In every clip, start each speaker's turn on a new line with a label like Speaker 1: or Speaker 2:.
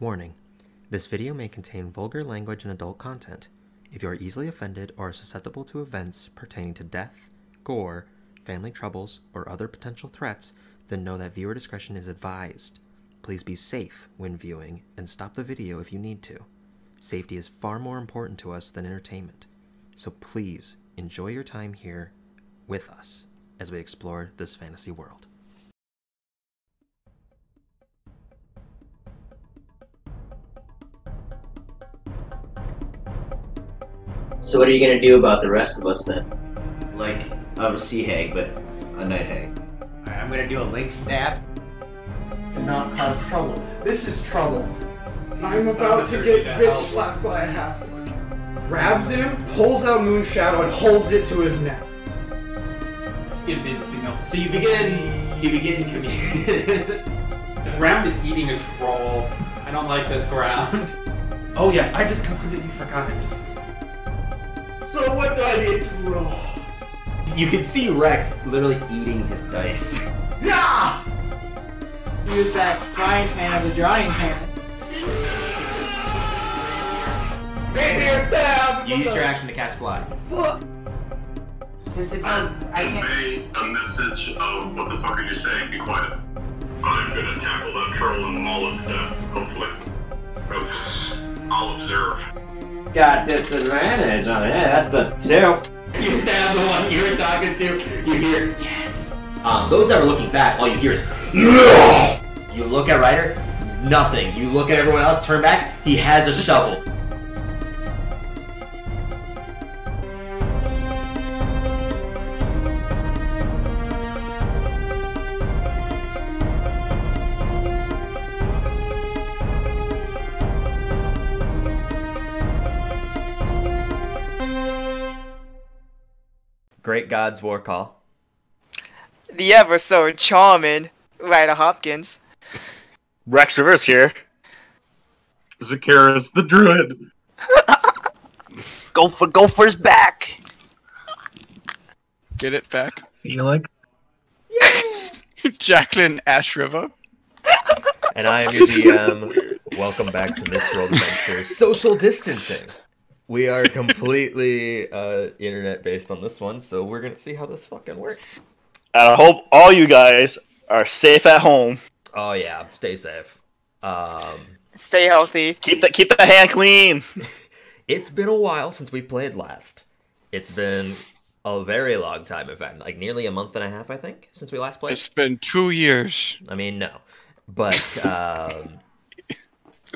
Speaker 1: Warning This video may contain vulgar language and adult content. If you are easily offended or are susceptible to events pertaining to death, gore, family troubles, or other potential threats, then know that viewer discretion is advised. Please be safe when viewing and stop the video if you need to. Safety is far more important to us than entertainment. So please enjoy your time here with us as we explore this fantasy world.
Speaker 2: So what are you gonna do about the rest of us then?
Speaker 3: like a sea hag, but a night hag.
Speaker 4: Alright, I'm gonna do a link stab.
Speaker 5: and not cause trouble. This is trouble. I'm
Speaker 4: is
Speaker 5: about
Speaker 4: not
Speaker 5: to
Speaker 4: allergic
Speaker 5: get
Speaker 4: to
Speaker 5: bitch
Speaker 4: help.
Speaker 5: slapped by a half orc. Grabs him, pulls out Moonshadow, and holds it to his neck.
Speaker 4: Let's get busy signal.
Speaker 3: So you begin. You begin commu-
Speaker 4: The ground is eating a troll. I don't like this ground. Oh yeah, I just completely forgot. I just
Speaker 5: So what do I need to roll?
Speaker 3: you can see Rex literally eating his dice.
Speaker 5: Yeah!
Speaker 6: use that frying pan as a drying pan.
Speaker 5: Maybe a stab!
Speaker 3: You use your action to cast fly.
Speaker 5: Fuck!
Speaker 7: convey a message of what the fuck are you saying? Be quiet. I'm gonna tackle that troll and maul it to death, hopefully. I'll observe.
Speaker 2: Got disadvantage on it. That's a two.
Speaker 3: You stab the one you were talking to. You hear yes. Um, those that are looking back, all you hear is no. You look at Ryder, nothing. You look at everyone else, turn back. He has a shovel. Great God's War Call.
Speaker 6: The ever so charming Ryder Hopkins.
Speaker 8: Rex Reverse here.
Speaker 7: Zakaris the Druid!
Speaker 8: Go for Gopher's back.
Speaker 9: Get it back.
Speaker 8: Felix.
Speaker 9: Jacqueline Ash River.
Speaker 1: And I am your DM. Welcome back to This World Adventures.
Speaker 3: Social distancing.
Speaker 1: We are completely uh, internet based on this one, so we're gonna see how this fucking works.
Speaker 8: And I hope all you guys are safe at home.
Speaker 1: Oh yeah, stay safe. Um,
Speaker 6: Stay healthy.
Speaker 8: Keep that keep that hand clean.
Speaker 1: it's been a while since we played last. It's been a very long time, in fact, like nearly a month and a half, I think, since we last played.
Speaker 9: It's been two years.
Speaker 1: I mean, no, but um,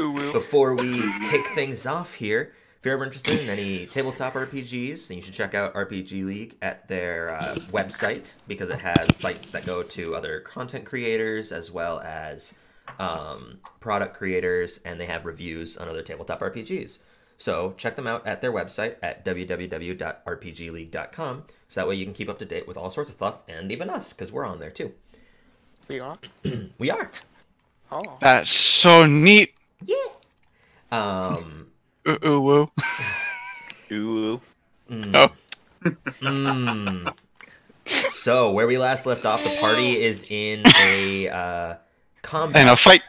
Speaker 6: Ooh, woo.
Speaker 1: before we kick things off here, if you're ever interested in any tabletop RPGs, then you should check out RPG League at their uh, website because it has sites that go to other content creators as well as um, product creators, and they have reviews on other tabletop RPGs. So check them out at their website at www.rpgleague.com so that way you can keep up to date with all sorts of stuff and even us because we're on there too.
Speaker 6: We are.
Speaker 1: We are.
Speaker 6: Oh.
Speaker 9: That's so neat.
Speaker 1: Um,
Speaker 9: Ooh, ooh, woo.
Speaker 8: Ooh.
Speaker 9: Oh,
Speaker 1: Mm. So where we last left off, the party is in a uh, combat.
Speaker 9: and a fight.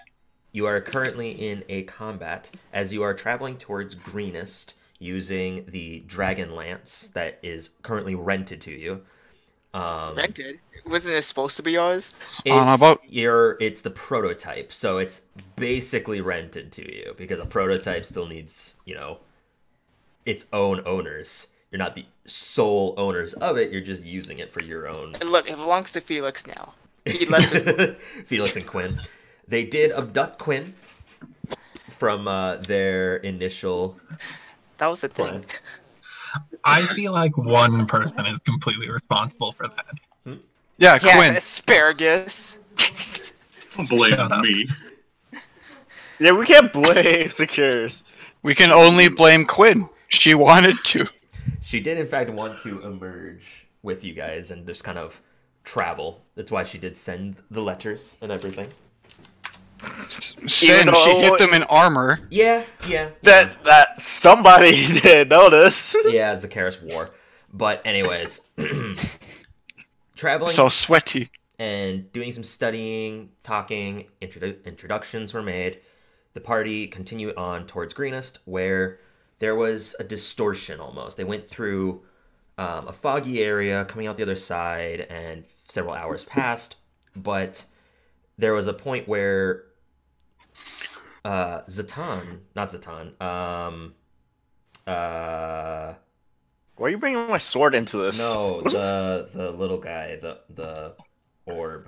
Speaker 1: You are currently in a combat as you are traveling towards Greenest using the dragon lance that is currently rented to you. Um,
Speaker 6: Rented. Wasn't it supposed to be ours?
Speaker 1: it's
Speaker 9: On a boat.
Speaker 1: your it's the prototype, so it's basically rented to you because a prototype still needs you know its own owners. You're not the sole owners of it. You're just using it for your own
Speaker 6: And look, it belongs to Felix now. He left us.
Speaker 1: Felix and Quinn. They did abduct Quinn from uh, their initial.
Speaker 6: That was the thing.
Speaker 10: I feel like one person is completely responsible for that.
Speaker 9: Yeah,
Speaker 6: Yeah,
Speaker 9: Quinn.
Speaker 6: asparagus.
Speaker 7: Don't blame
Speaker 10: Shut up.
Speaker 7: me.
Speaker 8: Yeah, we can't blame Secures.
Speaker 9: We can only blame Quinn. She wanted to.
Speaker 1: She did, in fact, want to emerge with you guys and just kind of travel. That's why she did send the letters and everything.
Speaker 9: Sin,
Speaker 8: Even
Speaker 9: she
Speaker 8: though-
Speaker 9: hit them in armor.
Speaker 1: Yeah, yeah.
Speaker 8: That that somebody did notice.
Speaker 1: Yeah, Zacharis War. But, anyways, traveling
Speaker 9: So sweaty.
Speaker 1: and doing some studying, talking, introdu- introductions were made.
Speaker 3: the party continued on towards Greenest, where there was a distortion almost. They went through um, a foggy area, coming out the other side, and several hours passed. But there was a point where uh, Zatan, not Zatan, um, uh,
Speaker 8: Why are you bringing my sword into this?
Speaker 3: no, the the little guy, the the orb.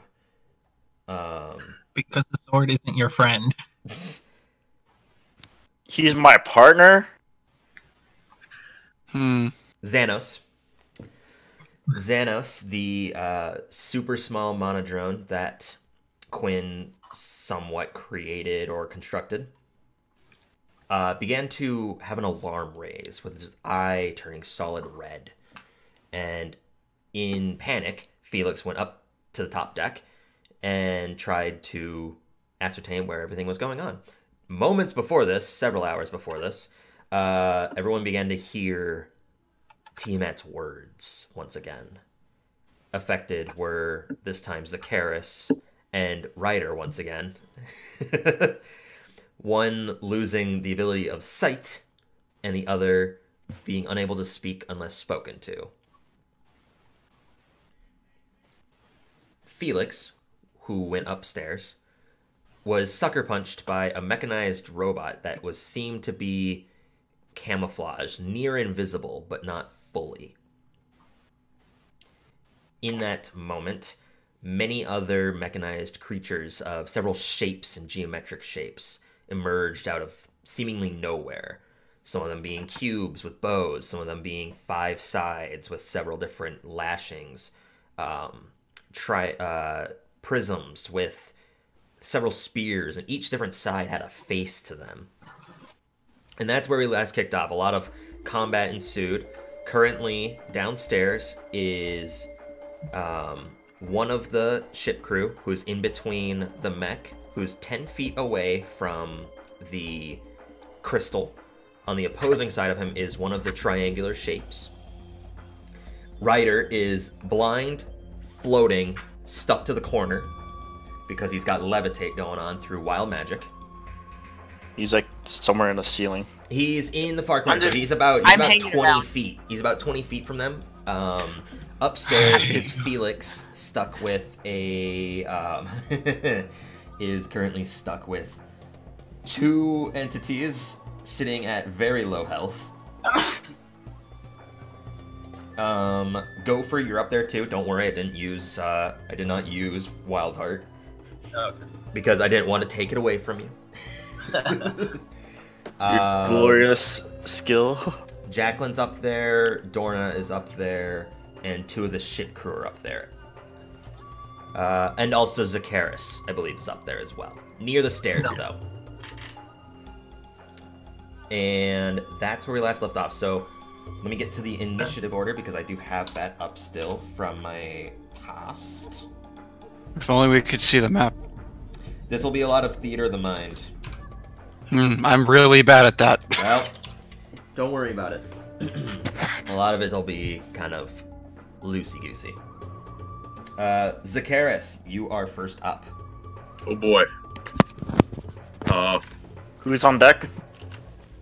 Speaker 3: Um,
Speaker 4: because the sword isn't your friend.
Speaker 8: He's my partner.
Speaker 4: Hmm.
Speaker 3: Xanos. Xanos, the uh, super small monodrone that Quinn somewhat created or constructed, uh, began to have an alarm raise with his eye turning solid red. And in panic, Felix went up to the top deck and tried to ascertain where everything was going on. Moments before this, several hours before this, uh, everyone began to hear Tiamat's E words once again. Affected were this time Zacharis and Ryder once again. One losing the ability of sight, and the other being unable to speak unless spoken to. Felix, who went upstairs, was sucker punched by a mechanized robot that was seemed to be camouflaged, near invisible, but not fully. In that moment, many other mechanized creatures of several shapes and geometric shapes emerged out of seemingly nowhere. Some of them being cubes with bows, some of them being five sides with several different lashings, um, tri- uh, prisms with several spears, and each different side had a face to them. And that's where we last kicked off. A lot of combat ensued. Currently, downstairs is um, one of the ship crew who's in between the mech, who's 10 feet away from the crystal. On the opposing side of him is one of the triangular shapes. Ryder is blind, floating, stuck to the corner because he's got levitate going on through wild magic.
Speaker 8: He's like somewhere in the ceiling.
Speaker 3: He's in the far corner.
Speaker 8: I'm
Speaker 3: so
Speaker 8: just-
Speaker 3: he's about he's
Speaker 8: I'm
Speaker 3: about
Speaker 8: hanging
Speaker 3: twenty
Speaker 8: around.
Speaker 3: feet. He's about twenty feet from them. Um, upstairs is Felix stuck with a um, is currently stuck with two entities sitting at very low health. Um, Gopher, you're up there too. Don't worry, I didn't use uh, I did not use Wild Heart
Speaker 8: Oh,
Speaker 3: because I didn't want to take it away from you. Um,
Speaker 8: Glorious skill.
Speaker 3: Jacqueline's up there, Dorna is up there, and two of the ship crew are up there. Uh, and also Zacharis, I believe, is up there as well. Near the stairs, though. And that's where we last left off. So let me get to the initiative order because I do have that up still from my past.
Speaker 9: If only we could see the map.
Speaker 3: This will be a lot of theater of the mind.
Speaker 9: Hmm, I'm really bad at that.
Speaker 3: Well, don't worry about it. a lot of it'll be kind of loosey goosey. Uh, Zacharis, you are first up.
Speaker 11: Oh boy. Uh,
Speaker 8: Who's on deck?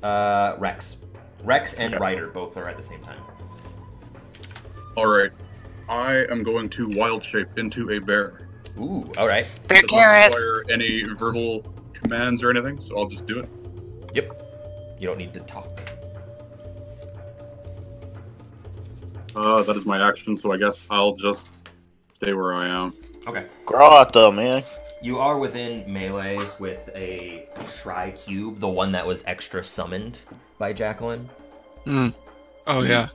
Speaker 3: Uh, Rex. Rex and Ryder both are at the same time.
Speaker 11: all right. I am going to wild shape into a bear.
Speaker 3: Ooh, all right.
Speaker 6: Bear
Speaker 11: Doesn't
Speaker 6: Garrus.
Speaker 11: require any verbal commands or anything, so I'll just do it.
Speaker 3: Yep. You don't need to talk.
Speaker 11: Uh, that is my action, so I guess I'll just stay where I am.
Speaker 3: Okay.
Speaker 8: Growl at them, man.
Speaker 3: You are within melee with a tri cube, the one that was extra summoned by Jacqueline.
Speaker 9: Hmm. Oh yeah.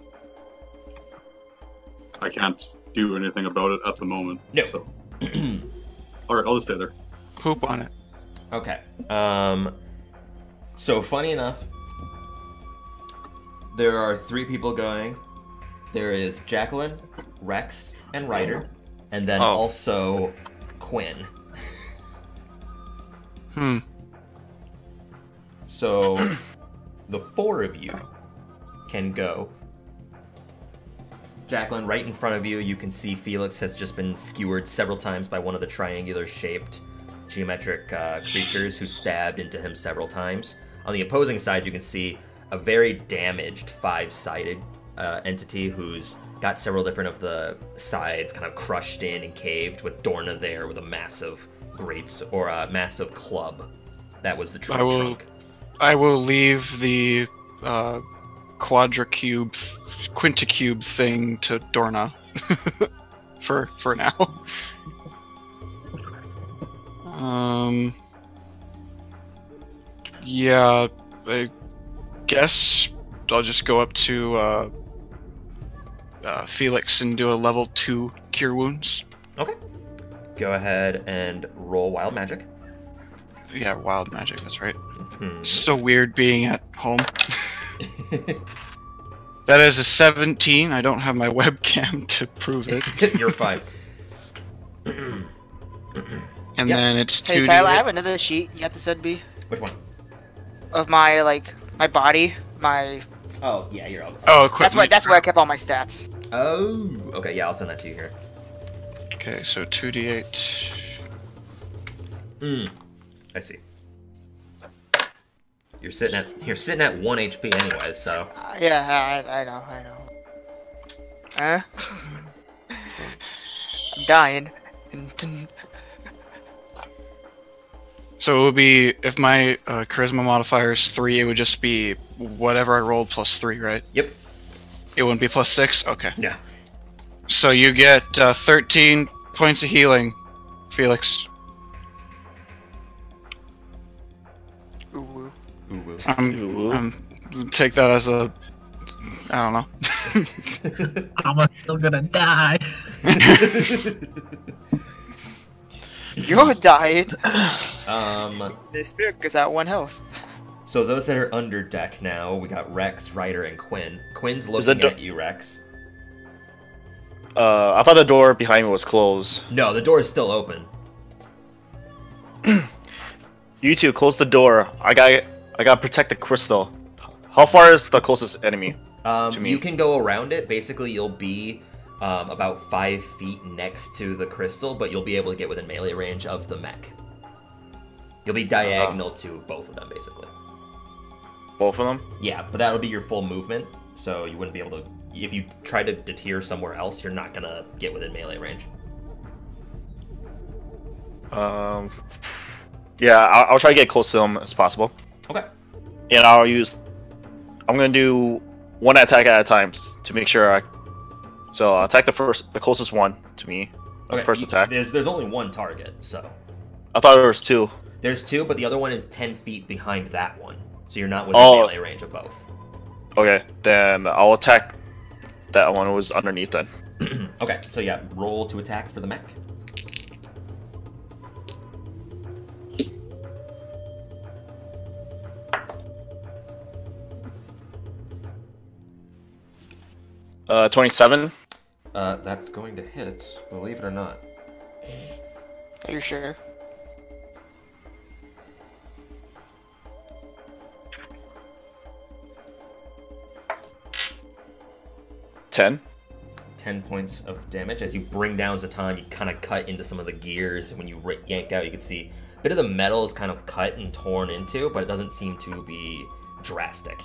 Speaker 11: I can't do anything about it at the moment.
Speaker 3: No.
Speaker 11: So. all right, I'll just stay there.
Speaker 9: Poop on it.
Speaker 3: Okay. Um. So funny enough, there are three people going. There is Jacqueline, Rex, and Ryder, and then
Speaker 9: Oh.
Speaker 3: also Quinn.
Speaker 9: Hmm.
Speaker 3: So the four of you can go. Jacqueline, right in front of you, you can see Felix has just been skewered several times by one of the triangular shaped geometric uh, creatures who stabbed into him several times. On the opposing side, you can see a very damaged five sided uh, entity who's got several different of the sides kind of crushed in and caved, with Dorna there with a massive grates or a massive club. That was the trunk.
Speaker 9: I will,
Speaker 3: trunk.
Speaker 9: I will leave the uh, quadracube, quintacube thing to Dorna for for now. Um. Yeah, I guess I'll just go up to uh, uh, Felix and do a level two cure wounds.
Speaker 3: Okay. Go ahead and roll wild magic.
Speaker 9: Yeah, wild magic. That's right.
Speaker 3: Hmm.
Speaker 9: So weird being at home. that is a 17. I don't have my webcam to prove it.
Speaker 3: You're fine.
Speaker 9: and then it's two.
Speaker 12: Hey, Kyle, I have another sheet you have to send me
Speaker 3: Which one?
Speaker 12: of my like my body, my.
Speaker 3: Oh yeah, you're all.
Speaker 9: Oh,
Speaker 12: That's where that's where I kept all my stats.
Speaker 3: Oh, okay. Yeah, I'll send that to you here.
Speaker 9: Okay, so 2d8.
Speaker 3: Hmm. I see. You're sitting at you're sitting at one HP anyways, so
Speaker 12: Uh, yeah, I, I know, I know. Huh? I'm dying.
Speaker 9: So it would be if my uh, charisma modifier is three, it would just be whatever I rolled plus three, right?
Speaker 3: Yep.
Speaker 9: It wouldn't be plus six. Okay.
Speaker 3: Yeah.
Speaker 9: So you get uh, 13 points of healing, Felix. I'm, I'm Um, take that as a I don't know.
Speaker 4: I'm still gonna die.
Speaker 12: You're dying.
Speaker 3: um
Speaker 12: The spirit is at one health.
Speaker 3: so those that are under deck now, we got Rex, Ryder, and Quinn. Quinn's
Speaker 8: Is that
Speaker 3: looking
Speaker 8: do-
Speaker 3: at you, Rex.
Speaker 8: Uh, I thought the door behind me was closed.
Speaker 3: No, the door is still open.
Speaker 8: You two, close the door. I got, I got to protect the crystal. How far is the closest enemy?
Speaker 3: Um, you can go around it. Basically, you'll be um, about five feet next to the crystal, but you'll be able to get within melee range of the mech. You'll be
Speaker 8: Uh-huh.
Speaker 3: diagonal to both of them, basically.
Speaker 8: Both of them.
Speaker 3: Yeah, but that would be your full movement, so you wouldn't be able to. If you try to deter somewhere else, you're not gonna get within melee range.
Speaker 8: Um, yeah, I'll, I'll try to get close to them as possible.
Speaker 3: Okay.
Speaker 8: And I'll use. I'm gonna do one attack at a time s- to make sure I. So I'll attack the first, the closest one to me.
Speaker 3: Okay.
Speaker 8: First
Speaker 3: you-
Speaker 8: attack.
Speaker 3: There's there's only one target, so
Speaker 8: I thought there was two.
Speaker 3: there's two, but the other one is ten feet behind that one, so you're not within
Speaker 8: Oh.
Speaker 3: melee range of both.
Speaker 8: Okay, then I'll attack that one who was underneath then.
Speaker 3: okay, so yeah, roll to attack for the mech.
Speaker 8: Uh, 27.
Speaker 3: Uh, that's going to hit, believe it or not.
Speaker 12: Are you sure?
Speaker 8: Ten.
Speaker 3: 10 points of damage. As you bring down Zatann, you kind of cut into some of the gears, and when you ri yank out, you can see a bit of the metal is kind of cut and torn into, but it doesn't seem to be drastic.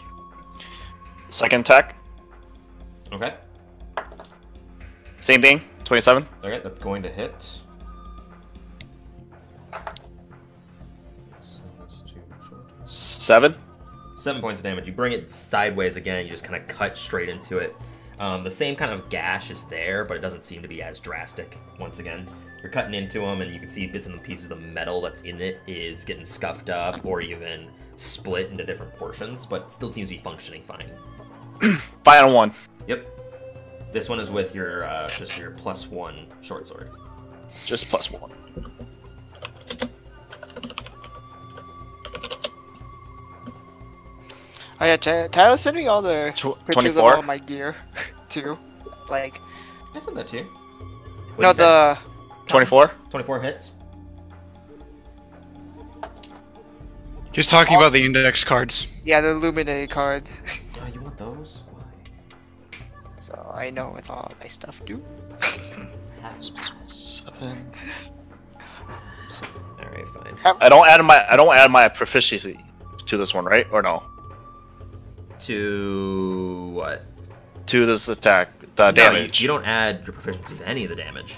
Speaker 8: Second attack.
Speaker 3: Okay.
Speaker 8: Same thing. 27.
Speaker 3: Okay, that's going to hit.
Speaker 8: Seven.
Speaker 3: Seven points of damage. You bring it sideways again, you just kind of cut straight into it. Um, the same kind of gash is there, but it doesn't seem to be as drastic. Once again, you're cutting into them, and you can see bits and pieces of metal that's in it is getting scuffed up or even split into different portions, but still seems to be functioning fine.
Speaker 8: Final one.
Speaker 3: Yep. This one is with your uh, just your plus one short sword.
Speaker 8: Just plus one.
Speaker 12: Oh yeah, Ty- Tyler sent me all the
Speaker 8: Tw-
Speaker 12: pictures of
Speaker 8: 24?
Speaker 12: all my gear, too. Like,
Speaker 3: I sent that to you. What'd
Speaker 12: no,
Speaker 3: you say?
Speaker 12: the
Speaker 8: 24.
Speaker 3: 24 hits.
Speaker 9: He's talking about the index cards.
Speaker 12: yeah, the illuminated cards.
Speaker 3: Oh, you want those? Why?
Speaker 12: so I know what all my stuff do.
Speaker 3: Half.
Speaker 8: Seven.
Speaker 3: All All right, fine.
Speaker 8: I don't add my I don't add my proficiency to this one, right? Or no?
Speaker 3: To what?
Speaker 8: To this attack, the
Speaker 3: No, you-
Speaker 8: damage.
Speaker 3: You, don't add your proficiency to any of the damage.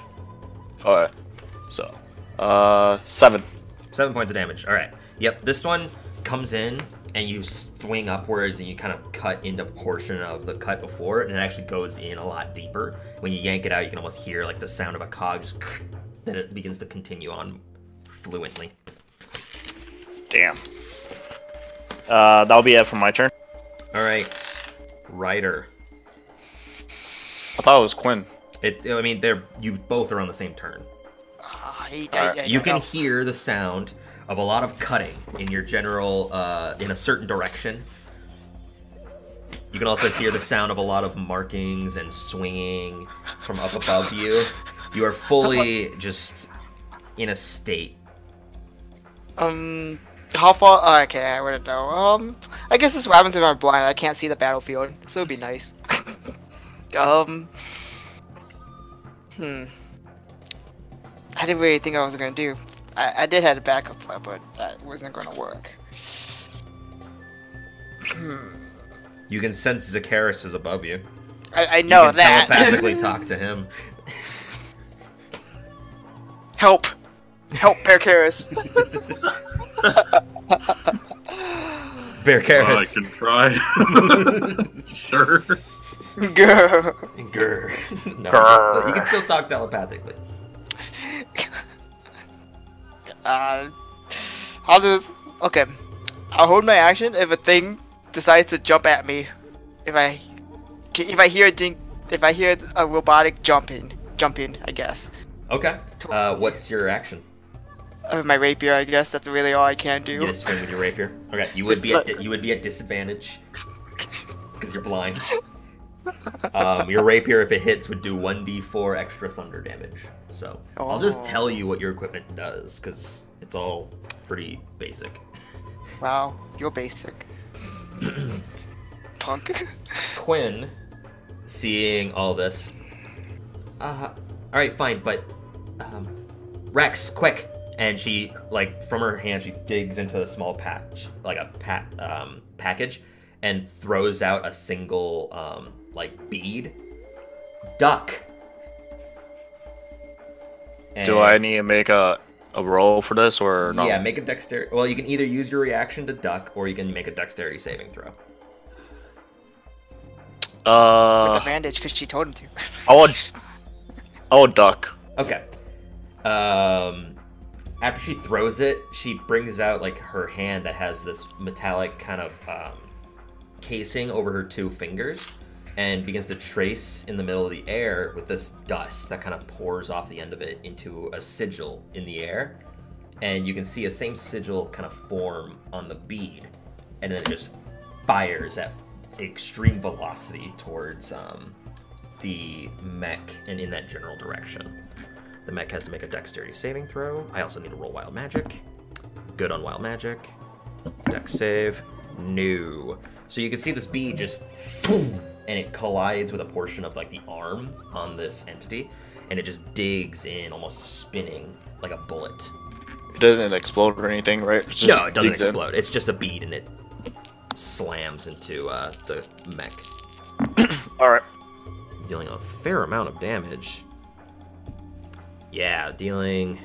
Speaker 8: All right. So, uh, seven.
Speaker 3: Seven points of damage. All right. Yep. This one comes in and you swing upwards and you kind of cut into portion of the cut before, and it actually goes in a lot deeper. When you yank it out, you can almost hear like the sound of a cog. Just then it begins to continue on fluently.
Speaker 8: Damn. Uh, that'll be it for my turn.
Speaker 3: All right, Ryder.
Speaker 8: I thought it was Quinn.
Speaker 3: It's. I mean, they're you both are on the same turn.
Speaker 6: Ah,
Speaker 3: you can hear the sound of a lot of cutting in your general, uh, in a certain direction. You can also hear the sound of a lot of markings and swinging from up above you. You are fully just in a state.
Speaker 6: Um, how far? oh, okay, I wouldn't know. Um, I guess this is what happens if I'm blind. I can't see the battlefield, so it'd be nice. um, hmm. I didn't really think I was gonna do. I, I did have a backup plan, but that wasn't gonna work. Hmm.
Speaker 3: You can sense Zacharis is above you.
Speaker 6: I, I know
Speaker 3: you can
Speaker 6: that.
Speaker 3: Telepathically talk to him.
Speaker 6: Help! Help, Percaris!
Speaker 3: Bear
Speaker 11: I can try. sure.
Speaker 6: Grr.
Speaker 3: Grr. No,
Speaker 11: Grr.
Speaker 3: You can still talk telepathically.
Speaker 6: Uh, I'll just okay. I'll hold my action if a thing decides to jump at me. If I if I hear a ding, if I hear a robotic jumping, jumping, I guess.
Speaker 3: Okay. Uh, what's your action?
Speaker 6: With my rapier, I guess that's really all I can do.
Speaker 3: You gonna swing with your rapier. Okay, you would be at you would be at disadvantage because you're blind. Um, your rapier, if it hits, would do one d4 extra thunder damage. So I'll just
Speaker 6: Oh.
Speaker 3: tell you what your equipment does because it's all pretty basic.
Speaker 6: Wow, you're basic. Punk.
Speaker 3: Quinn, seeing all this, uh, all right, fine, but um, Rex, quick! And she, like, from her hand, she digs into a small patch, like a pat, um, package, and throws out a single, um, like, bead. Duck.
Speaker 8: Do I need to make a a roll for this or no?
Speaker 3: Yeah, make a dexterity. Well, you can either use your reaction to duck, or you can make a dexterity saving throw.
Speaker 8: Uh, Oh.
Speaker 6: With a bandage, because she told him to.
Speaker 8: I would. I would duck.
Speaker 3: Okay. Um, after she throws it, she brings out like her hand that has this metallic kind of um, casing over her two fingers, and begins to trace in the middle of the air with this dust that kind of pours off the end of it into a sigil in the air, and you can see a same sigil kind of form on the bead, and then it just fires at extreme velocity towards um, the mech and in that general direction. The mech has to make a dexterity saving throw. I also need to roll wild magic. Good on wild magic. Dex save. No. So you can see this bee just boom, and it collides with a portion of like the arm on this entity, and it just digs in, almost spinning like a bullet.
Speaker 8: It doesn't explode or anything, right? It just
Speaker 3: no, it doesn't
Speaker 8: digs in.
Speaker 3: explode. It's just a bead, and it slams into uh, the mech.
Speaker 8: All right.
Speaker 3: Dealing a fair amount of damage. Yeah, dealing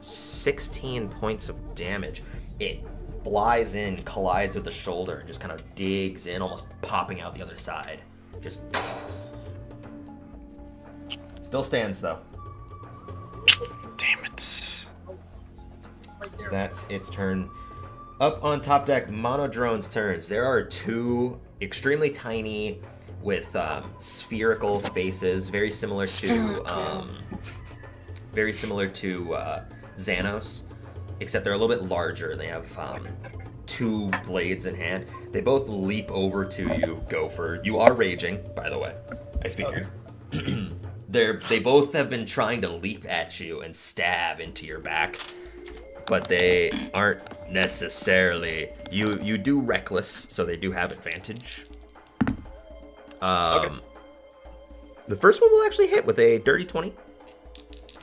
Speaker 3: 16 points of damage. It flies in, collides with the shoulder, and just kind of digs in, almost popping out the other side. Just. Still stands, though.
Speaker 8: Damn it.
Speaker 3: That's its turn. Up on top deck, monodrone's turns. There are two extremely tiny, with um, spherical faces, very similar to, um, very similar to uh, Xanos, except they're a little bit larger. and They have um, two blades in hand. They both leap over to you, Gopher. You are raging, by the way. I figured. They're they both have been trying to leap at you and stab into your back, but they aren't necessarily. You you do reckless, so they do have advantage. Um, the first one will actually hit with a dirty twenty.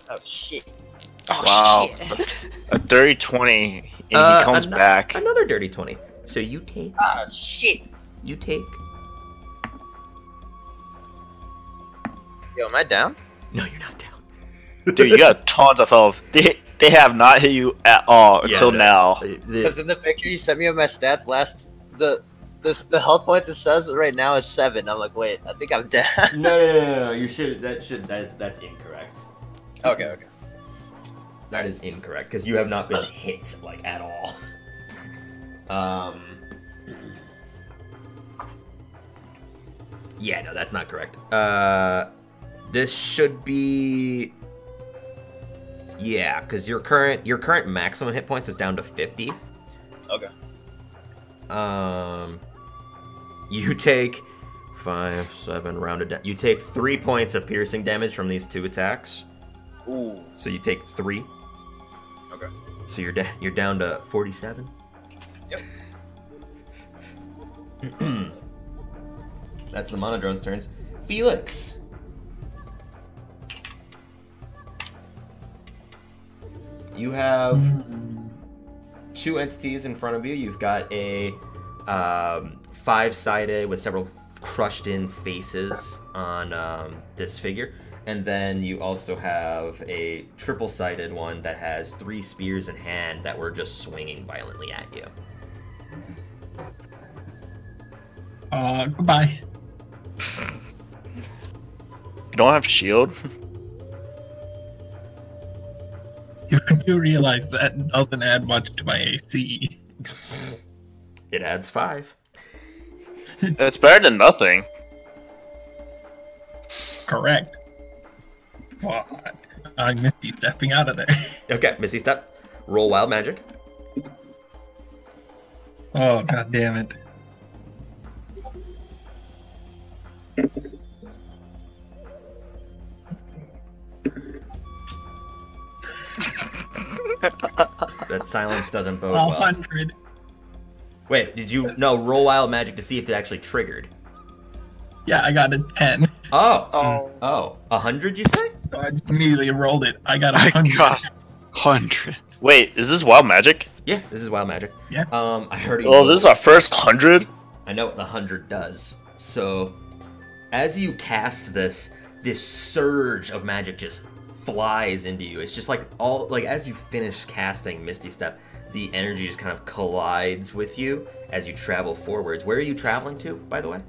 Speaker 6: Oh shit.
Speaker 8: wow. A dirty 20, and
Speaker 3: Uh,
Speaker 8: he comes
Speaker 3: ano-
Speaker 8: back.
Speaker 3: Another dirty 20. So you take.
Speaker 6: Ah, shit.
Speaker 3: You take.
Speaker 2: Yo, am I down?
Speaker 8: Dude, you got tons of health. They, they have not hit you at all
Speaker 3: Yeah,
Speaker 8: until
Speaker 3: no. Uh,
Speaker 8: now.
Speaker 2: Because in the picture you sent me of my stats last, the this the health points it says right now is seven. I'm like, wait, I think I'm dead.
Speaker 13: No, no, no, no, no. You should. That should. That that's incorrect.
Speaker 2: Okay, okay.
Speaker 3: That is incorrect because you have not been hit like at all. Um. Yeah, no, that's not correct. Uh, this should be. Yeah, because your current your current maximum hit points is down to fifty.
Speaker 2: Okay.
Speaker 3: Um, you take five, seven, rounded down. You take three points of piercing damage from these two attacks.
Speaker 2: Ooh.
Speaker 3: So you take three.
Speaker 2: Okay.
Speaker 3: So you're da- you're down to forty-seven.
Speaker 2: Yep.
Speaker 3: That's the monodrone's turns. Felix. You have two entities in front of you. You've got a um, five-sided with several crushed-in faces on um, this figure, and then you also have a triple-sided one that has three spears in hand that were just swinging violently at you.
Speaker 4: Uh, goodbye.
Speaker 8: You don't have shield?
Speaker 4: You do realize that doesn't add much to my AC.
Speaker 3: It adds five.
Speaker 8: That's better than nothing.
Speaker 4: Correct. What? I missed you stepping out of there.
Speaker 3: Okay, Misty Step. Roll wild magic.
Speaker 4: Oh god damn it.
Speaker 3: That silence doesn't bode
Speaker 4: A
Speaker 3: well.
Speaker 4: hundred.
Speaker 3: Wait, did you no roll wild magic to see if it actually triggered?
Speaker 4: Yeah, I got a ten.
Speaker 3: Oh. Oh. Oh. A hundred, you say?
Speaker 4: So I just immediately rolled it. I got a hundred.
Speaker 8: Hundred. Wait, is this wild magic?
Speaker 3: Yeah, this is wild magic.
Speaker 4: Yeah.
Speaker 3: Um, I already.
Speaker 8: Well, this is our first hundred.
Speaker 3: I know what the hundred does. So, as you cast this, this surge of magic just flies into you. It's just like all like as you finish casting Misty Step, the energy just kind of collides with you as you travel forwards. Where are you traveling to, by the way?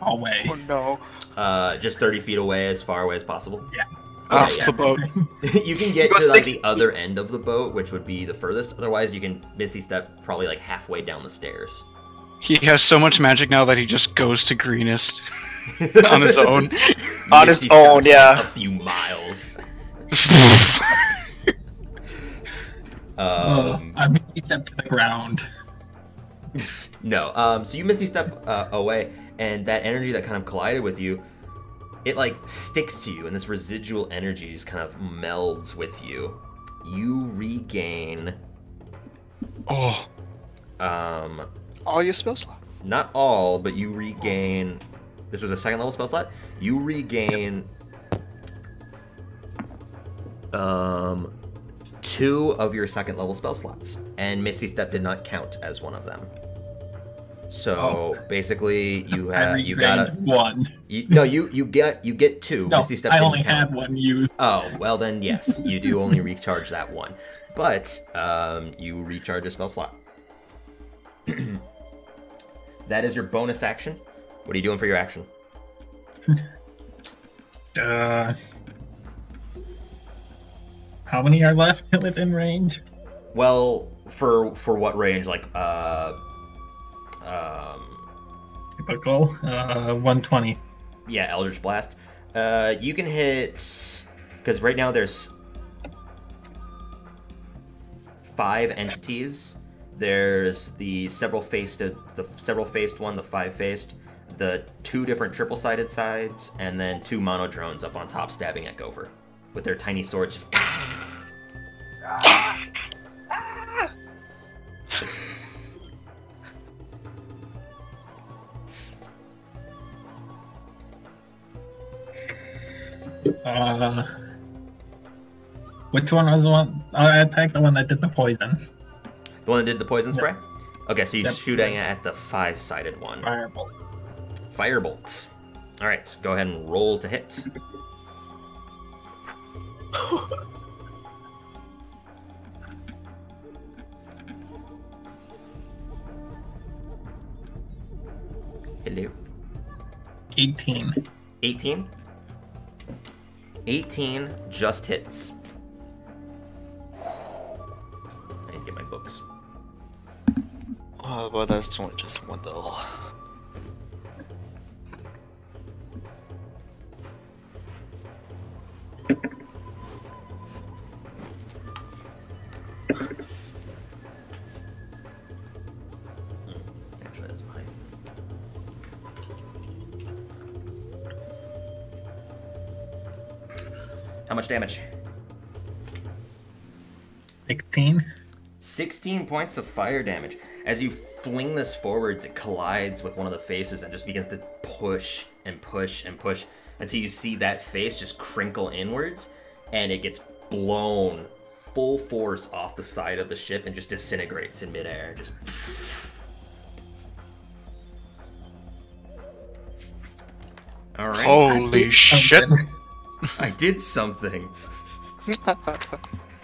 Speaker 4: Hallway.
Speaker 6: Oh no.
Speaker 3: Uh, just thirty feet away, as far away as possible.
Speaker 4: Yeah.
Speaker 3: Off
Speaker 9: the boat.
Speaker 3: you can get
Speaker 9: Go
Speaker 3: to like
Speaker 9: six
Speaker 3: the other end of the boat, which would be the furthest. Otherwise, you can Misty Step probably like halfway down the stairs.
Speaker 9: He has so much magic now that he just goes to greenest on his own.
Speaker 8: On his
Speaker 3: Misty Step's,
Speaker 8: own,
Speaker 3: like,
Speaker 8: yeah.
Speaker 3: A few miles. um,
Speaker 4: Ugh, I missed you step to the ground.
Speaker 3: No. Um, so you misty step uh, away, and that energy that kind of collided with you, it like sticks to you, and this residual energy just kind of melds with you. You regain.
Speaker 9: Oh.
Speaker 3: Um,
Speaker 6: All your spell slots.
Speaker 3: not all, but you regain. This was a second level spell slot. You regain. Um, two of your second level spell slots, and Misty Step did not count as one of them. So basically, you
Speaker 4: Oh. I
Speaker 3: have uh, you got
Speaker 4: regained
Speaker 3: a
Speaker 4: one.
Speaker 3: You, no, you you get you get two.
Speaker 4: No,
Speaker 3: Misty Step
Speaker 4: I
Speaker 3: didn't
Speaker 4: only
Speaker 3: count.
Speaker 4: had one used.
Speaker 3: Oh, well then, yes, you do only recharge that one. But um, you recharge a spell slot. that is your bonus action. What are you doing for your action?
Speaker 4: Uh, how many are left within range?
Speaker 3: Well, for for what range? Like, uh, um,
Speaker 4: Typical. Uh, 120.
Speaker 3: yeah, Eldritch Blast. Uh, you can hit because right now there's five entities. There's the several faced, uh, the several faced one, the five faced, the two different triple sided sides, and then two mono drones up on top stabbing at Gopher with their tiny swords. Just
Speaker 4: Uh, Which one was the one? I attacked the one that did the poison.
Speaker 3: The one that did the poison
Speaker 4: Yeah.
Speaker 3: spray? Okay, so you're
Speaker 4: Yep.
Speaker 3: shooting at the five sided one.
Speaker 4: Firebolt.
Speaker 3: Firebolt. Alright, go ahead and roll to hit. Hello.
Speaker 4: 18.
Speaker 3: 18? 18 just hits. I need to get my books.
Speaker 8: Oh, well, that's only just one though.
Speaker 3: Hmm, Actually, that's mine. How much damage?
Speaker 4: 16.
Speaker 3: 16 points of fire damage. As you fling this forwards, it collides with one of the faces and just begins to push and push and push until you see that face just crinkle inwards and it gets blown full force off the side of the ship and just disintegrates in midair. Just. All right.
Speaker 9: Holy
Speaker 4: Oh,
Speaker 9: shit.
Speaker 3: I did something.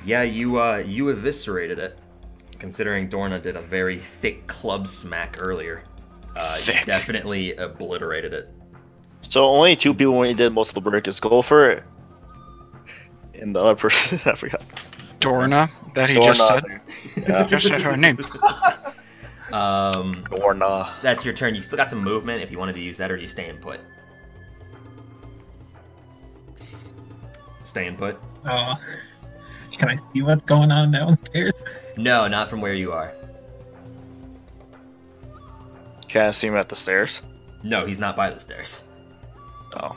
Speaker 3: yeah, you uh, you eviscerated it. Considering Dorna did a very thick club smack earlier, uh, you definitely obliterated it.
Speaker 8: So only two people when did most of the work is go for it. And the other person, I forgot.
Speaker 9: Dorna, that he just said.
Speaker 8: Dorna.
Speaker 9: He just said her name.
Speaker 3: Um, Dorna. That's your turn. You still got some movement if you wanted to use that, or do you stay in put? Stay in put.
Speaker 4: Uh, can I see what's going on downstairs?
Speaker 3: No, not from where you are.
Speaker 8: Can I see him at the stairs?
Speaker 3: No, he's not by the stairs.
Speaker 8: Oh.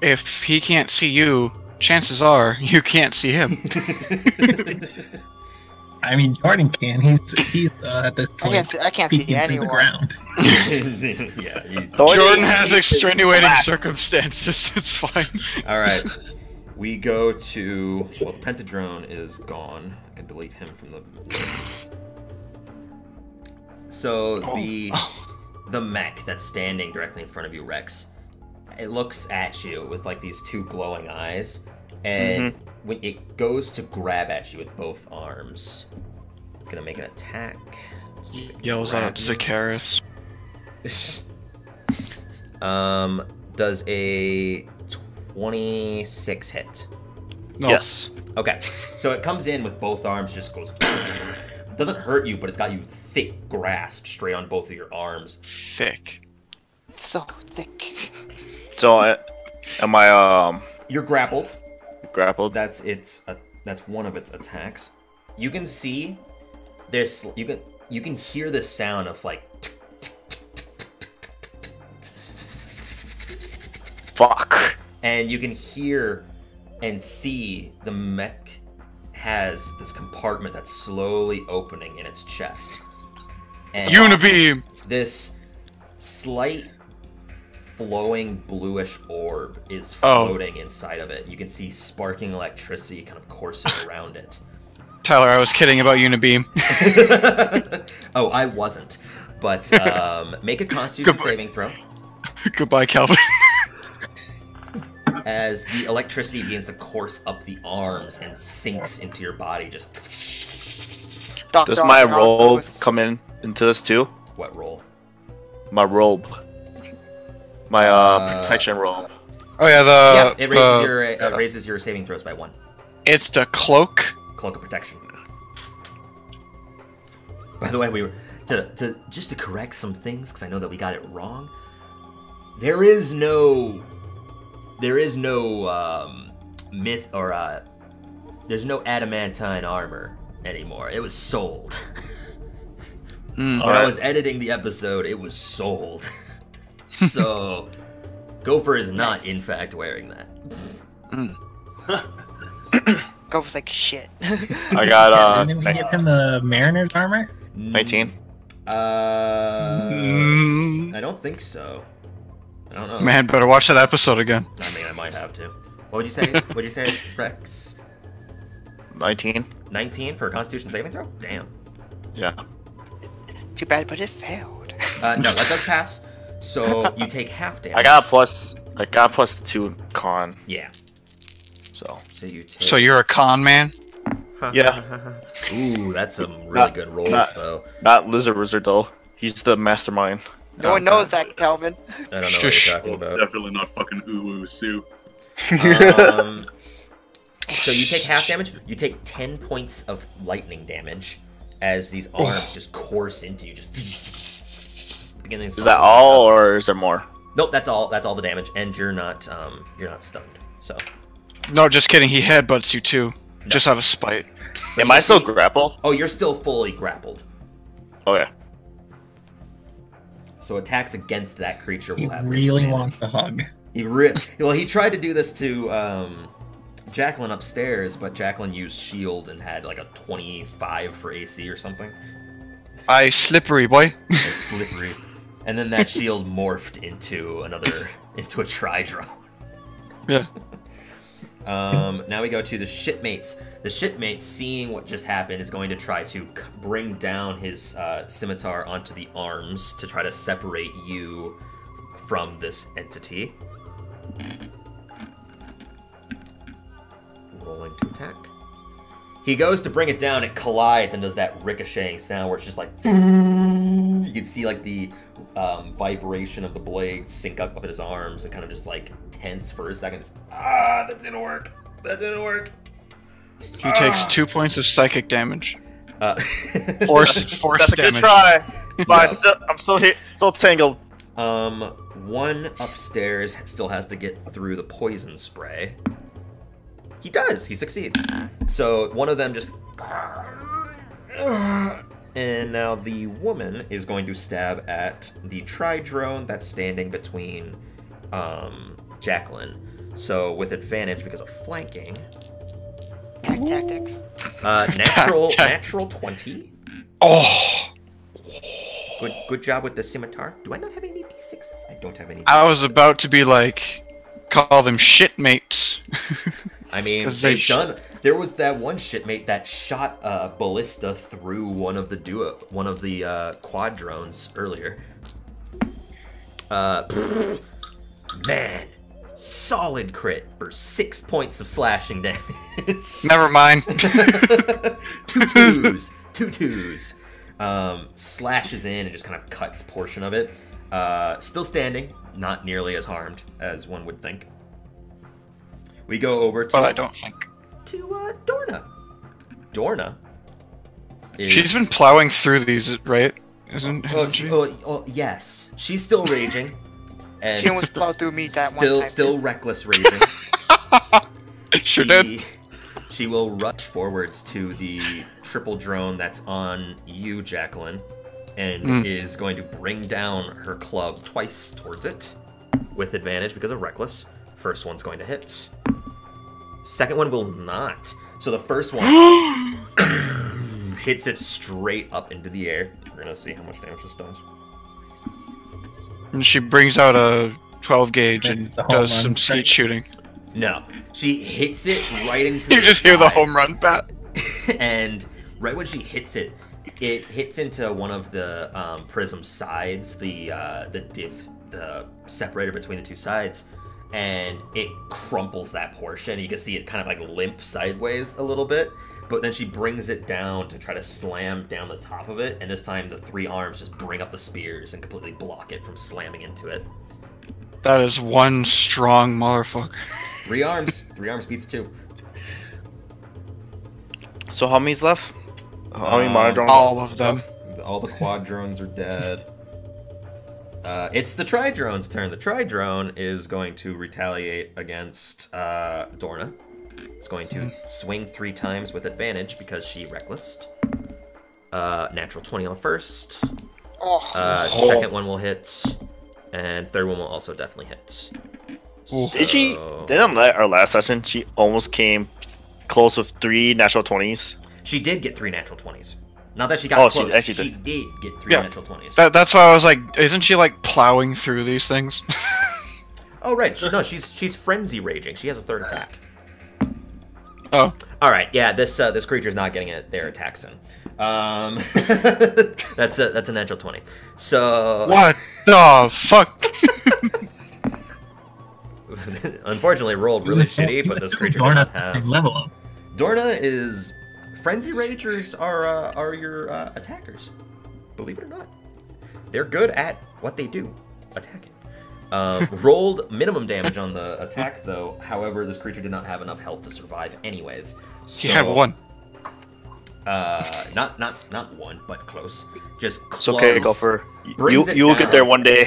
Speaker 9: If he can't see you, chances are you can't see him.
Speaker 4: I mean, Jordan can. He's he's uh, at this point.
Speaker 6: see- I can't see
Speaker 4: peeking through the
Speaker 6: anyone.
Speaker 4: ground.
Speaker 3: yeah, he's...
Speaker 9: Jordan has extenuating circumstances. It's fine.
Speaker 3: All right. We go to well, the pentadrone is gone. I can delete him from the list. So the the mech that's standing directly in front of you, Rex, it looks at you with like these two glowing eyes, and when it goes to grab at you with both arms, gonna make an attack. See if it can
Speaker 9: Yells
Speaker 3: grab
Speaker 9: out
Speaker 3: you.
Speaker 9: Zacharis.
Speaker 3: Um, does a 26 hit?
Speaker 9: No. Yes.
Speaker 3: Okay, so it comes in with both arms, just goes. doesn't hurt you, but it's got you thick grasp straight on both of your arms.
Speaker 9: Thick.
Speaker 6: So thick.
Speaker 8: So, I- am I um
Speaker 3: You're grappled.
Speaker 8: grappled?
Speaker 3: That's its. Uh, that's one of its attacks. You can see. There's. You can. You can hear the sound of like.
Speaker 8: Fuck.
Speaker 3: And you can hear and see the mech has this compartment that's slowly opening in its chest. And
Speaker 9: Unibeam.
Speaker 3: This slight flowing bluish orb is
Speaker 9: Oh.
Speaker 3: floating inside of it. You can see sparking electricity kind of coursing around it.
Speaker 9: Tyler, I was kidding about Unibeam.
Speaker 3: Oh, I wasn't. But um, make a constitution saving throw.
Speaker 9: Goodbye, Calvin.
Speaker 3: as the electricity begins to course up the arms and sinks into your body. Just
Speaker 8: Does my robe come in into this too?
Speaker 3: What roll?
Speaker 8: My robe. My uh,
Speaker 3: Uh,
Speaker 8: protection uh, robe.
Speaker 9: Oh yeah,
Speaker 3: yeah,
Speaker 9: the
Speaker 3: it raises
Speaker 9: the-
Speaker 3: your it raises your saving throws by one.
Speaker 9: It's the cloak.
Speaker 3: Cloak of protection. By the way, we were to, to just to correct some things because I know that we got it wrong. There is no, there is no um, myth or uh, there's no adamantine armor anymore. It was sold.
Speaker 9: Hmm.
Speaker 3: when I was editing the episode, it was sold. so, Gopher is not, in fact, wearing that.
Speaker 6: Gopher's like shit.
Speaker 8: I got uh
Speaker 4: Didn't we give him the Mariner's armor?
Speaker 8: 19.
Speaker 3: Uh, I don't think so. I don't know. Oh.
Speaker 9: Man, better watch that episode again.
Speaker 3: I mean, I might have to. What would you say? What'd you say, Rex?
Speaker 8: 19.
Speaker 3: 19 for a Constitution saving throw? Damn.
Speaker 8: Yeah.
Speaker 6: Too bad, but it failed.
Speaker 3: Uh, no, that does pass. So you take half damage.
Speaker 8: I got a plus. I got a plus two con.
Speaker 3: Yeah.
Speaker 8: So.
Speaker 3: So you take.
Speaker 9: So you're a con man?
Speaker 8: Yeah.
Speaker 3: Ooh, that's some really
Speaker 8: Not-
Speaker 3: good rolls
Speaker 8: not-
Speaker 3: though.
Speaker 8: Not Lizard Wizard though. He's the mastermind.
Speaker 6: No one knows that, Calvin.
Speaker 3: I don't know
Speaker 8: Shush.
Speaker 3: what you're talking about.
Speaker 11: Definitely not fucking Uwu Sue.
Speaker 3: Um, so you take half damage. You take ten points of lightning damage as these arms just course into you. Just beginning.
Speaker 8: Is that all, or is there more?
Speaker 3: Nope, that's all. That's all the damage, and you're not. Um, you're not stunned. So.
Speaker 9: No, just kidding. He headbutts you too. Just out of spite.
Speaker 8: Am I still grapple?
Speaker 3: Oh, you're still fully grappled.
Speaker 8: Oh yeah.
Speaker 3: So attacks against that creature will
Speaker 4: He
Speaker 3: have.
Speaker 4: really wants a hug.
Speaker 3: He really well. He tried to do this to um, Jacqueline upstairs, but Jacqueline used shield E and had like a twenty-five for AC or something.
Speaker 9: I slippery boy.
Speaker 3: It was slippery, and then that shield E morphed into another into a tri drone.
Speaker 9: Yeah.
Speaker 3: Um, now we go to the shipmates. The shipmate, seeing what just happened, is going to try to c- bring down his uh, scimitar onto the arms to try to separate you from this entity. Rolling to attack. He goes to bring it down, it collides and does that ricocheting sound where it's just like. You can see like the um, vibration of the blade sink up, up in his arms and kind of just like tense for a second. Just, ah, that didn't work. That didn't work.
Speaker 9: He takes two points of psychic damage.
Speaker 3: Uh,
Speaker 9: force force
Speaker 8: That's a
Speaker 9: damage.
Speaker 8: good try. But I
Speaker 3: Yeah.
Speaker 8: still, I'm still hit, still tangled.
Speaker 3: Um, one upstairs still has to get through the poison spray. He does. He succeeds. So one of them just. And now the woman is going to stab at the tri drone that's standing between um, Jacqueline. So with advantage because of flanking.
Speaker 6: Pack tactics.
Speaker 3: Uh, natural natural twenty.
Speaker 9: Oh.
Speaker 3: Good good job with the scimitar. Do I not have any d6s? I don't have any.
Speaker 9: I was about to be like, call them shitmates.
Speaker 3: I mean,
Speaker 9: 'Cause they
Speaker 3: they've
Speaker 9: sh-
Speaker 3: done. There was that one shipmate that shot a ballista through one of the duo, one of the uh, quad drones earlier. Uh, man, solid crit for six points of slashing damage.
Speaker 9: Never mind.
Speaker 3: two twos, two twos. Um, slashes in and just kind of cuts portion of it. Uh, still standing, not nearly as harmed as one would think. We go over to.
Speaker 9: But I don't think.
Speaker 3: To uh, Dorna. Dorna. Is...
Speaker 9: She's been plowing through these, right? Isn't
Speaker 3: Oh, she- oh, oh, yes, she's still raging. And
Speaker 6: She almost plowed through me that one
Speaker 3: still,
Speaker 6: time,
Speaker 3: Still
Speaker 6: too.
Speaker 3: reckless raging.
Speaker 9: sure
Speaker 3: did. She will rush forwards to the triple drone that's on you, Jacqueline, and
Speaker 9: Mm.
Speaker 3: is going to bring down her club twice towards it with advantage because of reckless. First one's going to hit. Second one will not. So the first one hits it straight up into the air. We're gonna see how much damage this does.
Speaker 9: and she brings out a 12 gauge and
Speaker 4: the home
Speaker 9: does
Speaker 4: run,
Speaker 9: some skeet shooting.
Speaker 3: No, she hits it right into.
Speaker 9: You
Speaker 3: the
Speaker 9: just hear the
Speaker 3: side.
Speaker 9: home run bat.
Speaker 3: and right when she hits it, it hits into one of the um, prism sides, the uh, the diff, the separator between the two sides, and it crumples that portion. You can see it kind of like limp sideways a little bit, but then she brings it down to try to slam down the top of it, and this time the three arms just bring up the spears and completely block it from slamming into it.
Speaker 9: That is one strong motherfucker.
Speaker 3: Three arms, three arms beats two.
Speaker 8: So how many's left? How many
Speaker 3: Um,
Speaker 8: monodrones?
Speaker 9: All of them.
Speaker 3: All the quad drones are dead. Uh, it's the tri drone's turn. The tri drone is going to retaliate against uh, Dorna. It's going to swing three times with advantage because she recklessed. Uh, natural 20 on the first.
Speaker 6: Oh.
Speaker 3: Uh, Second one will hit. And third one will also definitely hit.
Speaker 8: Did she?
Speaker 3: So-
Speaker 8: Didn't on la- our last session she almost came close with three natural twenties?
Speaker 3: She did get three natural 20s. Not that she got
Speaker 8: Oh, she
Speaker 3: close. She,
Speaker 8: actually
Speaker 3: did.
Speaker 8: did.
Speaker 3: get three
Speaker 9: Yeah.
Speaker 3: natural 20s.
Speaker 9: That, that's why I was like, isn't she like plowing through these things?
Speaker 3: Oh right, no, she's she's frenzy raging. She has a third attack.
Speaker 9: Oh.
Speaker 3: All right, yeah. This uh, this creature's not getting it. Their attacks in. Um, that's a that's a natural twenty. So
Speaker 9: What the fuck?
Speaker 3: Unfortunately, rolled really shitty, but this creature
Speaker 4: Dorna
Speaker 3: doesn't
Speaker 4: has
Speaker 3: have
Speaker 4: level up.
Speaker 3: Dorna is frenzy ragers are uh, are your uh, attackers. Believe it or not, they're good at what they do, attacking. Um, rolled minimum damage on the attack though. However, this creature did not have enough health to survive, anyways.
Speaker 9: He had one.
Speaker 3: Uh, not not not one, but close. Just close.
Speaker 8: It's okay, Gopher. You
Speaker 3: Brings it
Speaker 8: you will get
Speaker 3: down.
Speaker 8: there one day.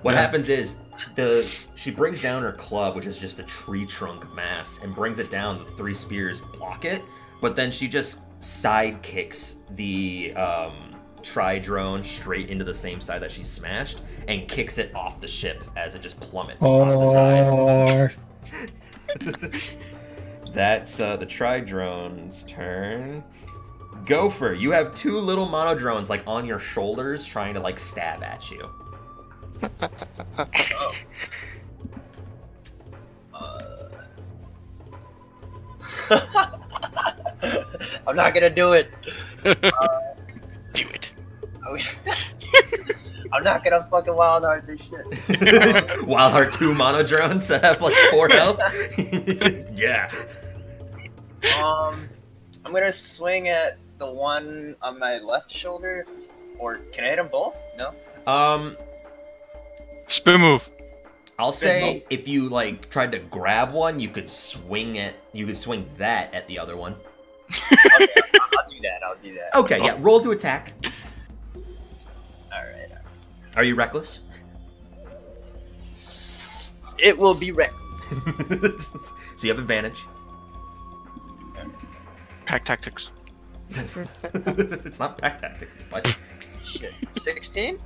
Speaker 3: What happens is the she brings down her club, which is just a tree trunk mass, and brings it down. The three spears block it, but then she just sidekicks the um, tri drone straight into the same side that she smashed, and kicks it off the ship as it just plummets off the
Speaker 4: Oh. Or
Speaker 3: side. That's uh, the tri drone's turn. Gopher, you have two little mono drones like on your shoulders, trying to like stab at you.
Speaker 2: I'm not gonna do it.
Speaker 9: do it.
Speaker 2: I'm not gonna fucking wild hard this shit.
Speaker 3: Wild Heart 2 mono drones that have like four health. yeah.
Speaker 2: Um, I'm gonna swing at the one on my left shoulder, or can I hit them both? No.
Speaker 3: Um
Speaker 9: Spin move.
Speaker 3: I'll
Speaker 2: Spin
Speaker 3: say
Speaker 2: move.
Speaker 3: if you like tried to grab one, you could swing it you could swing that at the other one.
Speaker 2: I'll do that. I'll do that.
Speaker 3: Okay, yeah, roll to attack.
Speaker 2: All right.
Speaker 3: Are you reckless?
Speaker 2: It will be wrecked.
Speaker 3: so you have advantage.
Speaker 9: Pack tactics.
Speaker 3: it's not pack tactics, but
Speaker 2: Shit. 16.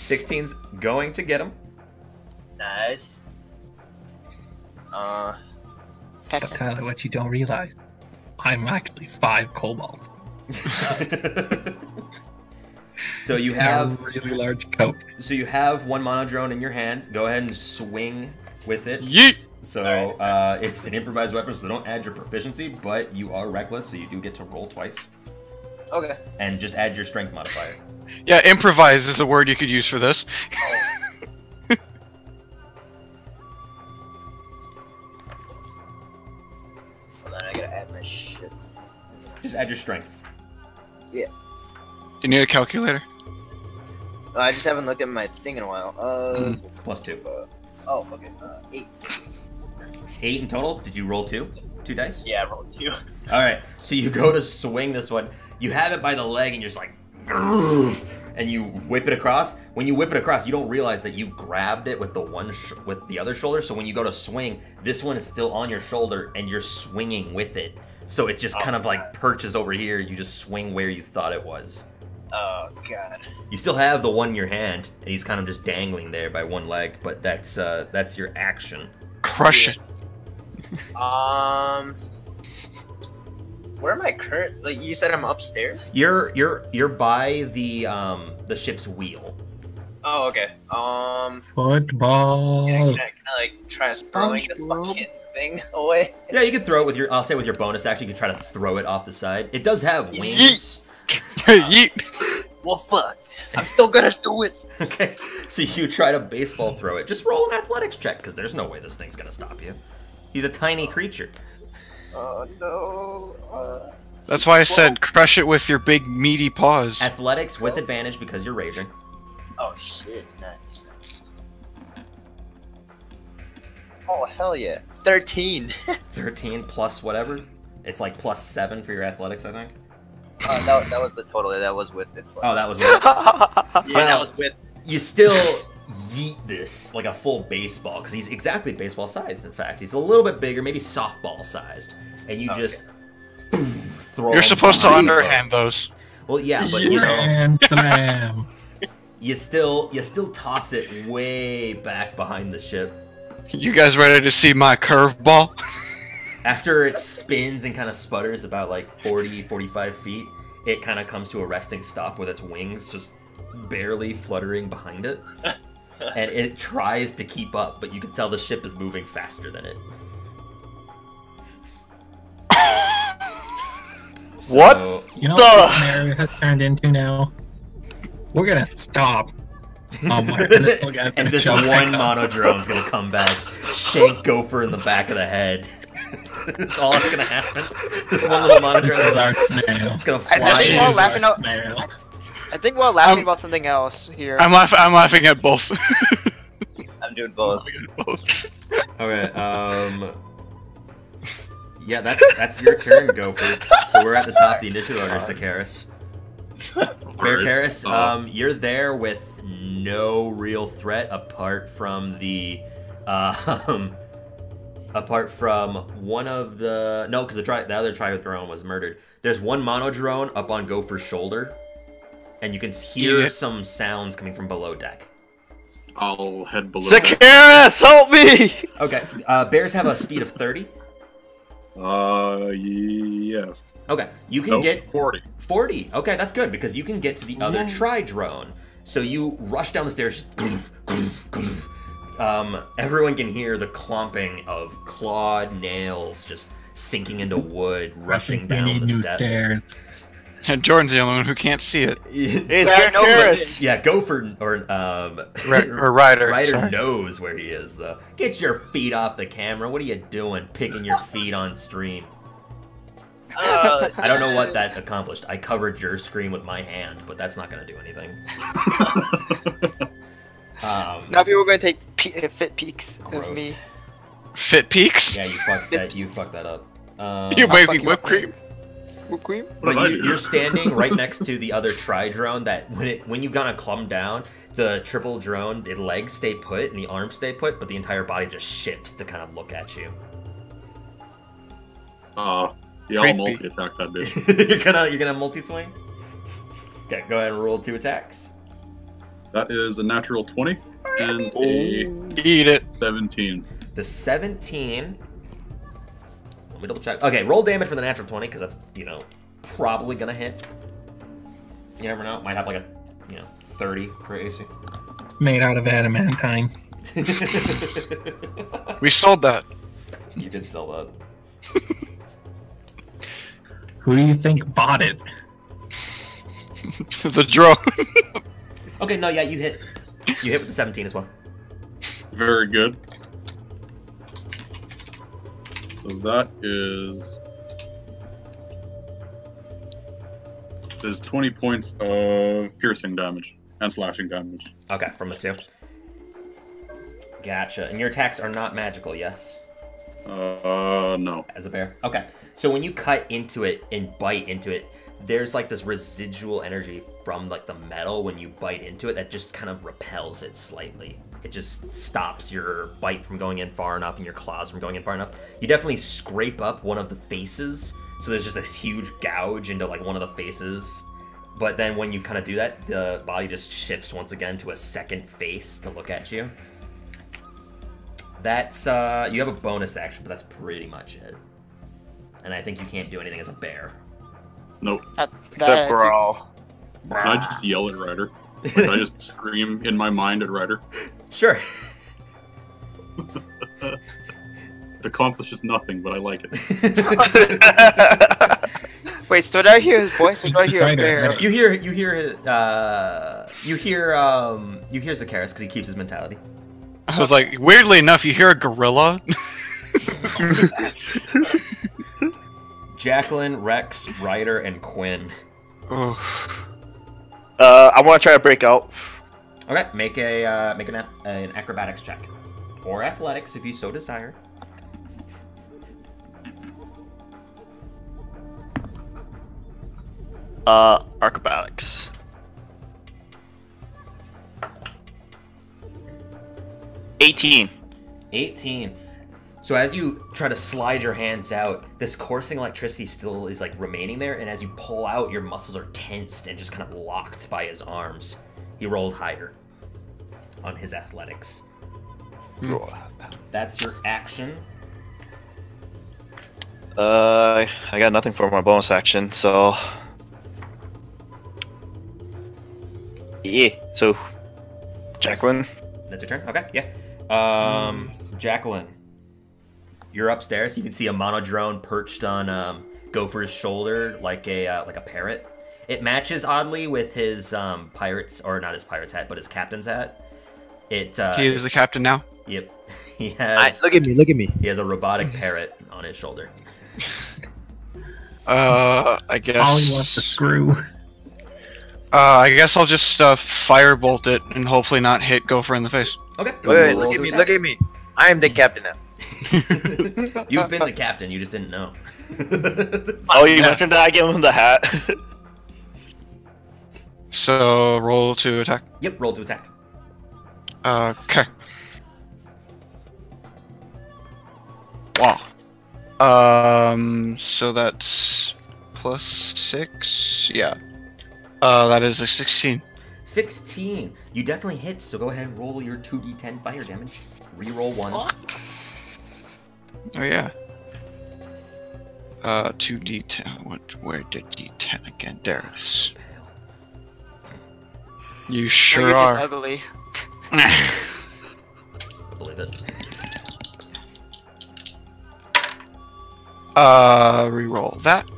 Speaker 3: 16's going to get him.
Speaker 2: Nice. Uh.
Speaker 4: But Tyler, what you don't realize, I'm actually five kobolds.
Speaker 3: So you
Speaker 4: They're
Speaker 3: have
Speaker 4: really large coat.
Speaker 3: So you have one mono drone in your hand. Go ahead and swing with it.
Speaker 9: Yeet.
Speaker 3: So uh, it's an improvised weapon, so don't add your proficiency, but you are reckless, so you do get to roll twice,
Speaker 2: Okay.
Speaker 3: and just add your strength modifier.
Speaker 9: Yeah, improvise is a word you could use for this.
Speaker 2: Hold on, I gotta add my shit.
Speaker 3: Just add your strength.
Speaker 9: You need a calculator.
Speaker 2: Oh, I just haven't looked at my thing in a while. Uh.
Speaker 3: It's plus two.
Speaker 2: Oh, fuck it. Uh, eight.
Speaker 3: Eight in total. Did you roll two? Two dice.
Speaker 2: Yeah, I rolled two.
Speaker 3: All right. So you go to swing this one. You have it by the leg, and you're just like, "Grrr," and you whip it across. When you whip it across, you don't realize that you grabbed it with the one sh- with the other shoulder. So when you go to swing, this one is still on your shoulder, and you're swinging with it. So it just kind of like perches over here. You just swing where you thought it was.
Speaker 2: Oh god.
Speaker 3: You still have the one in your hand, and he's kind of just dangling there by one leg. But that's uh, that's your action.
Speaker 9: Crush it.
Speaker 2: Um. Where am I current? Like you said, I'm upstairs.
Speaker 3: You're you're you're by the um the ship's wheel.
Speaker 2: Oh, okay. Um. Can I,
Speaker 4: Football.
Speaker 2: can I, like try throwing the fucking thing away?
Speaker 3: Yeah, you can throw it with your. I'll say with your bonus action, you can try to throw it off the side. It does have wings.
Speaker 9: Yeet.
Speaker 2: Well, fuck. I'm still gonna do it.
Speaker 3: Okay, so you try to baseball throw it. Just roll an athletics check because there's no way this thing's gonna stop you. He's a tiny creature.
Speaker 2: Oh no. Uh,
Speaker 9: That's why I said crush it with your big meaty paws.
Speaker 3: Athletics with advantage because you're raging.
Speaker 2: oh shit. Nice. Oh hell yeah. Thirteen.
Speaker 3: Thirteen plus whatever. It's like plus seven for your athletics, I think.
Speaker 2: Uh, that, that was the total. That was with it.
Speaker 3: Oh, that was. Weird.
Speaker 2: yeah, that
Speaker 3: Wow.
Speaker 2: was with.
Speaker 3: you still yeet this like a full baseball because he's exactly baseball sized. In fact, he's a little bit bigger, maybe softball sized, and you just boom, throw.
Speaker 9: You're
Speaker 3: him
Speaker 9: supposed to
Speaker 3: behind the boat.
Speaker 9: underhand those.
Speaker 3: Well, yeah, but you know,
Speaker 4: And slam.
Speaker 3: you still you still toss it way back behind the ship
Speaker 9: You guys ready to see my curveball?
Speaker 3: after it spins and kind of sputters about like 40 45 feet it kind of comes to a resting stop with its wings just barely fluttering behind it and it tries to keep up, but you can tell the ship is moving faster than it.
Speaker 8: What
Speaker 4: You know what this scenario has turned into now? We're gonna stop. somewhere, and this little guy's
Speaker 3: and
Speaker 4: gonna
Speaker 3: this
Speaker 4: jump back
Speaker 3: one
Speaker 4: up.
Speaker 3: mono drone's gonna come back, shank Gopher in the back of the head. That's all that's gonna happen. This one little mono drone is gonna
Speaker 6: I, I
Speaker 3: fly.
Speaker 6: think
Speaker 3: in.
Speaker 6: we're all laughing. Out, I think we're all laughing about something else here.
Speaker 9: I'm laughing. I'm laughing at both.
Speaker 2: I'm doing both.
Speaker 3: Okay. Um. Yeah, that's that's your turn, Gopher. So we're at the top of the initiative order, Sakaris. Bear
Speaker 11: Alright,
Speaker 3: Karis,
Speaker 11: uh,
Speaker 3: um, you're there with no real threat apart from the, uh, um, apart from one of the no, because the tri- the other triodrone was murdered. There's one monodrone up on Gopher's shoulder, and you can hear
Speaker 11: Yeah.
Speaker 3: some sounds coming from below deck.
Speaker 11: I'll head below.
Speaker 8: Sakaris, help me!
Speaker 3: Okay, uh, bears have a speed of thirty.
Speaker 11: Uh, yes.
Speaker 3: Okay, you can
Speaker 11: Nope,
Speaker 3: get
Speaker 11: 40.
Speaker 3: 40. Okay, that's good because you can get to the other tri drone. So you rush down the stairs. Um, everyone can hear the clomping of clawed nails just sinking into wood, rushing
Speaker 9: we
Speaker 3: down
Speaker 9: need
Speaker 3: the
Speaker 9: new
Speaker 3: steps.
Speaker 9: stairs. And Jordan's the only one who can't see it.
Speaker 3: Fair enough, but- Yeah, Gopher or um
Speaker 9: Ri- or Ryder, sorry.
Speaker 3: knows where he is though. Get your feet off the camera. What are you doing? Picking your feet on stream. I don't know what that accomplished. I covered your screen with my hand, but that's not going to do anything. um,
Speaker 6: Now people are gonna take pe- uh, fit peeks of me.
Speaker 9: Fit peaks.
Speaker 3: Yeah, you fucked that. You fucked that up. Um,
Speaker 9: You made me whipped cream.
Speaker 6: Whipped cream?
Speaker 3: But you, you're standing right next to the other tri drone. That when it when you gonna clumb down, the triple drone, the legs stay put and the arms stay put, but the entire body just shifts to kind of look at you.
Speaker 11: Uh, yeah, I'll
Speaker 3: Creepy.
Speaker 11: multi attack that bitch.
Speaker 3: you're gonna you're gonna multi swing. Okay, go ahead and roll two attacks.
Speaker 11: That is a natural 20 and a
Speaker 9: eat it
Speaker 11: 17.
Speaker 3: The 17. Let me double check. Okay, roll damage for the natural 20 because that's you know probably gonna hit. You never know. Might have like a you know 30 for AC.
Speaker 4: made out of adamantine.
Speaker 9: We sold that.
Speaker 3: You did sell that.
Speaker 4: Who do you think bought it?
Speaker 9: the drone.
Speaker 3: Okay, no, yeah, you hit. You hit with the 17 as well.
Speaker 11: Very good. So that is there's 20 points of piercing damage and slashing damage.
Speaker 3: Okay, from the two. Gotcha. And your attacks are not magical, yes?
Speaker 11: Uh, no.
Speaker 3: As a bear. Okay. So when you cut into it and bite into it, there's like this residual energy from like the metal when you bite into it that just kind of repels it slightly. It just stops your bite from going in far enough and your claws from going in far enough. You definitely scrape up one of the faces, so there's just this huge gouge into like one of the faces. But then when you kind of do that, the body just shifts once again to a second face to look at you. That's uh you have a bonus action, but that's pretty much it. And I think you can't do anything as a bear.
Speaker 11: Nope.
Speaker 6: That,
Speaker 11: that-
Speaker 2: Brawl.
Speaker 11: Can I just yell at Ryder? Like, can I just scream in my mind at Ryder?
Speaker 3: Sure.
Speaker 11: It accomplishes nothing, but I like it.
Speaker 6: Wait, so do I hear his voice or do I hear a bear?
Speaker 3: You hear you hear uh you hear um you hear Zacharis because he keeps his mentality.
Speaker 9: I was like, weirdly enough, you hear a gorilla.
Speaker 3: Jacqueline, Rex, Ryder, and Quinn.
Speaker 8: Uh, I want to try to break out.
Speaker 3: Okay, make a uh, make an, ath- an acrobatics check, or athletics if you so desire.
Speaker 8: Uh, acrobatics. Eighteen.
Speaker 3: 18. So as you try to slide your hands out, this coursing electricity still is like remaining there, and as you pull out, your muscles are tensed and just kind of locked by his arms. He rolled higher on his athletics. That's your action.
Speaker 8: Uh, I got nothing for my bonus action, so yeah. So, Jacqueline,
Speaker 3: That's your turn. Okay, yeah. Um, Jacqueline, you're upstairs. You can see a monodrone perched on um, Gopher's shoulder, like a uh, like a parrot. It matches oddly with his um, pirates, or not his pirate's hat, but his captain's hat. It. Uh,
Speaker 9: he is the captain now.
Speaker 3: Yep. He has.
Speaker 2: look at me. Look at me.
Speaker 3: He has a robotic parrot on his shoulder.
Speaker 9: Uh, I guess.
Speaker 4: Ollie wants to screw.
Speaker 9: Uh, I guess I'll just uh, firebolt it and hopefully not hit Gopher in the face.
Speaker 3: Okay.
Speaker 2: Wait, look at me. Look at me. I am the captain now.
Speaker 3: You've been the captain. You just didn't know.
Speaker 8: Oh, you mentioned that I gave him the hat.
Speaker 9: So roll to attack.
Speaker 3: Yep. Roll to attack.
Speaker 9: Okay. Wow. Um. So that's plus six. Yeah. Uh, that is a sixteen.
Speaker 3: 16. You definitely hit, so go ahead and roll your 2d10 fire damage. Reroll once.
Speaker 9: Oh yeah. Uh, two d ten. What? Where did d ten again? There it is. You sure
Speaker 6: You're just
Speaker 9: are.
Speaker 6: ugly.
Speaker 3: Believe it.
Speaker 9: Uh, reroll that.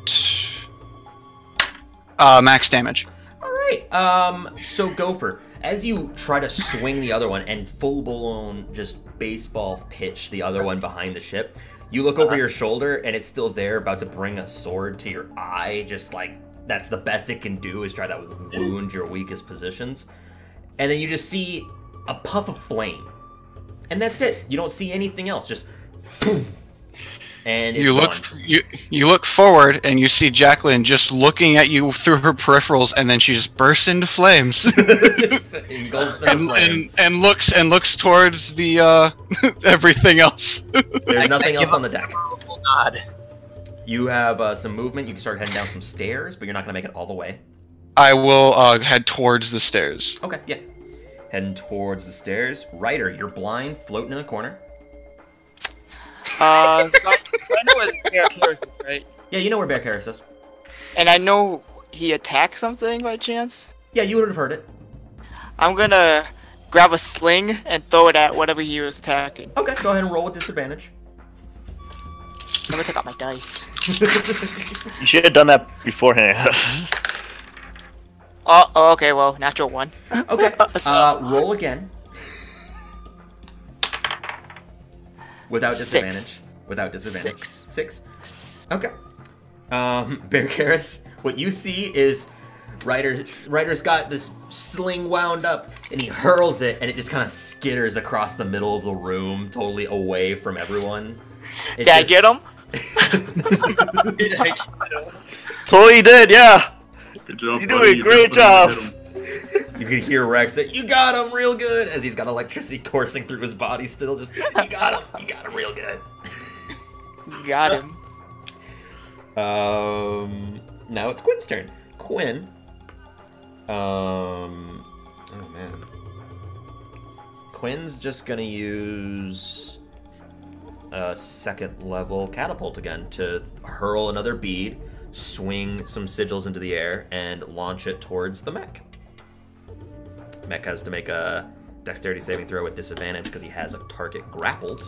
Speaker 9: Uh, max damage.
Speaker 3: All right. Um. So Gopher, as you try to swing the other one and full blown just baseball pitch the other one behind the ship, you look
Speaker 9: Uh-huh.
Speaker 3: over your shoulder and it's still there, about to bring a sword to your eye. Just like that's the best it can do is try to wound your weakest positions, and then you just see a puff of flame, and that's it. You don't see anything else. Just. And it's
Speaker 9: you look
Speaker 3: gone.
Speaker 9: you you look forward and you see Jacqueline just looking at you through her peripherals and then she just bursts into flames
Speaker 3: Just engulfs in
Speaker 9: and, and,
Speaker 3: flames.
Speaker 9: and looks and looks towards the uh everything else.
Speaker 3: There's nothing else on the deck.
Speaker 2: God.
Speaker 3: You have uh, some movement. You can start heading down some stairs, but you're not going to make it all the way.
Speaker 9: I will uh head towards the stairs.
Speaker 3: Okay, yeah. Heading towards the stairs. Ryder, you're blind, floating in a corner.
Speaker 6: Uh, so I, I know it's Bear Harris, right?
Speaker 3: Yeah, you know where Bear Harris is.
Speaker 6: And I know he attacked something by chance.
Speaker 3: Yeah, you would have heard it.
Speaker 6: I'm gonna grab a sling and throw it at whatever he was attacking.
Speaker 3: Okay, go ahead and roll with disadvantage.
Speaker 6: I'm gonna take out my dice.
Speaker 8: You should have done that beforehand.
Speaker 6: Oh, oh, okay, well, natural one.
Speaker 3: Okay. Uh, roll again. Without
Speaker 6: Six.
Speaker 3: disadvantage. Without disadvantage. Six. Okay. Um, Bear Karis, what you see is Ryder, Ryder's got this sling wound up and he hurls it and it just kind of skitters across the middle of the room, totally away from everyone. It
Speaker 6: Did I
Speaker 3: just-
Speaker 6: get him?
Speaker 8: totally did, yeah.
Speaker 11: Good job, buddy.
Speaker 8: You're doing a
Speaker 11: You
Speaker 8: great
Speaker 11: definitely
Speaker 8: job.
Speaker 3: You can hear Rex say, You got him real good! As he's got electricity coursing through his body still, just, You got him! You got him real good!
Speaker 6: Got him.
Speaker 3: Um, now it's Quinn's turn. Quinn. Um, oh man. Quinn's just gonna use a second level catapult again to hurl another bead, swing some sigils into the air, and launch it towards the mech. Mech has to make a dexterity saving throw with disadvantage because he has a target grappled.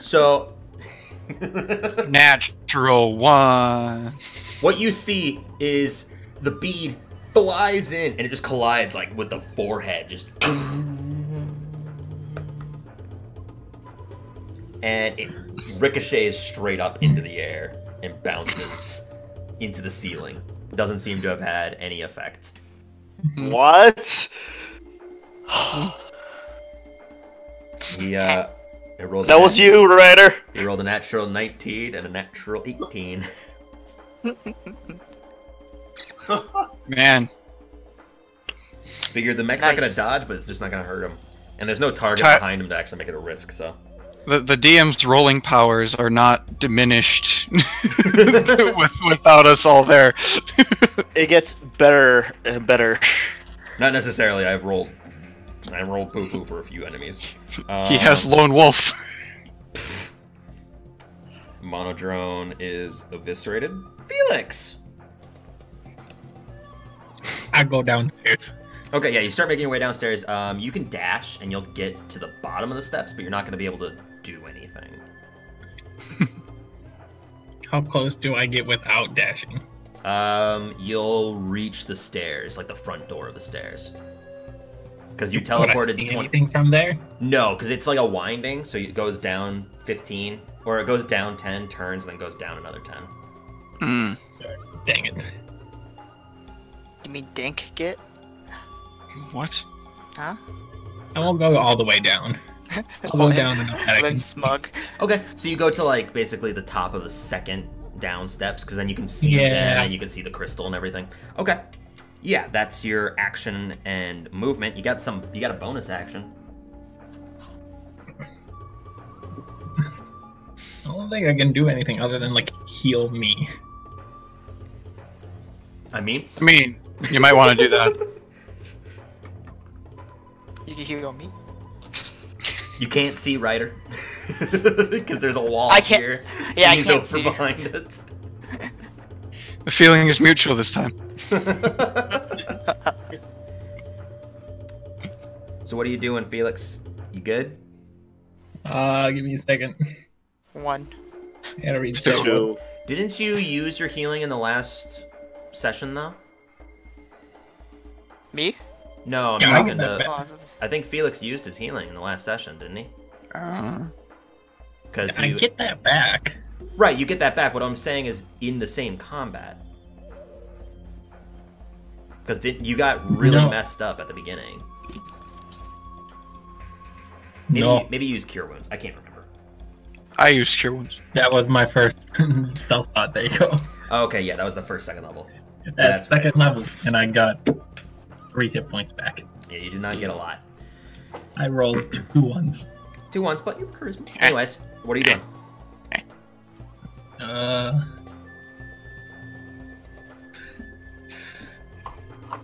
Speaker 3: So
Speaker 9: Natural one.
Speaker 3: What you see is the bead flies in and it just collides like with the forehead, just and it ricochets straight up into the air and bounces into the ceiling. Doesn't seem to have had any effect.
Speaker 8: What?
Speaker 3: He uh, it rolled. a
Speaker 8: That was
Speaker 3: nat-
Speaker 8: you, Ryder.
Speaker 3: He rolled a natural 19 and a natural 18.
Speaker 9: Man,
Speaker 3: Figure the mech's not gonna
Speaker 9: Nice.
Speaker 3: dodge, but it's just not gonna hurt him. And there's no target
Speaker 9: Ti-
Speaker 3: behind him to actually make it a risk, so.
Speaker 9: the the DM's rolling powers are not diminished with, without us all there.
Speaker 8: It gets better and better.
Speaker 3: Not necessarily. I've rolled. I rolled poo poo for a few enemies.
Speaker 9: he has
Speaker 3: Um,
Speaker 9: lone wolf.
Speaker 3: Monodrone is eviscerated. Felix.
Speaker 4: I go downstairs.
Speaker 3: Okay, yeah, you start making your way downstairs. Um, you can dash and you'll get to the bottom of the steps, but you're not going to be able to do anything.
Speaker 4: How close do I get without dashing?
Speaker 3: Um, you'll reach the stairs, like the front door of the stairs. Because you
Speaker 4: Would I
Speaker 3: teleported
Speaker 4: see
Speaker 3: 20
Speaker 4: anything from there?
Speaker 3: No, because it's like a winding, so it goes down 15, or it goes down 10, turns, and then goes down another 10. Hmm.
Speaker 4: Dang it.
Speaker 6: You mean dink get?
Speaker 9: What?
Speaker 6: Huh?
Speaker 4: I won't go all the way down. I'll go down enough that I can
Speaker 6: smug.
Speaker 3: Okay, so you go to like basically the top of the second down steps, because then you can see
Speaker 4: Yeah.
Speaker 3: them and you can see the crystal and everything. Okay, yeah, that's your action and movement. You got some, you got a bonus action.
Speaker 4: I don't think I can do anything other than like heal me.
Speaker 3: I mean,
Speaker 9: I mean, you might want to do that.
Speaker 6: You can heal me.
Speaker 3: You can't see Ryder because there's a wall
Speaker 6: I can't-
Speaker 3: here.
Speaker 6: yeah, I
Speaker 3: He's
Speaker 6: can't
Speaker 3: over
Speaker 6: see.
Speaker 3: behind it.
Speaker 9: The feeling is mutual this time.
Speaker 3: So what are you doing, Felix? You good?
Speaker 4: Uh, give me a second.
Speaker 6: One.
Speaker 4: I gotta read the
Speaker 3: Didn't you use your healing in the last session though?
Speaker 6: Me?
Speaker 3: No, I'm
Speaker 6: Yeah, I
Speaker 3: talking
Speaker 6: did that
Speaker 3: to.
Speaker 6: back. Oh, I was about to say.
Speaker 3: I think Felix used his healing in the last session, didn't he? Because
Speaker 4: I get that back.
Speaker 3: Right, you get that back. What I'm saying is in the same combat. Because you got really
Speaker 4: No.
Speaker 3: messed up at the beginning. Maybe,
Speaker 4: No,
Speaker 3: maybe you use cure wounds. I can't remember.
Speaker 9: I use cure wounds.
Speaker 4: that was my first stealth thought. There you go.
Speaker 3: Okay, yeah, that was the first second level.
Speaker 4: That's
Speaker 3: That's
Speaker 4: second level, and I got three hit points back.
Speaker 3: Yeah, you did not get a lot.
Speaker 4: I rolled two ones.
Speaker 3: Two ones, but you have charisma. Anyways, what are you doing?
Speaker 4: Uh.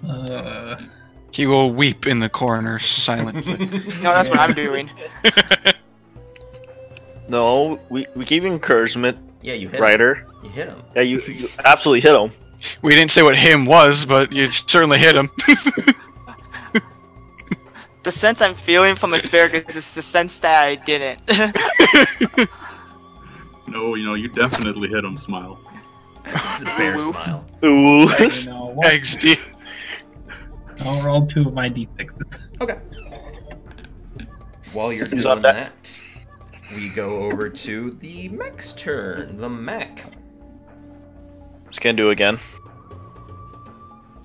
Speaker 4: Uh.
Speaker 9: He will weep in the corner silently.
Speaker 6: No, that's what I'm doing.
Speaker 8: No, we, we gave him encouragement.
Speaker 3: Yeah, you hit him.
Speaker 8: Ryder.
Speaker 3: You hit him.
Speaker 8: Yeah, you, you absolutely hit him.
Speaker 9: we didn't say what him was, but you certainly hit him.
Speaker 6: The sense I'm feeling from asparagus is the sense that I didn't.
Speaker 7: No, you know, you definitely hit him, smile.
Speaker 3: This is a bear smile.
Speaker 8: Ooh.
Speaker 9: XD.
Speaker 4: I'll roll two of my d6s.
Speaker 3: Okay. While you're
Speaker 4: He's
Speaker 3: doing
Speaker 4: on
Speaker 3: that, we go over to the mech's turn. The mech.
Speaker 8: Just gonna do it again.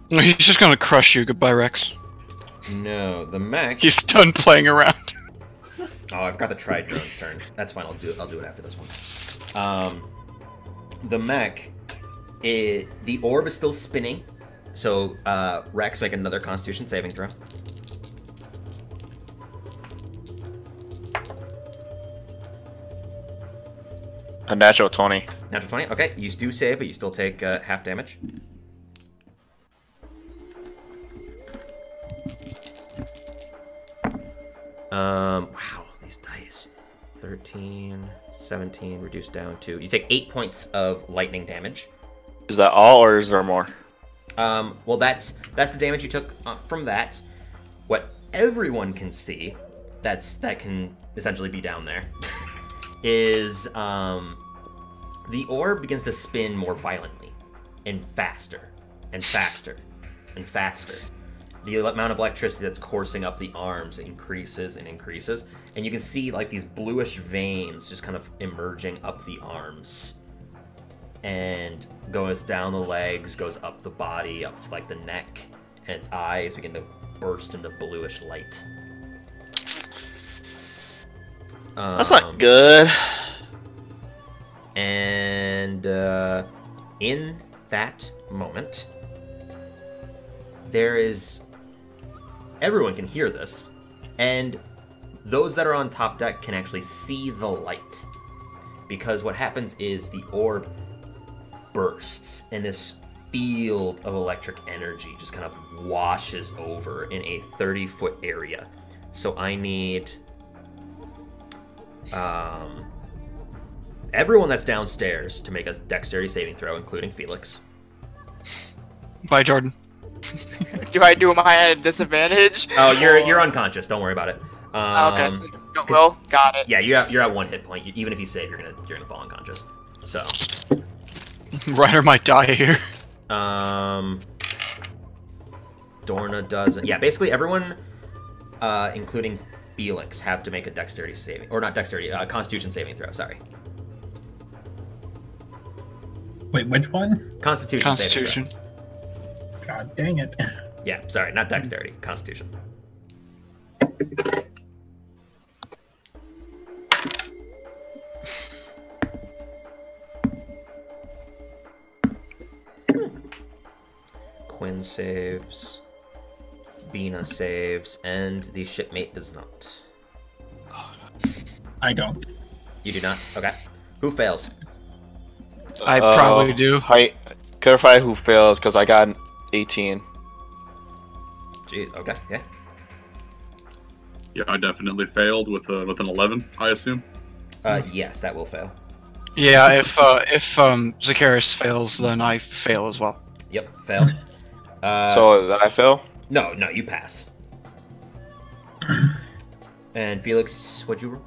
Speaker 9: He's just gonna crush you. Goodbye, Rex.
Speaker 3: No, the mech.
Speaker 9: He's done playing around.
Speaker 3: Oh, I've got the tri drone's turn. That's fine. I'll do. I'll do it after this one. Um, the mech. It, the orb is still spinning, so uh, Rex make another Constitution saving throw.
Speaker 8: A natural 20.
Speaker 3: Natural twenty. Okay, you do save, but you still take uh, half damage. Um, wow, these dice. 13, 17, reduced down to. You take 8 points of lightning damage.
Speaker 8: Is that all, or is there more?
Speaker 3: Um, well, that's that's the damage you took uh, from that. What everyone can see, that's that can essentially be down there, is um, the orb begins to spin more violently, and faster, and faster, and faster. The amount of electricity that's coursing up the arms increases and increases, and you can see like these bluish veins just kind of emerging up the arms and goes down the legs, goes up the body, up to like the neck, and its eyes begin to burst into bluish light.
Speaker 8: That's not
Speaker 3: Um,
Speaker 8: good.
Speaker 3: And uh, in that moment, there is. Everyone can hear this, and those that are on top deck can actually see the light. Because what happens is the orb bursts, and this field of electric energy just kind of washes over in a 30 foot area. So I need. Um, everyone that's downstairs to make a dexterity saving throw, including Felix.
Speaker 9: Bye, Jordan.
Speaker 6: do I do? Am I at a disadvantage?
Speaker 3: Oh, you're you're unconscious. Don't worry about it.
Speaker 6: Oh, okay.
Speaker 3: Um,
Speaker 6: Well, got it.
Speaker 3: yeah, you're at, you're at one hit point. You- even if you save, you're gonna you're gonna fall unconscious. So,
Speaker 9: Ryder might die here.
Speaker 3: um, Dorna doesn't. Yeah, basically everyone, uh, including Felix, have to make a dexterity saving or not dexterity, uh, Constitution saving throw. Sorry,
Speaker 4: Wait, which one?
Speaker 3: Constitution. Saving
Speaker 4: God dang it.
Speaker 3: throw. Yeah, sorry, not dexterity, Constitution. Quinn saves, Bina saves, and the shipmate does not.
Speaker 4: I don't.
Speaker 3: You do not. Okay. Who fails?
Speaker 9: I
Speaker 8: Uh,
Speaker 9: probably do.
Speaker 8: I clarify who fails because I got an 18.
Speaker 3: Gee, okay, yeah.
Speaker 7: Yeah, I definitely failed with a, with an 11, I assume.
Speaker 3: Uh, yes, that will fail.
Speaker 9: Yeah, if uh, if um, Zacharias fails, then I fail as well.
Speaker 3: Yep, failed. Uh,
Speaker 8: so I fail.
Speaker 3: No, no, you pass. and Felix, what'd you roll?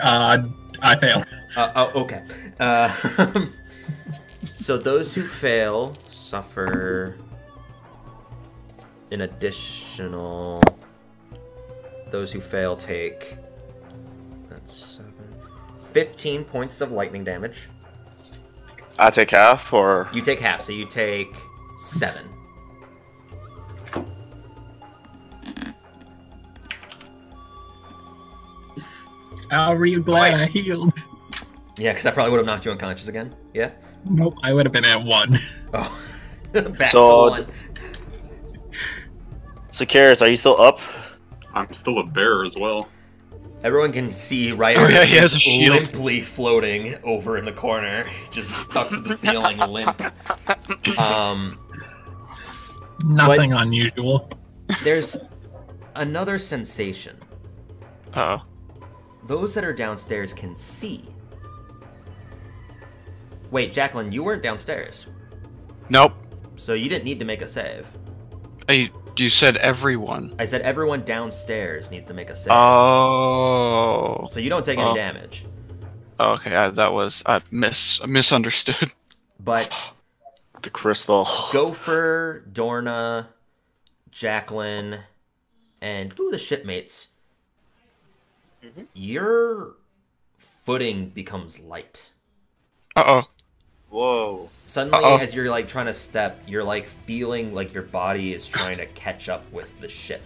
Speaker 4: Uh, I failed.
Speaker 3: Uh, oh, okay. Uh, so those who fail suffer an additional. Those who fail take. That's seven. 15 points of lightning damage.
Speaker 8: I take half, or
Speaker 3: You take half, so you take seven.
Speaker 4: How are you glad I healed?
Speaker 3: Yeah, because I probably would have knocked you unconscious again. Yeah?
Speaker 4: Nope, I would have been at one.
Speaker 3: Oh. Back
Speaker 8: So-
Speaker 3: to one.
Speaker 8: Sakaris, are you still up?
Speaker 7: I'm still a bear as well.
Speaker 3: Everyone can see Ryder
Speaker 7: Oh, yeah, he has a
Speaker 3: is
Speaker 7: shield.
Speaker 3: limply floating over in the corner, just stuck to the ceiling, limp. Um,
Speaker 4: Nothing unusual.
Speaker 3: there's another sensation.
Speaker 9: Uh
Speaker 3: Those that are downstairs can see. Wait, Jacqueline, you weren't downstairs,
Speaker 9: Nope.
Speaker 3: so you didn't need to make a save.
Speaker 9: I, you said everyone.
Speaker 3: I said everyone downstairs needs to make a save,
Speaker 7: Um,
Speaker 9: Oh.
Speaker 3: so you don't take any
Speaker 9: Oh.
Speaker 3: damage.
Speaker 9: Okay, I, that was I mis misunderstood.
Speaker 3: But
Speaker 8: the crystal.
Speaker 3: Gopher, Dorna, Jacqueline, and ooh, the shipmates.
Speaker 8: Mm-hmm.
Speaker 3: Your footing becomes light.
Speaker 9: Uh oh.
Speaker 2: Whoa.
Speaker 3: Suddenly,
Speaker 2: Uh-oh.
Speaker 3: as you're like trying to step, you're like feeling like your body is trying to catch up with the ship.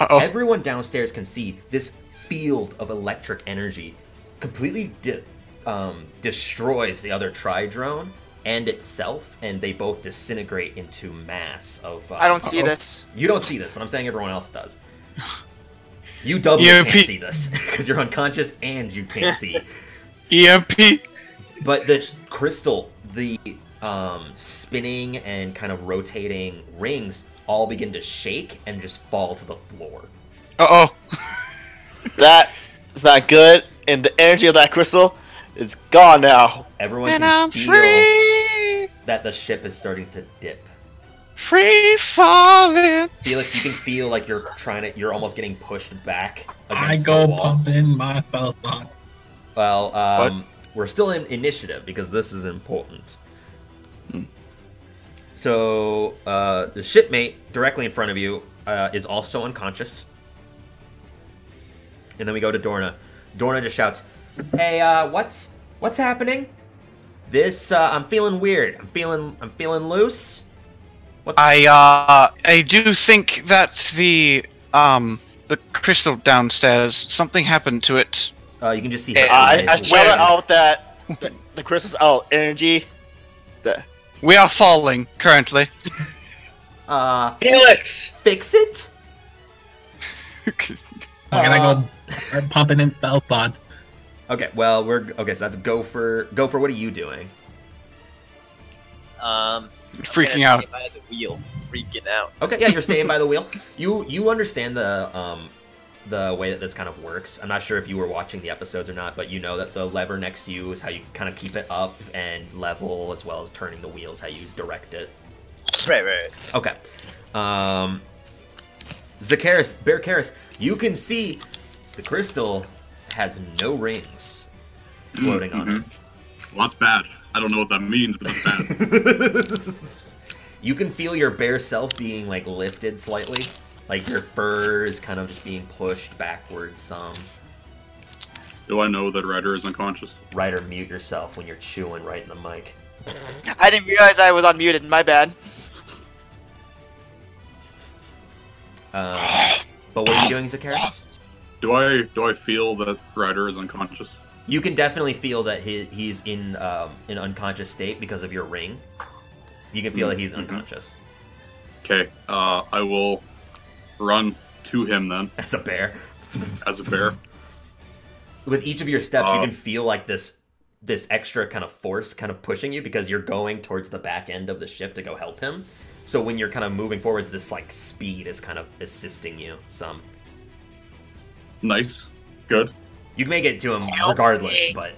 Speaker 9: Uh-oh.
Speaker 3: Everyone downstairs can see this field of electric energy completely di- um, destroys the other tri drone and itself, and they both disintegrate into mass of. Uh,
Speaker 6: I don't see Uh-oh. this.
Speaker 3: You don't see this, but I'm saying everyone else does. You doubly
Speaker 9: Yeah,
Speaker 3: can't
Speaker 9: Pete.
Speaker 3: see this because you're unconscious and you can't see.
Speaker 9: E EMP.
Speaker 3: But the crystal, the um, spinning and kind of rotating rings all begin to shake and just fall to the floor.
Speaker 9: Uh oh.
Speaker 8: That is not good, and the energy of that crystal is gone now.
Speaker 3: Everyone
Speaker 9: And
Speaker 3: can
Speaker 9: I'm
Speaker 3: feel that the ship is starting to dip.
Speaker 9: Free falling.
Speaker 3: Felix, you can feel like you're trying to, you're almost getting pushed back
Speaker 4: I
Speaker 3: against
Speaker 4: go
Speaker 3: the wall.
Speaker 4: bumping my spell slot.
Speaker 3: Well, um, we're still in initiative because this is important. So uh, the shipmate directly in front of you uh, is also unconscious, and then we go to Dorna. Dorna just shouts, "Hey, uh, what's what's happening? This uh, I'm feeling weird. I'm feeling I'm feeling loose.
Speaker 9: I uh I do think that the um the crystal downstairs something happened to it.
Speaker 3: Uh, you can just see.
Speaker 9: her
Speaker 8: I, I
Speaker 9: eyes
Speaker 8: shout
Speaker 9: widen.
Speaker 8: out that the, the crystal's out energy. The,
Speaker 9: We are falling currently.
Speaker 3: Uh,
Speaker 8: Felix,
Speaker 3: fix it." Uh,
Speaker 4: I'm gonna go start pumping in spell slots.
Speaker 3: Okay, well we're okay. So that's Gopher. Gopher, what are you doing?
Speaker 2: Um,
Speaker 3: Freaking
Speaker 2: I'm gonna
Speaker 3: out.
Speaker 2: skip out of the wheel. Freaking out.
Speaker 3: Okay, yeah, you're staying by the wheel. You you understand the um the way that this kind of works. I'm not sure if you were watching the episodes or not, but you know that the lever next to you is how you kind of keep it up and level, as well as turning the wheels, how you direct it.
Speaker 2: Right, right.
Speaker 3: Okay. Um, Zacharis, Bear Karis, you can see the crystal has no rings floating
Speaker 7: Mm-hmm.
Speaker 3: on it.
Speaker 7: Well, that's bad. I don't know what that means, but it's bad.
Speaker 3: You can feel your bare self being like lifted slightly, like your fur is kind of just being pushed backwards some.
Speaker 7: Do I know that Ryder is unconscious?
Speaker 3: Ryder, mute yourself when you're chewing right in the mic.
Speaker 6: I didn't realize I was unmuted. My bad.
Speaker 3: Um, but what are you doing, Zacharis?
Speaker 7: Do I do I feel that Ryder is unconscious?
Speaker 3: You can definitely feel that he, he's in um, an unconscious state because of your ring. You can feel that he's unconscious.
Speaker 7: Okay, uh, I will run to him then.
Speaker 3: As a bear.
Speaker 7: As a bear.
Speaker 3: With each of your steps,
Speaker 7: Uh,
Speaker 3: you can feel like this this extra kind of force kind of pushing you because you're going towards the back end of the ship to go help him. So when you're kind of moving forwards, this like speed is kind of assisting you some.
Speaker 7: Nice. Good.
Speaker 3: You can make it to him regardless, but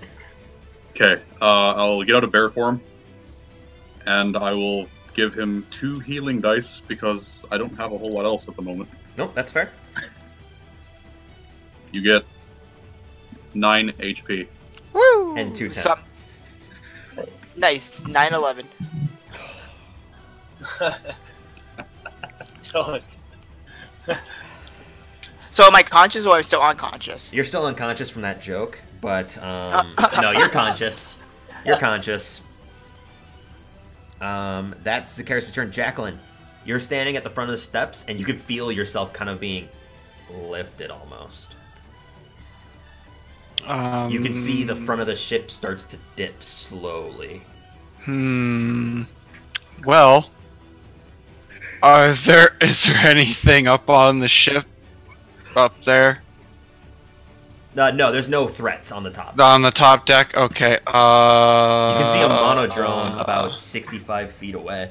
Speaker 7: Okay, uh, I'll get out of bear form, and I will give him two healing dice because I don't have a whole lot else at the moment.
Speaker 3: nope, that's fair.
Speaker 7: You get nine HP.
Speaker 6: Woo!
Speaker 7: And two ten.
Speaker 6: Some- Nice. 9 11.
Speaker 2: Don't.
Speaker 6: So am I conscious or am I still unconscious?
Speaker 3: You're still unconscious from that joke, but um, no, you're conscious. You're conscious. Um, that's Zacharis' turn. Jacqueline, you're standing at the front of the steps, and you can feel yourself kind of being lifted almost.
Speaker 9: Um,
Speaker 3: you can see the front of the ship starts to dip slowly.
Speaker 9: Hmm. Well, are there is there anything up on the ship up there
Speaker 3: Uh, no, there's no threats on the top.
Speaker 9: on the top deck? Okay. Uh.
Speaker 3: You can see a monodrone about 65 feet away.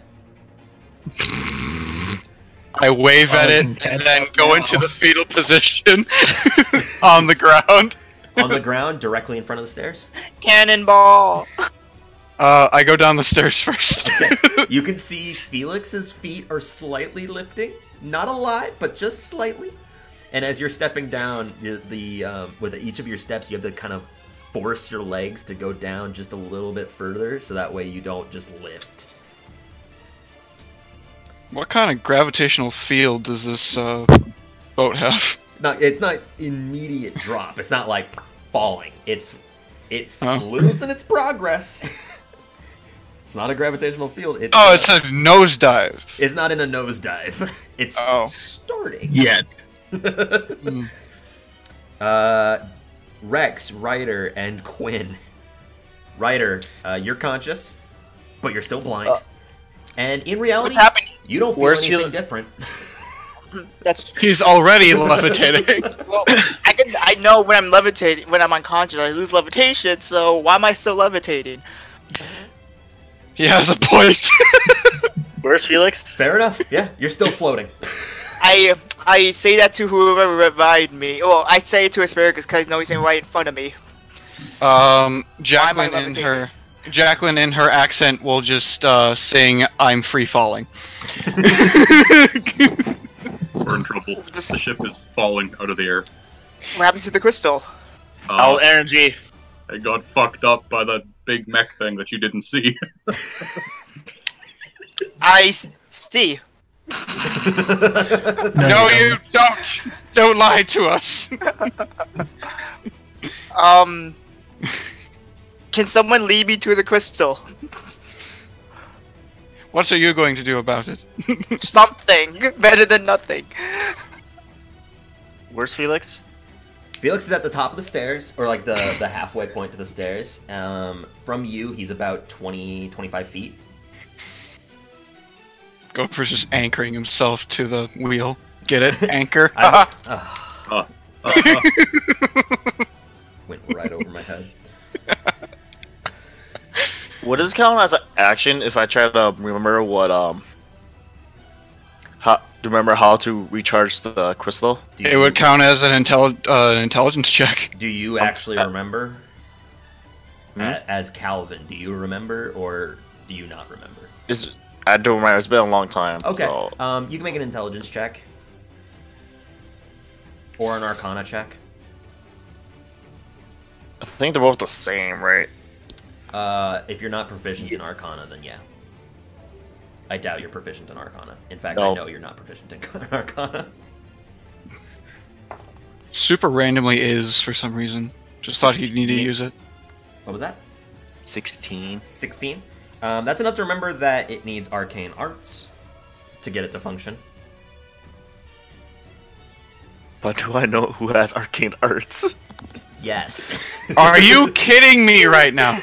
Speaker 9: I wave at it and then go into the fetal position on the ground.
Speaker 3: on the ground, directly in front of the stairs.
Speaker 6: Cannonball!
Speaker 9: Uh, I go down the stairs first.
Speaker 3: You can see Felix's feet are slightly lifting, not a lot, but just slightly. And as you're stepping down, the, the um, with each of your steps, you have to kind of force your legs to go down just a little bit further, so that way you don't just lift.
Speaker 9: What kind of gravitational field does this uh, boat have?
Speaker 3: No, it's not immediate drop. It's not like falling. It's it's
Speaker 9: Oh.
Speaker 3: losing its progress. it's not a gravitational field. It's
Speaker 9: Oh, it's a nosedive.
Speaker 3: It's not in a nosedive. It's
Speaker 9: Oh.
Speaker 3: starting.
Speaker 4: Yet.
Speaker 9: Hmm.
Speaker 3: uh, Rex, Ryder, and Quinn. Ryder, uh, you're conscious, but you're still blind. and in reality,
Speaker 6: Uh, What's happening?
Speaker 3: you don't feel
Speaker 6: Where's
Speaker 3: anything different.
Speaker 6: That's
Speaker 9: He's already levitating.
Speaker 6: well. I can. I know when I'm levitating, when I'm unconscious, I lose levitation. So why am I still levitating?
Speaker 9: He has a point.
Speaker 3: Where's Felix? Fair enough. Yeah, you're still floating.
Speaker 6: I I say that to whoever revived me. Well, I say it to Asparagus because no, he's right in front of me.
Speaker 9: Um, Jacqueline in her Jacqueline in her accent will just uh, sing "I'm free falling."
Speaker 7: We're in trouble. The ship is falling out of the air.
Speaker 6: What happened to the crystal?
Speaker 8: Oh,
Speaker 7: Uh,
Speaker 8: energy.
Speaker 7: I got fucked up by that big mech thing that you didn't see.
Speaker 6: I s- see.
Speaker 9: no, you don't. Don't lie to us.
Speaker 6: Um. Can someone lead me to the crystal?
Speaker 9: What are you going to do about it?
Speaker 6: Something better than nothing.
Speaker 8: Where's Felix?
Speaker 3: Felix is at the top of the stairs, or like the, the halfway point to the stairs. Um, from you, he's about 20, 25 feet.
Speaker 9: Gopher's just anchoring himself to the wheel. Get it? Anchor.
Speaker 3: I- uh, uh, uh. Went right over my head.
Speaker 8: Would this count as an action if I try to remember what um how remember how to recharge the crystal?
Speaker 9: it would count as an intelli- uh, an intelligence check.
Speaker 3: Do you actually remember?
Speaker 6: Hmm?
Speaker 3: A- As Calvin, do you remember or do you not remember?
Speaker 8: Is I don't remember. It's been a long time.
Speaker 3: Okay.
Speaker 8: So
Speaker 3: Um, you can make an intelligence check. Or an arcana check.
Speaker 8: I think they're both the same, right?
Speaker 3: Uh, if you're not proficient in arcana, then yeah. I doubt you're proficient in arcana. In fact, I
Speaker 9: No.
Speaker 3: know you're not proficient in arcana.
Speaker 9: Super randomly is for some reason. Just thought he'd need to use it.
Speaker 3: What was that?
Speaker 8: 16.
Speaker 3: 16. Um, that's enough to remember that it needs arcane arts to get it to function.
Speaker 8: But do I know who has arcane arts?
Speaker 3: Yes.
Speaker 9: Are you kidding me right now?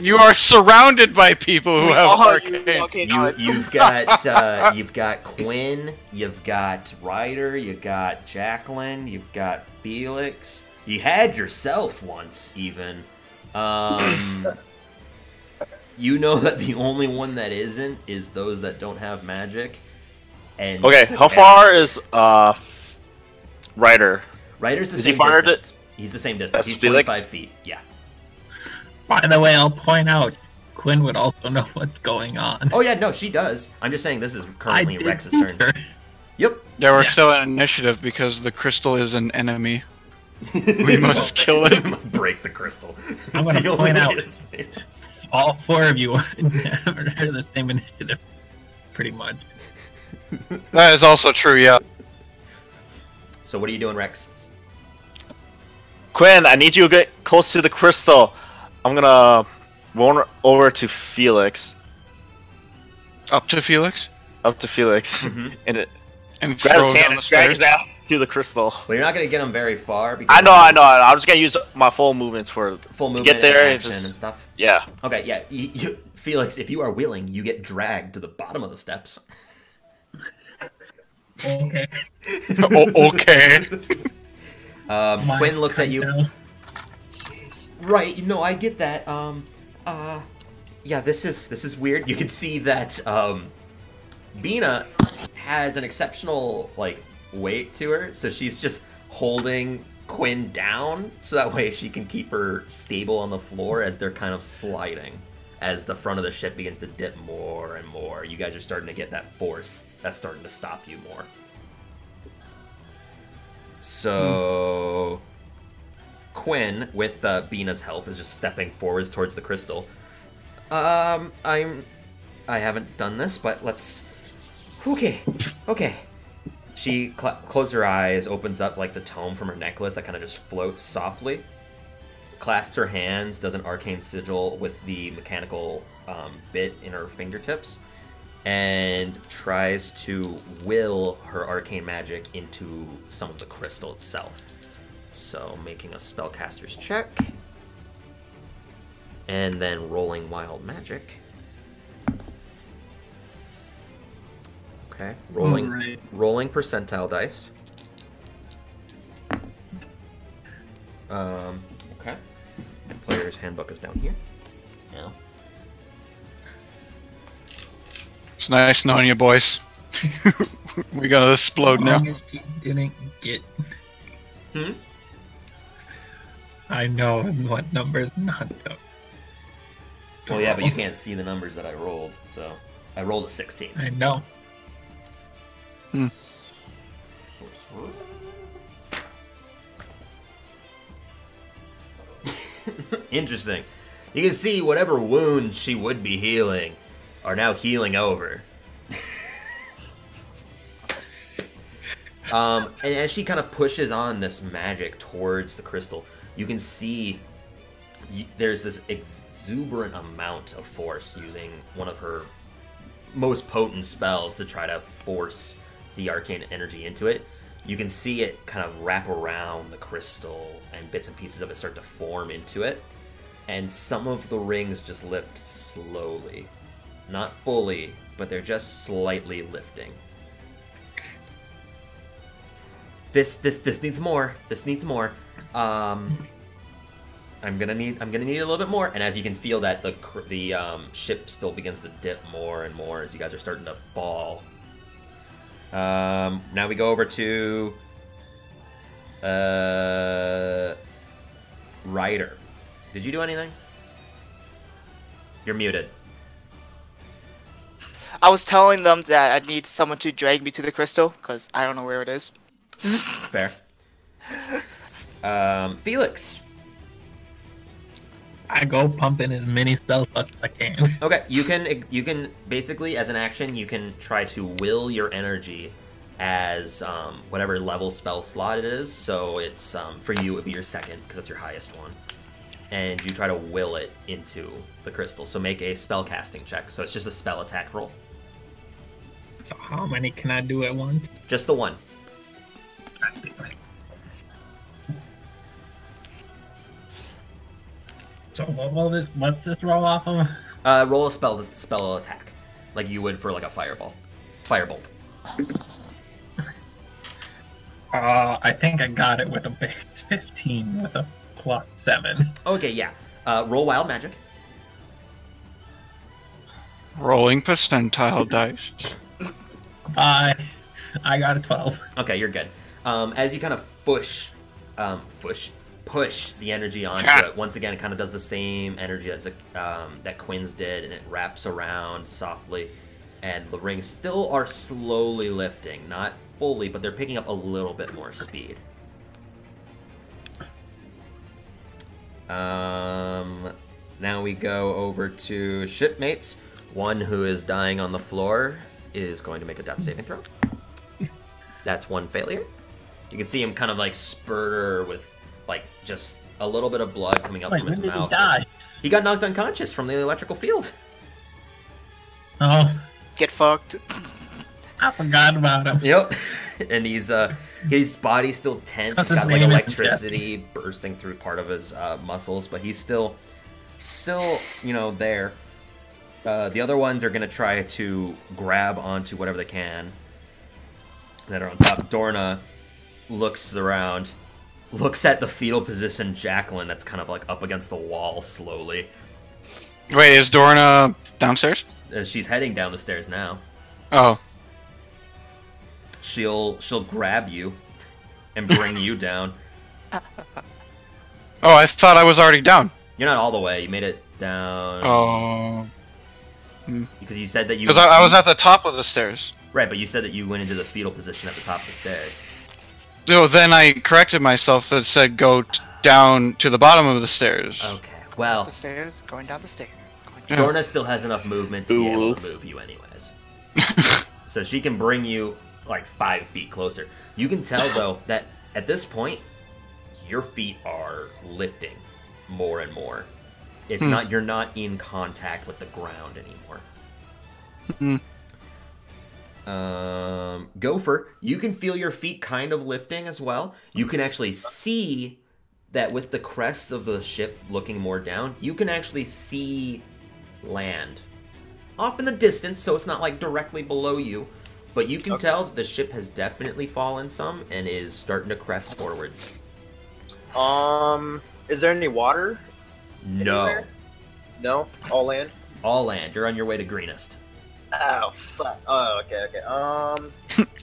Speaker 9: you are surrounded by people who have arcane.
Speaker 3: You, you've got uh, you've got Quinn, you've got Ryder, you got Jacqueline, you've got Felix. You had yourself once, even. Um, you know that the only one that isn't is those that don't have magic. And
Speaker 8: Okay, how far is uh Ryder?
Speaker 3: Ryder's the
Speaker 8: is
Speaker 3: same
Speaker 8: he fired
Speaker 3: distance. He's the same distance.
Speaker 8: That's
Speaker 3: He's
Speaker 8: Felix?
Speaker 3: twenty-five feet. Yeah.
Speaker 4: By the way, I'll point out Quinn would also know what's going on.
Speaker 3: Oh yeah, no, she does. I'm just saying this is currently
Speaker 4: did
Speaker 3: Rex's
Speaker 4: teach
Speaker 3: turn.
Speaker 4: her.
Speaker 3: Yep.
Speaker 9: Yeah, we're still in initiative because the crystal is an enemy. We must kill it.
Speaker 3: We must break the crystal.
Speaker 4: I'm gonna
Speaker 3: The only
Speaker 4: point
Speaker 3: way
Speaker 4: out
Speaker 3: to say this.
Speaker 4: all four of you are the same initiative, pretty much.
Speaker 9: That is also true, yeah.
Speaker 3: So what are you doing, Rex?
Speaker 8: Quinn, I need you to get close to the crystal. I'm gonna run over to Felix.
Speaker 9: Up to Felix?
Speaker 8: Up to Felix. And it
Speaker 9: and
Speaker 8: grab his
Speaker 9: throw down
Speaker 8: hand and
Speaker 9: the
Speaker 8: drag
Speaker 9: stairs.
Speaker 8: his ass to the crystal.
Speaker 3: Well, you're not gonna get him very far. Because
Speaker 8: I know, I know. I'm just gonna use my full movements for
Speaker 3: Full
Speaker 8: to
Speaker 3: movement
Speaker 8: get there
Speaker 3: and
Speaker 8: and,
Speaker 3: action
Speaker 8: just-
Speaker 3: and stuff.
Speaker 8: Yeah.
Speaker 3: Okay, yeah. You, you, Felix, if you are willing, you get dragged to the bottom of the steps.
Speaker 4: Okay.
Speaker 9: O- okay.
Speaker 3: Um,
Speaker 4: My
Speaker 3: Quinn looks at you. Right. No, I get that. Um, uh, yeah. This is this is weird. You can see that um, Bina has an exceptional like weight to her, so she's just holding Quinn down, so that way she can keep her stable on the floor as they're kind of sliding. As the front of the ship begins to dip more and more, you guys are starting to get that force that's starting to stop you more. So Quinn, with uh, Bina's help, is just stepping forwards towards the crystal. Um, I'm. I haven't done this, but let's. Okay, okay. She cl- closes her eyes, opens up like the tome from her necklace that kind of just floats softly, clasps her hands, does an arcane sigil with the mechanical um, bit in her fingertips, and tries to will her arcane magic into some of the crystal itself. So, making a spellcaster's check, and then rolling wild magic. Okay, rolling
Speaker 4: Alright.
Speaker 3: rolling percentile dice. Um, okay. Player's handbook is down here. Yeah.
Speaker 9: It's nice knowing you, boys. we gotta explode
Speaker 4: As
Speaker 9: now.
Speaker 4: long as she didn't get.
Speaker 3: Hmm?
Speaker 4: I know what numbers not to.
Speaker 3: Well, yeah, but you can't see the numbers that I rolled, so I rolled a 16.
Speaker 4: I know.
Speaker 3: Interesting. You can see whatever wounds she would be healing are now healing over. um, and as she kind of pushes on this magic towards the crystal, you can see y- there's this exuberant amount of force using one of her most potent spells to try to force the arcane energy into it. You can see it kind of wrap around the crystal, and bits and pieces of it start to form into it. And some of the rings just lift slowly. Not fully, but they're just slightly lifting. This this this needs more. This needs more. Um I'm gonna need I'm gonna need a little bit more. And as you can feel that the cr- the um, ship still begins to dip more and more as you guys are starting to fall. Um, now we go over to uh, Ryder. Did you do anything? You're muted.
Speaker 6: I was telling them that I need someone to drag me to the crystal because I don't know where it is.
Speaker 3: Fair. Um, Felix.
Speaker 4: I go pumping as many spells as I can.
Speaker 3: Okay, you can you can basically as an action you can try to will your energy as um, whatever level spell slot it is. So it's um, for you it would be your second because that's your highest one, and you try to will it into the crystal. So make a spell casting check. So it's just a spell attack roll,
Speaker 4: So how many can I do at once?
Speaker 3: just the one.
Speaker 4: So what will this? What's this roll off of?
Speaker 3: Uh, roll a spell spell attack, like you would for like a fireball, firebolt.
Speaker 4: Uh, I think I got it with a base fifteen with a plus seven.
Speaker 3: Okay, yeah. Uh, roll wild magic.
Speaker 9: Rolling percentile dice.
Speaker 4: I I got a twelve.
Speaker 3: Okay, you're good. Um, as you kind of push, um, push, push the energy onto it. Once again, it kind of does the same energy that's um, that Quinn's did, and it wraps around softly. And the rings still are slowly lifting, not fully, but they're picking up a little bit more speed. Um, now we go over to shipmates. One who is dying on the floor is going to make a death saving throw. That's one failure. You can see him kind of like spurter with like just a little bit of blood coming up
Speaker 4: Wait,
Speaker 3: from his
Speaker 4: when did he
Speaker 3: mouth.
Speaker 4: die?
Speaker 3: He got knocked unconscious from the electrical field.
Speaker 4: Oh,
Speaker 6: Get fucked.
Speaker 4: I forgot about him.
Speaker 3: Yep. and he's uh his body's still tense.
Speaker 4: That's
Speaker 3: He's got
Speaker 4: his
Speaker 3: like
Speaker 4: name in
Speaker 3: electricity bursting through part of his uh, muscles, but he's still still, you know, there. Uh, the other ones are gonna try to grab onto whatever they can that are on top. Dorna looks around, looks at the fetal position Jacqueline that's kind of like up against the wall slowly.
Speaker 9: Wait, is Dorna downstairs?
Speaker 3: As she's heading down the stairs now.
Speaker 9: Oh,
Speaker 3: She'll she'll grab you and bring you down.
Speaker 9: oh, I thought I was already down.
Speaker 3: You're not all the way. You made it down.
Speaker 9: Oh, Hmm.
Speaker 3: Because you said that you.
Speaker 9: because I, I was at the top of the stairs.
Speaker 3: Right, but you said that you went into the fetal position at the top of the stairs.
Speaker 9: No, then I corrected myself that said go t- down to the bottom of the stairs.
Speaker 3: Okay. Well,
Speaker 6: the stairs, going down the stairs.
Speaker 9: Yeah.
Speaker 3: Dorna still has enough movement to be able to move you, anyways. so she can bring you like five feet closer. You can tell though that at this point, your feet are lifting more and more. It's
Speaker 9: Hmm.
Speaker 3: not you're not in contact with the ground anymore.
Speaker 9: Hmm.
Speaker 3: Um, Gopher, you can feel your feet kind of lifting as well. You can actually see that with the crest of the ship looking more down, you can actually see land off in the distance, so it's not like directly below you. But you can tell that the ship has definitely fallen some and is starting to crest forwards.
Speaker 2: Um, is there any water?
Speaker 3: No,
Speaker 2: Anywhere? No, all land.
Speaker 3: all land. You're on your way to greenest.
Speaker 2: Oh fuck. Oh, okay, okay. Um.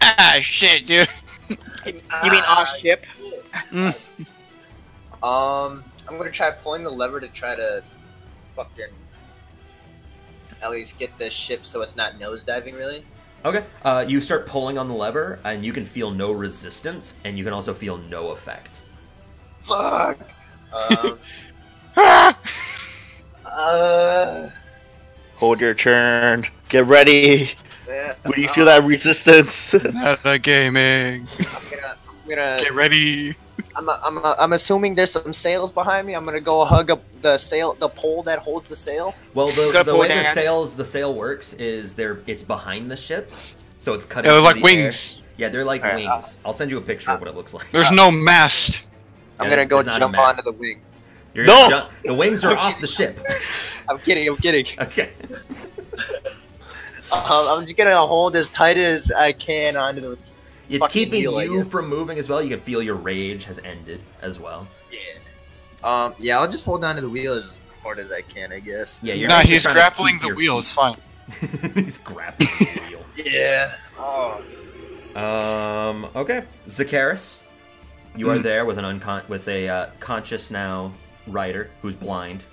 Speaker 9: ah, shit, dude.
Speaker 6: You
Speaker 2: uh,
Speaker 6: mean
Speaker 2: Ah.
Speaker 6: our ship?
Speaker 9: Mm.
Speaker 2: Um, I'm gonna try pulling the lever to try to fucking at least get the ship so it's not nosediving, really.
Speaker 3: Okay. Uh, you start pulling on the lever, and you can feel no resistance, and you can also feel no effect.
Speaker 2: Fuck. Um. uh.
Speaker 8: Hold your turn. Get ready.
Speaker 2: Yeah,
Speaker 8: When you feel that resistance.
Speaker 9: Meta gaming.
Speaker 2: I'm gonna.
Speaker 9: Get ready.
Speaker 2: I'm. i I'm. i I'm assuming there's some sails behind me. I'm gonna go hug up the sail, the pole that holds the sail.
Speaker 3: Well,
Speaker 2: It's
Speaker 3: the,
Speaker 2: got
Speaker 3: the
Speaker 2: bow
Speaker 3: way the
Speaker 2: dance.
Speaker 3: sails the sail works is they're it's behind the ship, so it's cutting.
Speaker 9: Yeah, they're
Speaker 3: through
Speaker 9: like
Speaker 3: the air.
Speaker 9: wings.
Speaker 3: Yeah, they're like
Speaker 2: Alright, uh,
Speaker 3: wings. I'll send you a picture of what it looks like.
Speaker 9: There's no mast.
Speaker 2: I'm
Speaker 3: Yeah,
Speaker 2: gonna go
Speaker 3: there's not a
Speaker 2: jump
Speaker 3: mast.
Speaker 2: onto the wing.
Speaker 3: You're gonna
Speaker 2: No!
Speaker 3: jump- the wings are off the ship.
Speaker 2: I'm kidding. I'm kidding.
Speaker 3: Okay.
Speaker 2: Uh, I'm just gonna hold as tight as I can onto this.
Speaker 3: It's
Speaker 2: fucking
Speaker 3: keeping
Speaker 2: wheel, I
Speaker 3: you
Speaker 2: guess.
Speaker 3: from moving as well. You can feel your rage has ended as well.
Speaker 2: Um, yeah, I'll just hold on to the wheel as hard as I can, I guess.
Speaker 3: Yeah, you're
Speaker 9: Nah,
Speaker 3: actually
Speaker 9: he's
Speaker 3: trying to
Speaker 9: grappling
Speaker 3: keep
Speaker 9: the
Speaker 3: your
Speaker 9: wheel. It's fine.
Speaker 3: he's grappling the wheel.
Speaker 2: Yeah. Oh.
Speaker 3: Um. Okay, Zacharis, you are
Speaker 9: Mm.
Speaker 3: there with an uncon with a uh, conscious now rider who's blind,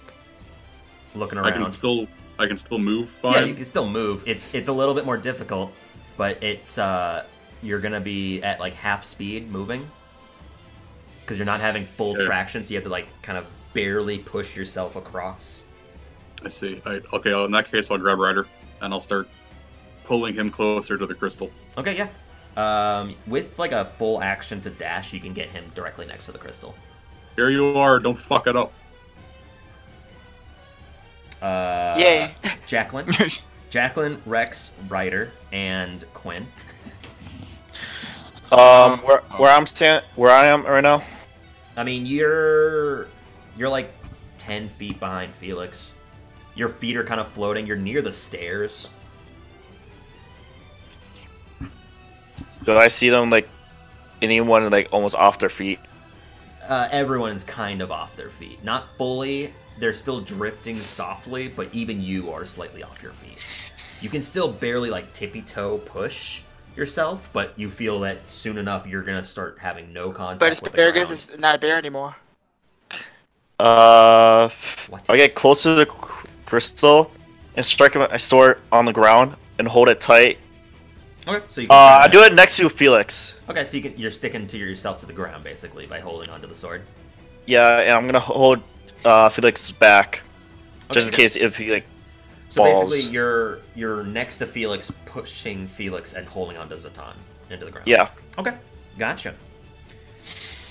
Speaker 3: looking
Speaker 7: I can
Speaker 3: around.
Speaker 7: still I can still move
Speaker 3: Yeah,
Speaker 7: five.
Speaker 3: you can still move. It's it's a little bit more difficult, but it's uh you're gonna be at like half speed moving because you're not having full
Speaker 7: Sure.
Speaker 3: traction, so you have to like kind of barely push yourself across.
Speaker 7: I see. I, okay, well, in that case, I'll grab Ryder and I'll start pulling him closer to the crystal.
Speaker 3: Okay, yeah. Um, with like a full action to dash, you can get him directly next to the crystal.
Speaker 7: Here you are. Don't fuck it up.
Speaker 3: Uh,
Speaker 7: Yay.
Speaker 3: Jacqueline, Jacqueline, Rex, Ryder, and Quinn.
Speaker 8: Um, where where I'm stand where I am right now.
Speaker 3: I mean, you're you're like ten feet behind Felix. Your feet are kind of floating. You're near the stairs.
Speaker 8: Do I see them like anyone like almost off their feet?
Speaker 3: Uh, everyone's kind of off their feet. Not fully. They're still drifting softly, but even you are slightly off your feet. You can still barely like tippy toe push yourself, but you feel that soon enough you're gonna start having no contact.
Speaker 6: But
Speaker 3: with the ground.
Speaker 6: asparagus is not a bear anymore.
Speaker 8: Uh, I get close to the cr- crystal and strike him. I store it on the ground and hold it tight.
Speaker 3: Okay, so you can
Speaker 8: Uh, I do it next to Felix.
Speaker 3: Okay, so you can, you're sticking to yourself to the ground basically by holding onto the sword.
Speaker 8: Yeah, and I'm gonna hold uh, Felix back just in
Speaker 3: Okay.
Speaker 8: case if he like
Speaker 3: So
Speaker 8: falls.
Speaker 3: basically, you're you're next to Felix, pushing Felix and holding onto Zaton into the ground.
Speaker 8: Yeah.
Speaker 3: Okay. Gotcha.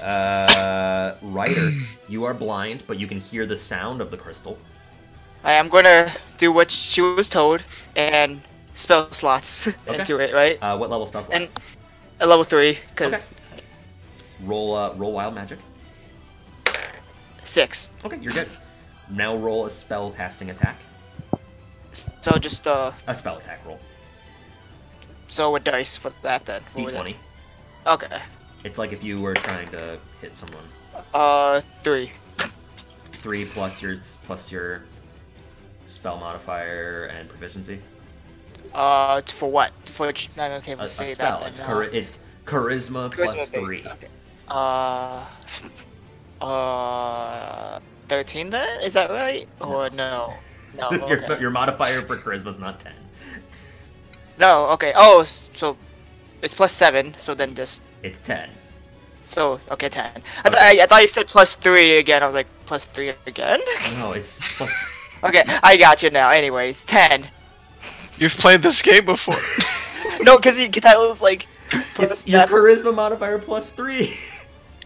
Speaker 3: Uh, Ryder, you are blind, but you can hear the sound of the crystal.
Speaker 6: I am gonna do what she was told and spell slots into it, right?
Speaker 3: Uh, what level spell slot?
Speaker 6: And a level three, cause
Speaker 3: Roll uh, roll wild magic.
Speaker 6: six.
Speaker 3: Okay, you're good. Now roll a spell casting attack.
Speaker 6: So just uh,
Speaker 3: A spell attack roll.
Speaker 6: so with dice for that then. What was it?
Speaker 3: D20.
Speaker 6: Okay.
Speaker 3: It's like if you were trying to hit someone.
Speaker 6: Uh, three.
Speaker 3: Three plus your plus your spell modifier and proficiency.
Speaker 6: Uh, it's for what? For which? I'm not okay
Speaker 3: a,
Speaker 6: to
Speaker 3: a
Speaker 6: say
Speaker 3: spell.
Speaker 6: that.
Speaker 3: it's,
Speaker 6: then,
Speaker 3: chari-
Speaker 6: uh,
Speaker 3: it's charisma,
Speaker 6: Charisma
Speaker 3: plus
Speaker 6: based,
Speaker 3: three.
Speaker 6: Uh, uh, thirteen. Then is that right? Or no? No.
Speaker 3: your,
Speaker 6: Oh, okay.
Speaker 3: your modifier for charisma is not ten.
Speaker 6: No. Okay. Oh, s- so it's plus seven. So then just
Speaker 3: It's ten.
Speaker 6: so okay ten. I, th- I, I thought you said plus three again. I was like plus three again.
Speaker 3: No, it's plus.
Speaker 6: okay, I got you now. Anyways, ten.
Speaker 9: You've played this game before.
Speaker 6: No, because that was like
Speaker 3: it's your charisma modifier plus three.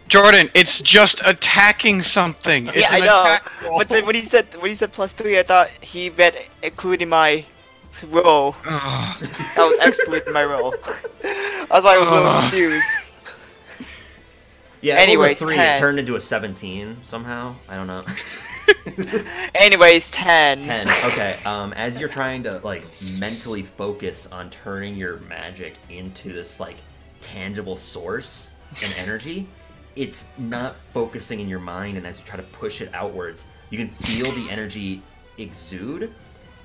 Speaker 9: Jordan, it's just attacking something. It's
Speaker 6: yeah, I
Speaker 9: an
Speaker 6: know.
Speaker 9: attack
Speaker 6: But then when he said when he said plus three, I thought he meant including my roll.
Speaker 9: I
Speaker 6: was excluding my roll. That's why I was a little
Speaker 3: Ugh.
Speaker 6: confused.
Speaker 3: Yeah.
Speaker 6: Anyways,
Speaker 3: over three it
Speaker 6: 10.
Speaker 3: turned into a seventeen somehow. I don't know.
Speaker 6: Anyways, ten.
Speaker 3: ten. Okay. Um, as you're trying to like mentally focus on turning your magic into this like tangible source and energy, it's not focusing in your mind. And as you try to push it outwards, you can feel the energy exude,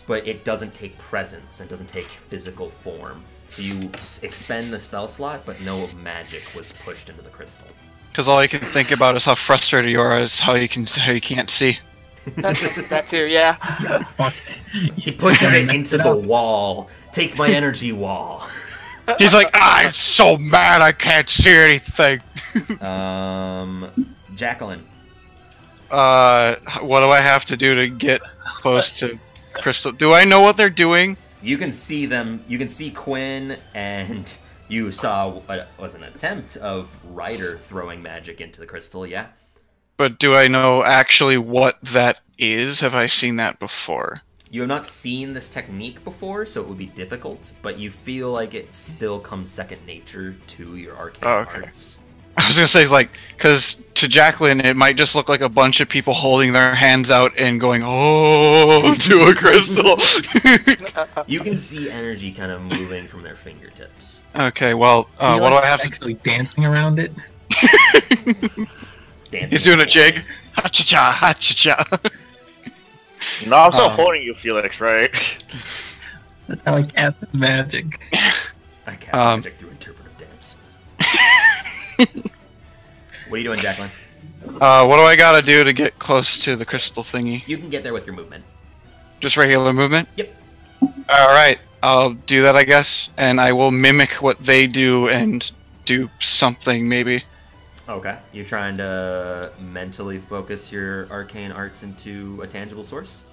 Speaker 3: but it doesn't take presence and doesn't take physical form. So you s- expend the spell slot, but no magic was pushed into the crystal.
Speaker 9: Because all you can think about is how frustrated you are, is how you can how you can't see.
Speaker 6: that too, yeah.
Speaker 3: He pushes it into the wall. Take my energy wall.
Speaker 9: He's like, I'm so mad I can't see anything.
Speaker 3: Um, Jacqueline.
Speaker 9: Uh, what do I have to do to get close to Crystal? Do I know what they're doing?
Speaker 3: You can see them. You can see Quinn, and you saw what was an attempt of Ryder throwing magic into the crystal. Yeah.
Speaker 9: But do I know actually what that is? Have I seen that before?
Speaker 3: You have not seen this technique before, so it would be difficult. But you feel like it still comes second nature to your arcane
Speaker 9: Oh, okay.
Speaker 3: arts.
Speaker 9: I was gonna say like, because to Jacqueline it might just look like a bunch of people holding their hands out and going oh to a crystal.
Speaker 3: You can see energy kind of moving from their fingertips.
Speaker 9: okay, well, uh,
Speaker 4: You,
Speaker 9: what do
Speaker 4: like,
Speaker 9: I have to?
Speaker 4: Actually, dancing around it.
Speaker 3: Dancing
Speaker 9: He's doing a jig. Ha cha cha, ha cha cha.
Speaker 8: No, I'm still
Speaker 9: Um,
Speaker 8: holding you, Felix. Right?
Speaker 4: That's how I cast magic.
Speaker 3: I cast
Speaker 9: Um,
Speaker 3: magic through interpretive dance. what are you doing, Jacqueline?
Speaker 9: Uh, what do I gotta do to get close to the crystal thingy?
Speaker 3: You can get there with your movement.
Speaker 9: Just regular movement?
Speaker 3: Yep.
Speaker 9: Alright, I'll do that, I guess. And I will mimic what they do and do something, maybe.
Speaker 3: Okay. You're trying to mentally focus your arcane arts into a tangible source.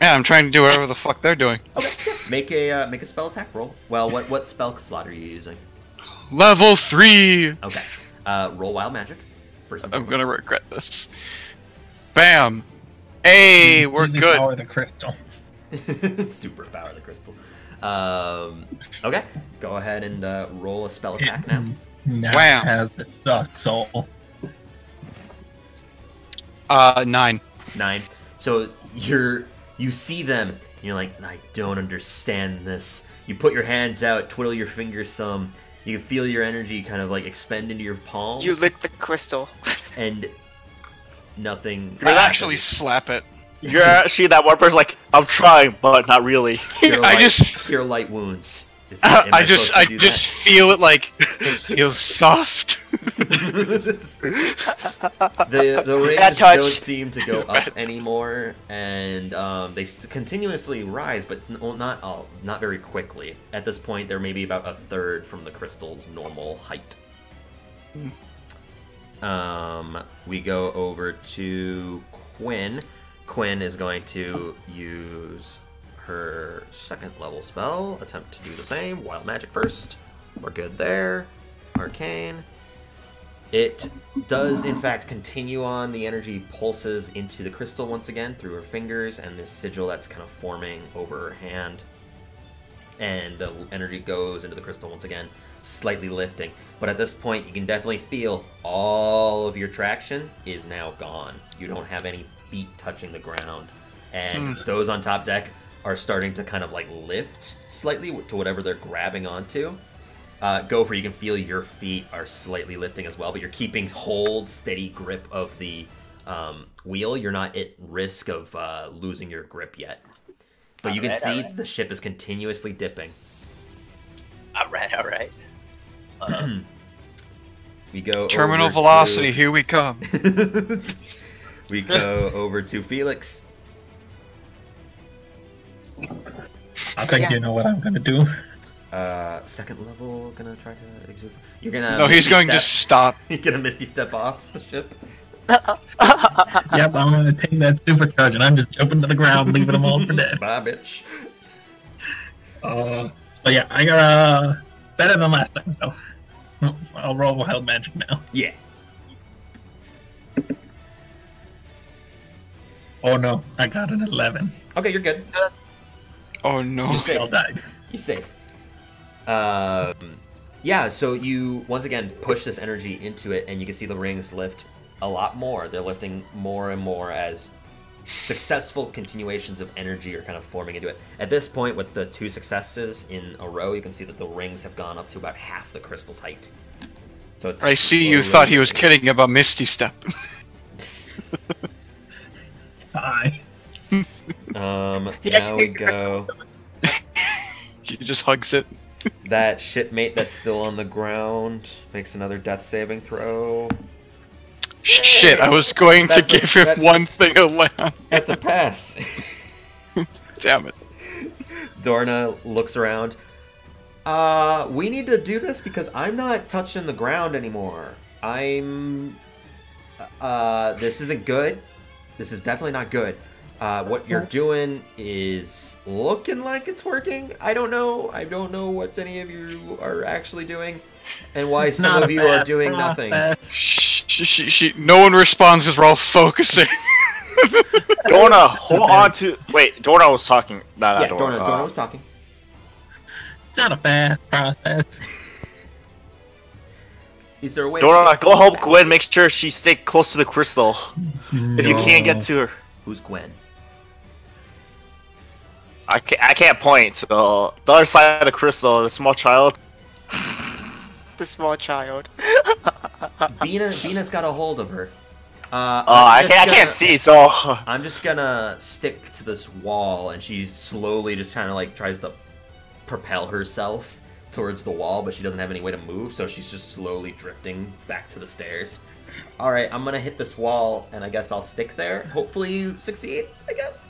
Speaker 9: Yeah, I'm trying to do whatever the fuck they're doing.
Speaker 3: Make a uh, make a spell attack roll. Well, what what spell slot are you using?
Speaker 9: Level 3!
Speaker 3: Okay. Uh, roll wild magic. First. and
Speaker 9: I'm
Speaker 3: foremost.
Speaker 9: gonna regret this. Bam! Hey,
Speaker 3: Mm,
Speaker 9: we're good.
Speaker 4: Power the crystal.
Speaker 3: Superpower of the crystal. Um, okay. Go ahead and uh, roll a spell attack now.
Speaker 4: Now
Speaker 9: Wow.
Speaker 4: has the suck soul.
Speaker 9: Uh, nine.
Speaker 3: Nine. So you're you see them and you're like, I don't understand this. You put your hands out, twiddle your fingers some. You can feel your energy kind of like expend into your palms.
Speaker 6: You lick the crystal.
Speaker 3: and nothing.
Speaker 9: You would actually
Speaker 3: happens.
Speaker 9: slap it.
Speaker 8: You're actually that one person like, I'm trying, but not really.
Speaker 3: Cure
Speaker 9: I
Speaker 3: light-
Speaker 9: just-
Speaker 3: cure light wounds. Is that- am
Speaker 9: I just,
Speaker 3: supposed to do
Speaker 9: I
Speaker 3: that?
Speaker 9: just feel it like it feels soft.
Speaker 3: the the
Speaker 6: Bad
Speaker 3: rings
Speaker 6: touch.
Speaker 3: don't seem to go up anymore, and um, they st- continuously rise, but n- well, not all, not very quickly. At this point, they're maybe about a third from the crystal's normal height. Um, we go over to Quinn. Quinn is going to use her second level spell. Attempt to do the same. Wild magic first. We're good there. Arcane. It does, in fact, continue on. The energy pulses into the crystal once again through her fingers and this sigil that's kind of forming over her hand. And the energy goes into the crystal once again, slightly lifting. But at this point, you can definitely feel all of your traction is now gone. You don't have any feet touching the ground. And
Speaker 9: Hmm.
Speaker 3: those on top deck are starting to kind of like lift slightly to whatever they're grabbing onto. Uh, Gopher, you can feel your feet are slightly lifting as well, but you're keeping hold, steady grip of the um, wheel. You're not at risk of uh, losing your grip yet. But you can
Speaker 2: Alright,
Speaker 3: see
Speaker 2: alright.
Speaker 3: the ship is continuously dipping.
Speaker 2: All right, all right. Uh,
Speaker 3: We go
Speaker 9: Terminal
Speaker 3: over
Speaker 9: velocity,
Speaker 3: to-
Speaker 9: here we come.
Speaker 3: we go over to Felix.
Speaker 4: I think you know what I'm gonna do.
Speaker 3: Uh, second level, gonna try to exude. You're gonna.
Speaker 9: No, he's
Speaker 3: misty
Speaker 9: going to
Speaker 3: step-
Speaker 9: stop.
Speaker 3: You're gonna misty step off the ship.
Speaker 4: yep, I'm gonna take that supercharge and I'm just jumping to the ground, leaving them all for dead.
Speaker 3: Bye, bitch.
Speaker 4: Uh, so yeah, I got uh better than last time, so I'll roll wild magic now.
Speaker 3: Yeah.
Speaker 4: Oh no, I got an eleven.
Speaker 3: Okay, you're good.
Speaker 9: Oh no.
Speaker 3: You safe.
Speaker 4: I'll die.
Speaker 3: You safe. Um, yeah. So you once again push this energy into it, and you can see the rings lift a lot more. They're lifting more and more as successful continuations of energy are kind of forming into it. At this point, with the two successes in a row, you can see that the rings have gone up to about half the crystal's height. So it's
Speaker 9: I see you
Speaker 3: slowly
Speaker 9: thought he was kidding about Misty Step.
Speaker 4: Bye.
Speaker 3: Um,
Speaker 4: He
Speaker 3: now
Speaker 4: actually
Speaker 3: we
Speaker 4: takes the
Speaker 3: go.
Speaker 9: he just hugs it.
Speaker 3: That shipmate that's still on the ground makes another death saving throw.
Speaker 9: Shit, I was going to
Speaker 3: That's a-
Speaker 9: give him
Speaker 3: that's-
Speaker 9: one thing a lamp.
Speaker 3: That's a pass.
Speaker 9: Damn it.
Speaker 3: Dorna looks around. Uh, we need to do this because I'm not touching the ground anymore. I'm. Uh, this isn't good. This is definitely not good. Uh, what you're doing is looking like it's working. I don't know. I don't know what any of you are actually doing, and why
Speaker 4: It's
Speaker 3: some
Speaker 4: not
Speaker 3: of
Speaker 4: a
Speaker 3: you are
Speaker 4: bad
Speaker 3: doing nothing.
Speaker 4: process.
Speaker 9: She, she, she, no one responds because we're all focusing.
Speaker 8: Dorna, hold on to. Wait, Dorna was talking. No, no,
Speaker 3: Yeah,
Speaker 8: Dorna.
Speaker 3: Dorna,
Speaker 8: uh,
Speaker 3: Dorna was talking.
Speaker 4: It's not a fast process.
Speaker 3: Is there a way?
Speaker 8: Dorna, go help Gwen make sure she stay close to the crystal. If you can't get to her,
Speaker 3: Who's Gwen?
Speaker 8: I can't, I can't point. So the other side of the crystal, the small child.
Speaker 6: the small child.
Speaker 3: Vina, Vina's got a hold of her. Uh,
Speaker 8: Oh, I
Speaker 3: I'm just
Speaker 8: can't, I
Speaker 3: gonna-
Speaker 8: can't see. So
Speaker 3: I'm just gonna stick to this wall, and she slowly just kind of like tries to propel herself towards the wall, but she doesn't have any way to move, so she's just slowly drifting back to the stairs. All right, I'm gonna hit this wall, and I guess I'll stick there. Hopefully, you succeed. I guess.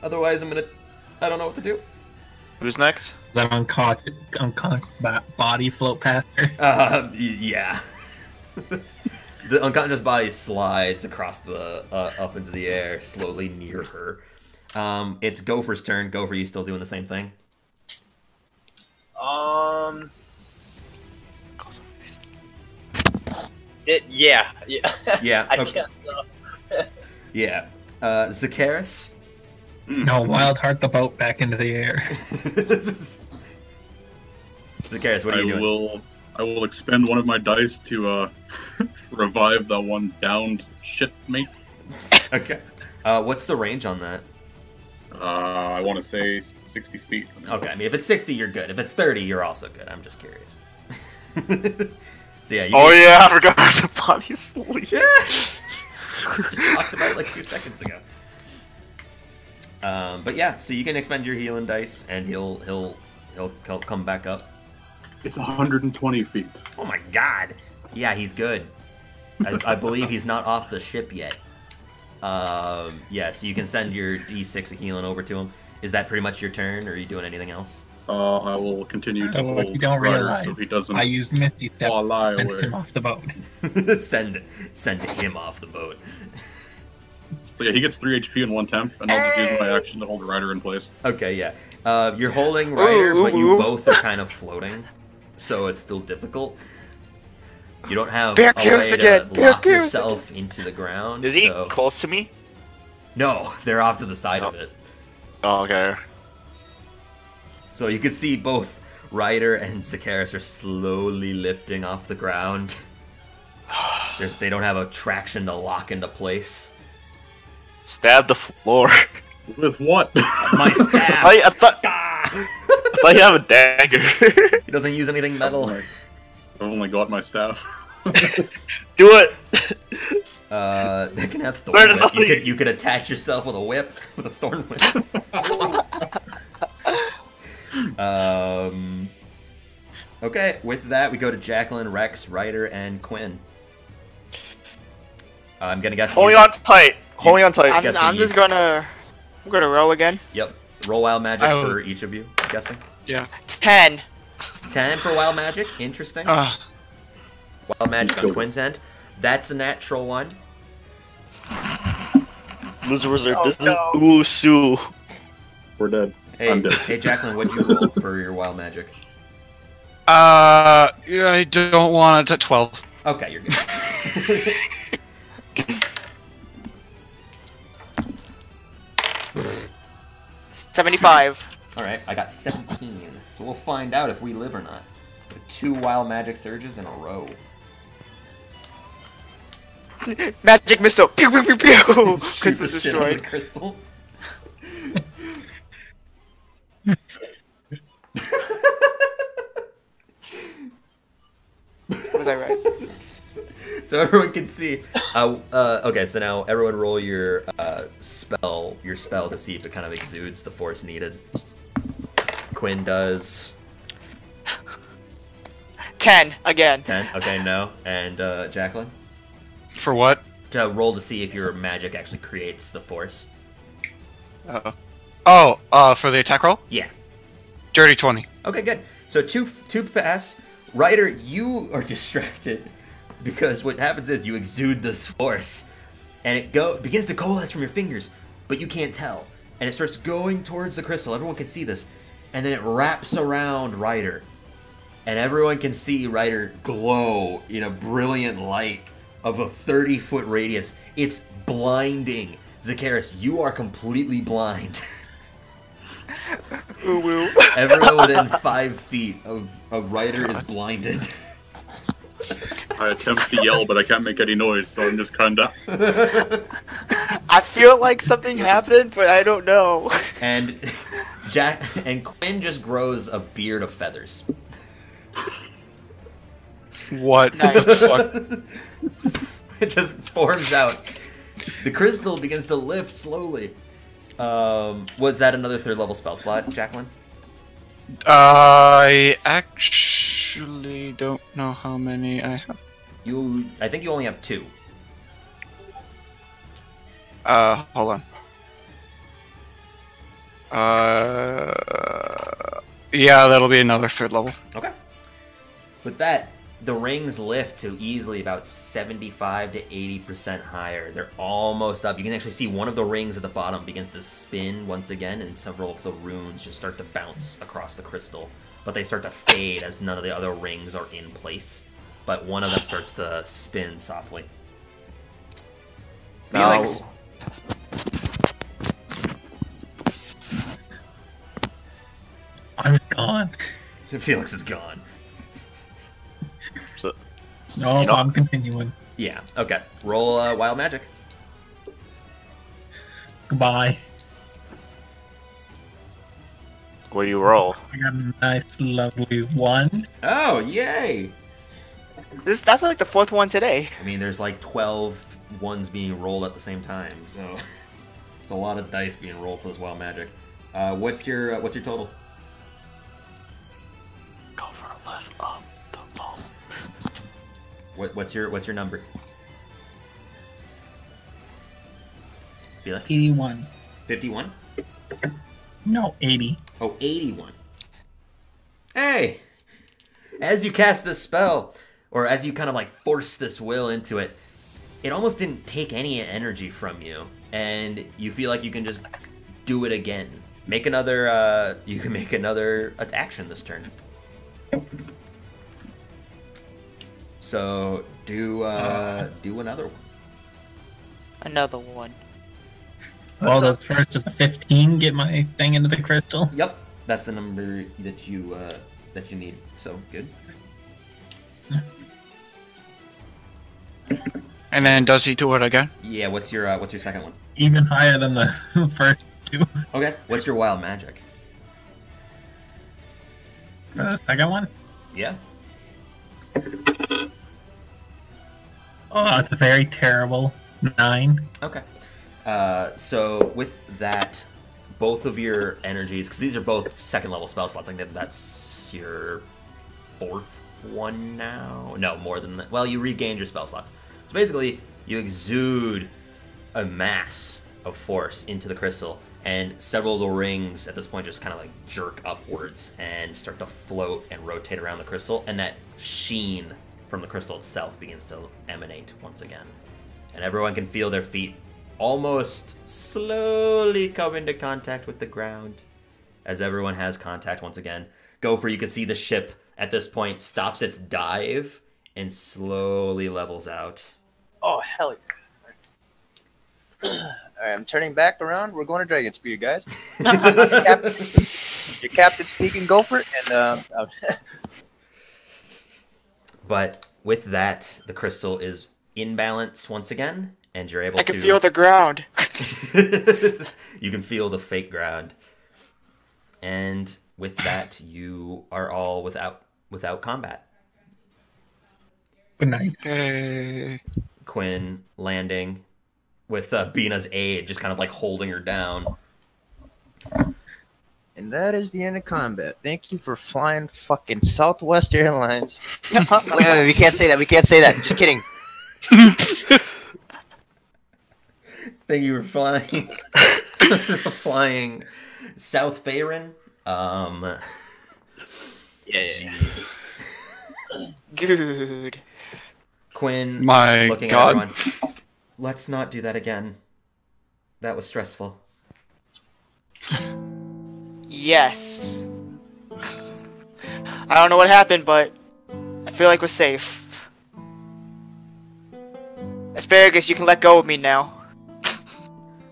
Speaker 3: Otherwise, I'm gonna I don't know what to do.
Speaker 8: Who's next?
Speaker 4: That uncaught, uncaught bo- body float past her.
Speaker 3: Uh, y- yeah. the unconscious body slides across the uh, up into the air, slowly near her. Um, it's Gopher's turn. Gopher, you still doing the same thing?
Speaker 2: Um. It, yeah, yeah.
Speaker 3: Yeah,
Speaker 2: I
Speaker 3: okay.
Speaker 2: can't know.
Speaker 3: Yeah. Uh, Zacharis.
Speaker 4: No, wild heart the boat back into the air.
Speaker 3: Zacharis, what are
Speaker 7: I
Speaker 3: you doing?
Speaker 7: will I will expend one of my dice to uh, revive that one downed shipmate.
Speaker 3: okay. Uh, what's the range on that?
Speaker 7: Uh, I want to say 60 feet.
Speaker 3: Okay, I mean, if it's 60, you're good. If it's 30, you're also good. I'm just curious. so, yeah. You
Speaker 8: Oh yeah, I forgot the body's sleep.
Speaker 3: just talked about it like two seconds ago. Um, but yeah, so you can expend your healing dice, and he'll he'll he'll, he'll come back up.
Speaker 7: It's 120 feet.
Speaker 3: Oh my god! Yeah, he's good. I, I believe he's not off the ship yet. Um, yeah, so you can send your D6 of healing over to him. Is that pretty much your turn, or are you doing anything else?
Speaker 7: Uh, I will continue to
Speaker 4: Oh,
Speaker 7: hold
Speaker 4: you don't
Speaker 7: Ryder
Speaker 4: realize
Speaker 7: so he doesn't.
Speaker 4: I used Misty Step
Speaker 8: Oh,
Speaker 7: fall
Speaker 4: to send
Speaker 7: away.
Speaker 4: him off the boat.
Speaker 3: send send him off the boat.
Speaker 7: So yeah, he gets three HP and one temp, and I'll just use my action to hold Ryder in place.
Speaker 3: Okay, yeah. Uh, you're holding Ryder,
Speaker 7: Ooh,
Speaker 3: but
Speaker 7: ooh,
Speaker 3: you
Speaker 7: ooh.
Speaker 3: both are kind of floating, so it's still difficult. You don't have
Speaker 8: Bear
Speaker 3: a
Speaker 8: Grylls
Speaker 3: way to
Speaker 8: again, Bear
Speaker 3: lock
Speaker 8: Grylls
Speaker 3: yourself into the ground.
Speaker 8: Is he
Speaker 3: so-
Speaker 8: close to me?
Speaker 3: No, they're off to the side of it.
Speaker 8: Oh, okay.
Speaker 3: So you can see both Ryder and Sakaris are slowly lifting off the ground. There's, they don't have a traction to lock into place.
Speaker 8: Stab the floor.
Speaker 7: With what?
Speaker 8: Oh.
Speaker 3: My staff.
Speaker 8: I, I thought.
Speaker 9: Ah.
Speaker 8: I thought you have a dagger.
Speaker 3: he doesn't use anything
Speaker 8: Oh
Speaker 3: metal. I've
Speaker 7: only got my staff.
Speaker 8: Do it.
Speaker 3: Uh, they can have thorn
Speaker 8: Learn
Speaker 3: whip. You
Speaker 8: nothing.
Speaker 3: could, you could attach yourself with a whip, with a thorn whip. um, okay, with that, we go to Jacqueline, Rex, Ryder, and Quinn. I'm gonna guess.
Speaker 8: Holding
Speaker 3: you-
Speaker 8: on tight. Holding on tight.
Speaker 6: I'm,
Speaker 3: guessing
Speaker 6: I'm
Speaker 3: you-
Speaker 6: just gonna, I'm gonna roll again.
Speaker 3: Yep. Roll wild magic
Speaker 6: I would-
Speaker 3: for each of you. I'm guessing.
Speaker 9: Yeah.
Speaker 6: Ten.
Speaker 3: Ten for wild magic. Interesting.
Speaker 9: Uh, Ah.
Speaker 3: wild magic on Quinn's end. That's a natural one.
Speaker 8: Loser wizard.
Speaker 3: Oh,
Speaker 8: this
Speaker 3: no.
Speaker 8: is Usu.
Speaker 7: We're dead.
Speaker 3: Hey, hey, Jacqueline, what'd you roll for your wild magic?
Speaker 9: Uh, yeah, I don't want it at 12.
Speaker 3: Okay, you're good.
Speaker 6: Seventy-five.
Speaker 3: All right, I got 17. So we'll find out if we live or not. Two wild magic surges in a row.
Speaker 6: Magic missile. Pew pew pew pew.
Speaker 3: Shoot the
Speaker 6: Crystal's
Speaker 3: shit out of the
Speaker 6: destroyed.
Speaker 3: crystal.
Speaker 6: Was I right?
Speaker 3: So everyone can see. Uh, uh, okay, so now everyone roll your uh, spell, your spell to see if it kind of exudes the force needed. Quinn does
Speaker 6: Ten again.
Speaker 3: 10. Okay, no. And uh, Jacqueline?
Speaker 9: For what?
Speaker 3: To roll to see if your magic actually creates the force.
Speaker 9: Uh, oh, uh, for the attack roll?
Speaker 3: Yeah.
Speaker 9: Dirty 20.
Speaker 3: Okay, good. So two two pass. Ryder, you are distracted because what happens is you exude this force, and it go begins to coalesce from your fingers, but you can't tell, and it starts going towards the crystal. Everyone can see this, and then it wraps around Ryder, and everyone can see Ryder glow in a brilliant light of a thirty foot radius. It's blinding. Zacharis, you are completely blind.
Speaker 6: Ooh, woo.
Speaker 3: Everyone within five feet of, of Ryder is blinded.
Speaker 7: I attempt to yell, but I can't make any noise, so I'm just kind of.
Speaker 6: I feel like something happened, but I don't know.
Speaker 3: and Jack and Quinn just grows a beard of feathers.
Speaker 9: What?
Speaker 3: It just forms out. The crystal begins to lift slowly. Um, was that another third level spell slot, Jacqueline?
Speaker 9: I actually don't know how many I have.
Speaker 3: You, I think you only have two.
Speaker 9: Uh, hold on. Uh, yeah, that'll be another third level.
Speaker 3: Okay. With that, the rings lift to easily about 75 to 80% higher. They're almost up. You can actually see one of the rings at the bottom begins to spin once again, and several of the runes just start to bounce across the crystal. But they start to fade as none of the other rings are in place. But one of them starts to spin softly.
Speaker 8: Now-
Speaker 3: Felix,
Speaker 4: I'm gone.
Speaker 3: Felix is gone.
Speaker 4: No,
Speaker 3: You know-
Speaker 4: I'm continuing.
Speaker 3: Yeah. Okay. Roll uh, wild magic.
Speaker 4: Goodbye.
Speaker 8: What do you roll?
Speaker 4: I got a nice, lovely one.
Speaker 3: Oh, yay!
Speaker 6: This that's like the fourth one today.
Speaker 3: I mean, there's like 12 ones being rolled at the same time, so it's a lot of dice being rolled for this wild magic. Uh, what's your uh, what's your total?
Speaker 8: Go for a left up the ball.
Speaker 3: What, what's your what's your number? Felix,
Speaker 4: 81.
Speaker 3: 51.
Speaker 4: No, 80.
Speaker 3: Oh, 81. Hey! As you cast this spell, or as you kind of like force this will into it, it almost didn't take any energy from you. And you feel like you can just do it again. Make another, uh, you can make another a- action this turn. So do, uh, do another one.
Speaker 6: Another one.
Speaker 4: Well, the first is a 15. Get my thing into the crystal.
Speaker 3: Yep, that's the number that you, uh, that you need. So good.
Speaker 9: And then does he do it again?
Speaker 3: Yeah, what's your, uh, what's your second one?
Speaker 4: Even higher than the first two.
Speaker 3: Okay, what's your wild magic?
Speaker 4: For the second one?
Speaker 3: Yeah.
Speaker 4: Oh, it's a very terrible nine.
Speaker 3: Okay. Uh, so with that, both of your energies, because these are both second level spell slots. I think that's your fourth one now. No, more than that. Well, you regained your spell slots. So basically, you exude a mass of force into the crystal, and several of the rings at this point just kind of like jerk upwards and start to float and rotate around the crystal, and that sheen from the crystal itself begins to emanate once again. And everyone can feel their feet almost slowly come into contact with the ground as everyone has contact once again. Gopher, you can see the ship at this point stops its dive and slowly levels out.
Speaker 2: Oh hell yeah! All right, I'm turning back around. We're going to Dragon Spear, guys. captain, your captain speaking. Go for it, and uh, um,
Speaker 3: But with that, the crystal is in balance once again, and you're able
Speaker 6: I
Speaker 3: to.
Speaker 6: can feel the ground.
Speaker 3: you can feel the fake ground. And with that, you are all without without combat.
Speaker 4: Good night.
Speaker 3: Quinn landing with uh, Bina's aid, just kind of like holding her down.
Speaker 2: and that is the end of combat. Thank you for flying fucking Southwest Airlines. wait, wait, wait, we can't say that. We can't say that. Just kidding.
Speaker 3: Thank you for flying, flying South Faerun. Um,
Speaker 2: yeah.
Speaker 3: Jeez.
Speaker 6: Good.
Speaker 3: Quinn,
Speaker 9: My
Speaker 3: looking
Speaker 9: God.
Speaker 3: at everyone. Let's not do that again. That was stressful.
Speaker 6: Yes. I don't know what happened, but I feel like we're safe. Asparagus, you can let go of me now.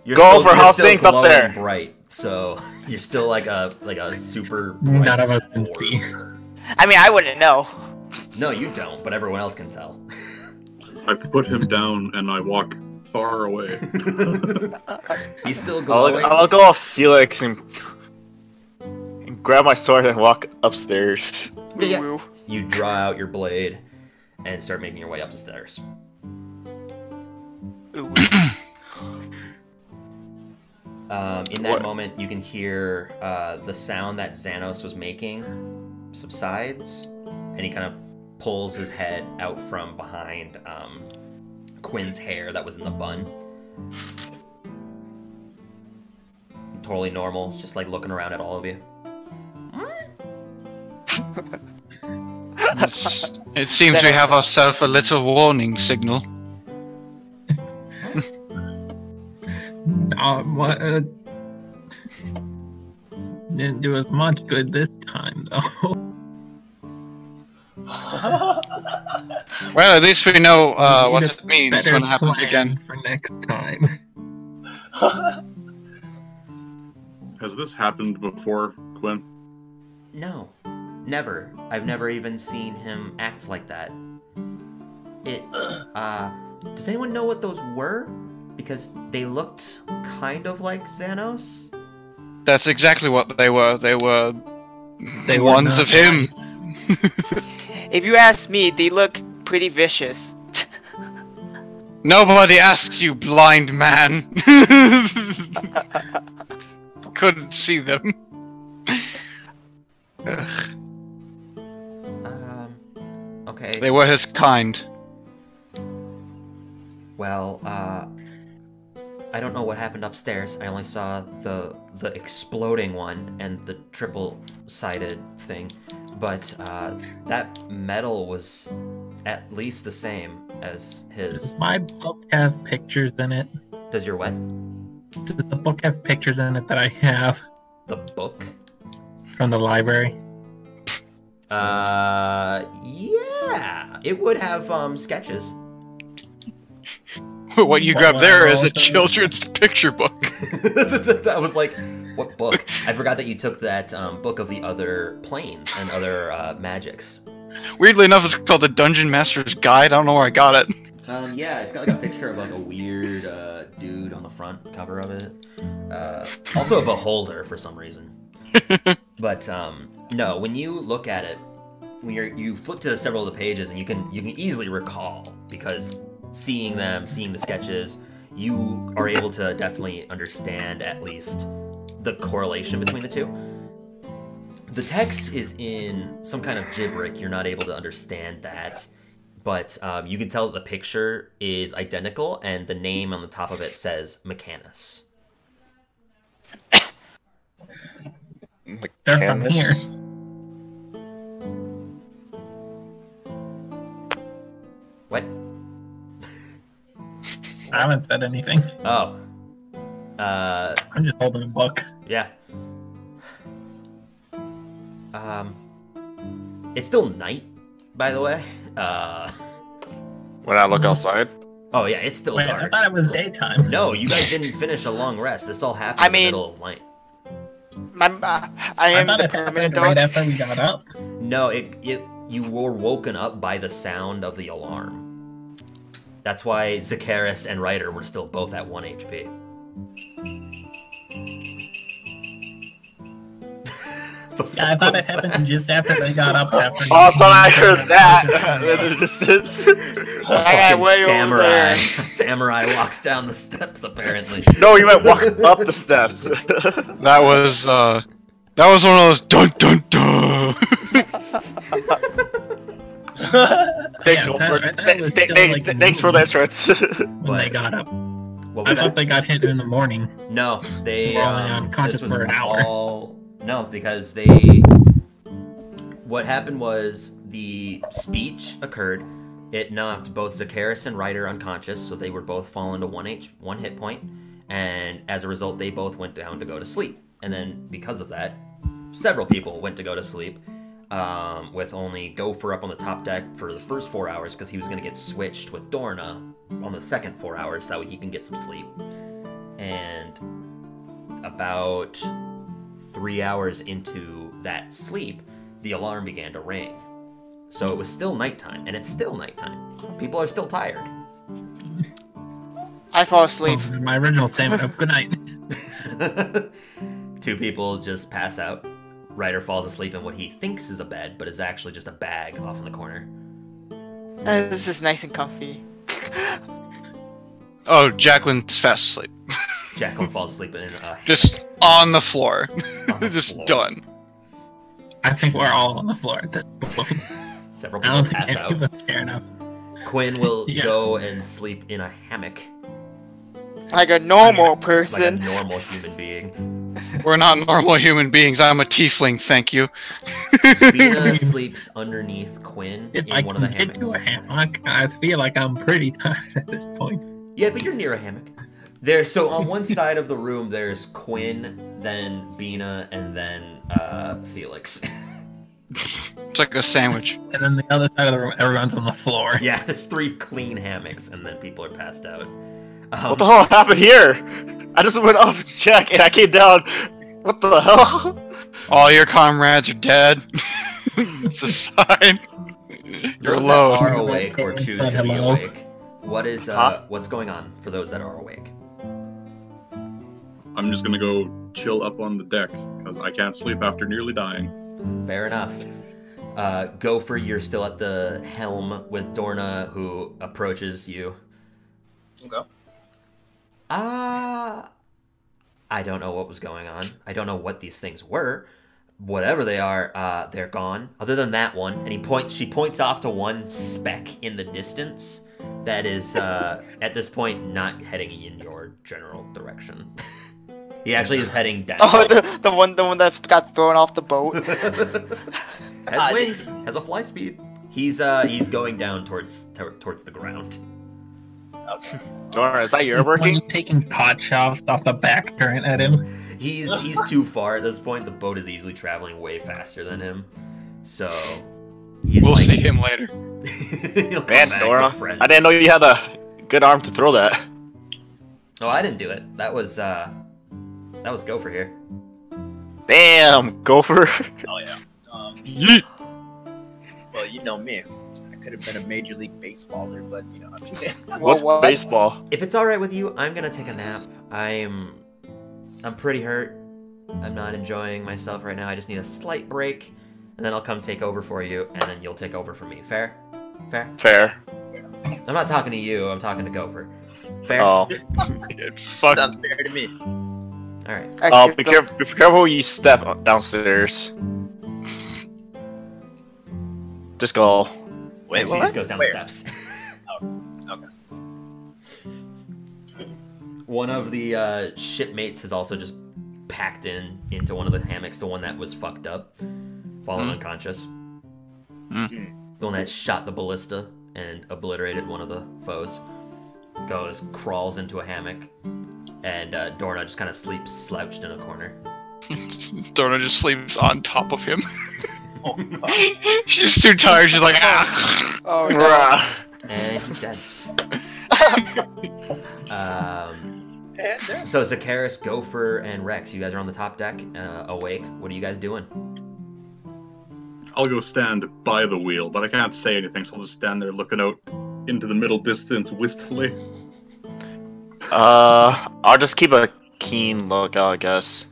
Speaker 3: You're
Speaker 6: Go for
Speaker 3: you're
Speaker 6: house things up
Speaker 3: glowing
Speaker 6: there.
Speaker 3: Bright, so you're still like a like a super.
Speaker 4: None
Speaker 3: bright
Speaker 4: of us can
Speaker 3: orb.
Speaker 4: see.
Speaker 6: I mean, I wouldn't know.
Speaker 3: No, you don't, but everyone else can tell.
Speaker 7: I put him down and I walk far away.
Speaker 3: He's still glowing.
Speaker 8: I'll, I'll go off Felix and, and grab my sword and walk upstairs.
Speaker 3: Yeah, yeah. You draw out your blade and start making your way up the stairs. Um, in that
Speaker 8: What?
Speaker 3: moment, you can hear uh, the sound that Xanos was making subsides, and he kind of pulls his head out from behind um, Quinn's hair that was in the bun. totally normal. It's just like looking around at all of you.
Speaker 9: It's- it seems we have ourselves a little warning signal.
Speaker 4: Not what, uh, didn't do as much good this time, though.
Speaker 9: Well, at least we know uh, what
Speaker 4: Need a
Speaker 9: it means
Speaker 4: better
Speaker 9: when it happens
Speaker 4: plan
Speaker 9: again.
Speaker 4: For next time.
Speaker 7: Has this happened before, Quinn?
Speaker 3: No, never. I've never even seen him act like that. It, uh, does anyone know what those were? Because they looked kind of like Xanos.
Speaker 9: That's exactly what they were. They were
Speaker 4: They were
Speaker 9: ones
Speaker 4: not
Speaker 9: of him.
Speaker 6: If you ask me, they look pretty vicious.
Speaker 9: Nobody asked you, blind man. Couldn't see them. Ugh,
Speaker 3: Um, okay.
Speaker 9: they were his kind.
Speaker 3: Well, uh, I don't know what happened upstairs. I only saw the the exploding one and the triple-sided thing, but uh, that metal was at least the same as his.
Speaker 4: My book have pictures in it.
Speaker 3: Does your what?
Speaker 4: Does the book have pictures in it that I have
Speaker 3: The book?
Speaker 4: from the library?
Speaker 3: Uh, yeah, it would have um sketches.
Speaker 9: what you
Speaker 3: What
Speaker 9: grab
Speaker 3: were
Speaker 9: there is
Speaker 3: all
Speaker 9: a
Speaker 3: of them?
Speaker 9: children's picture book.
Speaker 3: I was like, what book? I forgot that you took that um, book of the other planes and other uh, magics.
Speaker 9: Weirdly enough, it's called the Dungeon Master's Guide. I don't know where I got it.
Speaker 3: Um, yeah, it's got like a picture of like a weird uh, dude on the front cover of it. Uh, also a beholder for some reason. but um, no, when you look at it, when you you flip to several of the pages and you can you can easily recall because seeing them, seeing the sketches, you are able to definitely understand at least the correlation between the two. The text is in some kind of gibberish. You're not able to understand that, but um, you can tell that the picture is identical, and the name on the top of it says Mechanus.
Speaker 4: They're from
Speaker 3: Canvas?
Speaker 4: here.
Speaker 3: What?
Speaker 4: I haven't said anything.
Speaker 3: Oh. Uh,
Speaker 4: I'm just holding a book.
Speaker 3: yeah. Um, it's still night, by the way. Uh,
Speaker 8: When I look outside,
Speaker 3: oh yeah, it's still
Speaker 4: Wait, I
Speaker 3: dark.
Speaker 4: thought it was daytime.
Speaker 3: No, you guys didn't finish a long rest. This all happened
Speaker 6: I
Speaker 3: in the
Speaker 6: mean-
Speaker 3: middle of night.
Speaker 6: My, uh, I am
Speaker 4: thought
Speaker 6: the
Speaker 4: it happened
Speaker 6: permanent dog.
Speaker 4: right after we got up.
Speaker 3: No, it, it you were woken up by the sound of the alarm. That's why Zacharis and Ryder were still both at one HP.
Speaker 4: Yeah, I thought it happened just after they got up. After
Speaker 8: Also, Oh, I heard that. At a distance.
Speaker 3: Fucking
Speaker 8: way over
Speaker 3: samurai.
Speaker 8: there.
Speaker 3: samurai walks down the steps apparently.
Speaker 8: no, you might walk up the steps.
Speaker 9: That was uh, that was one of those dun dun dun.
Speaker 8: thanks, Wilford. Th- th- th- thanks for that, Trent.
Speaker 4: when they got up.
Speaker 3: What
Speaker 4: I
Speaker 3: was
Speaker 4: thought
Speaker 3: that?
Speaker 4: they got hit in the morning.
Speaker 3: No, they.
Speaker 4: Well,
Speaker 3: um,
Speaker 4: yeah, unconscious
Speaker 3: this was
Speaker 4: for an hour.
Speaker 3: all- No, because they. What happened was the speech occurred. It knocked both Zacharis and Ryder unconscious, so they were both fallen to one H, one hit point, and as a result, they both went down to go to sleep. And then because of that, several people went to go to sleep. Um, with only Gopher up on the top deck for the first four hours because he was going to get switched with Dorna on the second four hours, that way he can get some sleep. And about three hours into that sleep, the alarm began to ring. So it was still nighttime, and it's still nighttime. People are still tired.
Speaker 6: I fall asleep.
Speaker 4: My original statement of good night.
Speaker 3: Two people just pass out. Ryder falls asleep in what he thinks is a bed, but is actually just a bag off in the corner. Oh.
Speaker 6: Uh, this is nice and comfy.
Speaker 9: Oh, Jacqueline's fast asleep.
Speaker 3: Jacqueline falls asleep in a
Speaker 9: Just on the floor. Just done.
Speaker 4: I think we're all on the floor at this point.
Speaker 3: Several
Speaker 4: I don't
Speaker 3: people
Speaker 4: think
Speaker 3: pass
Speaker 4: any
Speaker 3: out.
Speaker 4: of us care enough.
Speaker 3: Quinn will
Speaker 4: Yeah.
Speaker 3: go and sleep in a hammock
Speaker 6: Like a normal
Speaker 3: like a
Speaker 6: person.
Speaker 3: normal human being.
Speaker 9: We're not normal human beings. I'm a tiefling, thank you.
Speaker 3: Bina sleeps underneath Quinn
Speaker 4: If
Speaker 3: in
Speaker 4: I
Speaker 3: one
Speaker 4: can
Speaker 3: of the
Speaker 4: get
Speaker 3: hammocks.
Speaker 4: to a hammock, I feel like I'm pretty tired at this point.
Speaker 3: Yeah, but you're near a hammock. There, so on one side of the room, there's Quinn, then Bina, and then uh, Felix.
Speaker 9: It's like a sandwich.
Speaker 4: And then the other side of the room, everyone's on the floor.
Speaker 3: Yeah, there's three clean hammocks, and then people are passed out. Um,
Speaker 8: what
Speaker 9: Um,
Speaker 8: the hell happened here? I just went up to check and I came down. What the hell?
Speaker 9: All your comrades are dead. it's a sign. uh, You're
Speaker 3: Those that
Speaker 9: alone.
Speaker 3: Are awake or choose to be
Speaker 9: Hello.
Speaker 3: awake? What is uh,
Speaker 9: Huh?
Speaker 3: what's going on for those that are awake?
Speaker 7: I'm just gonna go chill up on the deck because I can't sleep after nearly dying.
Speaker 3: Fair enough. Uh, Gopher, you're still at the helm with Dorna, who approaches you.
Speaker 2: Okay.
Speaker 3: Ah. I don't know what was going on. I don't know what these things were. Whatever they are, uh, they're gone. Other than that one, and he points. She points off to one speck in the distance that is, uh, at this point, not heading in your general direction. he actually is heading down.
Speaker 6: Oh, the, the one, the one that got thrown off the boat.
Speaker 3: has wings, has a fly speed. He's uh, he's going down towards to- towards the ground.
Speaker 8: Dora, is that your
Speaker 4: This
Speaker 8: working?
Speaker 4: one's taking pot shots off the back turret at him.
Speaker 3: He's he's too far at this point. The boat is easily traveling way faster than him, so he's
Speaker 9: We'll
Speaker 3: like-
Speaker 9: see him later.
Speaker 3: He'll come
Speaker 8: Man,
Speaker 3: back
Speaker 8: Dora,
Speaker 3: with friends.
Speaker 8: I didn't know you had a good arm to throw that.
Speaker 3: Oh, I didn't do it. That was uh, that was Gopher here.
Speaker 8: Damn, gopher.
Speaker 2: Oh yeah. Um,
Speaker 9: Yeet.
Speaker 2: well, you know me. I could have been a major league baseballer, but you know, I'm just saying.
Speaker 8: What's baseball?
Speaker 3: If it's all right with you, I'm gonna take a nap. I'm I'm pretty hurt. I'm not enjoying myself right now. I just need a slight break, and then I'll come take over for you, and then you'll take over for me. Fair? Fair?
Speaker 8: Fair.
Speaker 3: I'm not talking to you. I'm talking to Gopher. Fair.
Speaker 8: Oh. Fuck.
Speaker 2: Sounds fair to me.
Speaker 3: All right.
Speaker 8: Oh, be careful! Be careful where you step downstairs. Just go.
Speaker 2: Wait,
Speaker 3: She just
Speaker 2: what?
Speaker 3: goes down
Speaker 2: Where? Oh,
Speaker 3: the steps.
Speaker 2: Okay.
Speaker 3: one of the uh, shipmates has also just packed in into one of the hammocks, the one that was fucked up, fallen
Speaker 9: Mm.
Speaker 3: unconscious,
Speaker 9: Mm.
Speaker 3: the one that shot the ballista and obliterated one of the foes. Goes crawls into a hammock, and uh, Dorna just kind of sleeps slouched in a corner.
Speaker 9: Dorna just sleeps on top of him. Oh, she's too tired. She's like, ah.
Speaker 6: Oh,
Speaker 9: Rah.
Speaker 3: and he's dead. um, so Zacharis, Gopher, and Rex, you guys are on the top deck, uh, awake. What are you guys doing?
Speaker 7: I'll go stand by the wheel, but I can't say anything, so I'll just stand there looking out into the middle distance wistfully.
Speaker 8: Uh, I'll just keep a keen lookout, I guess.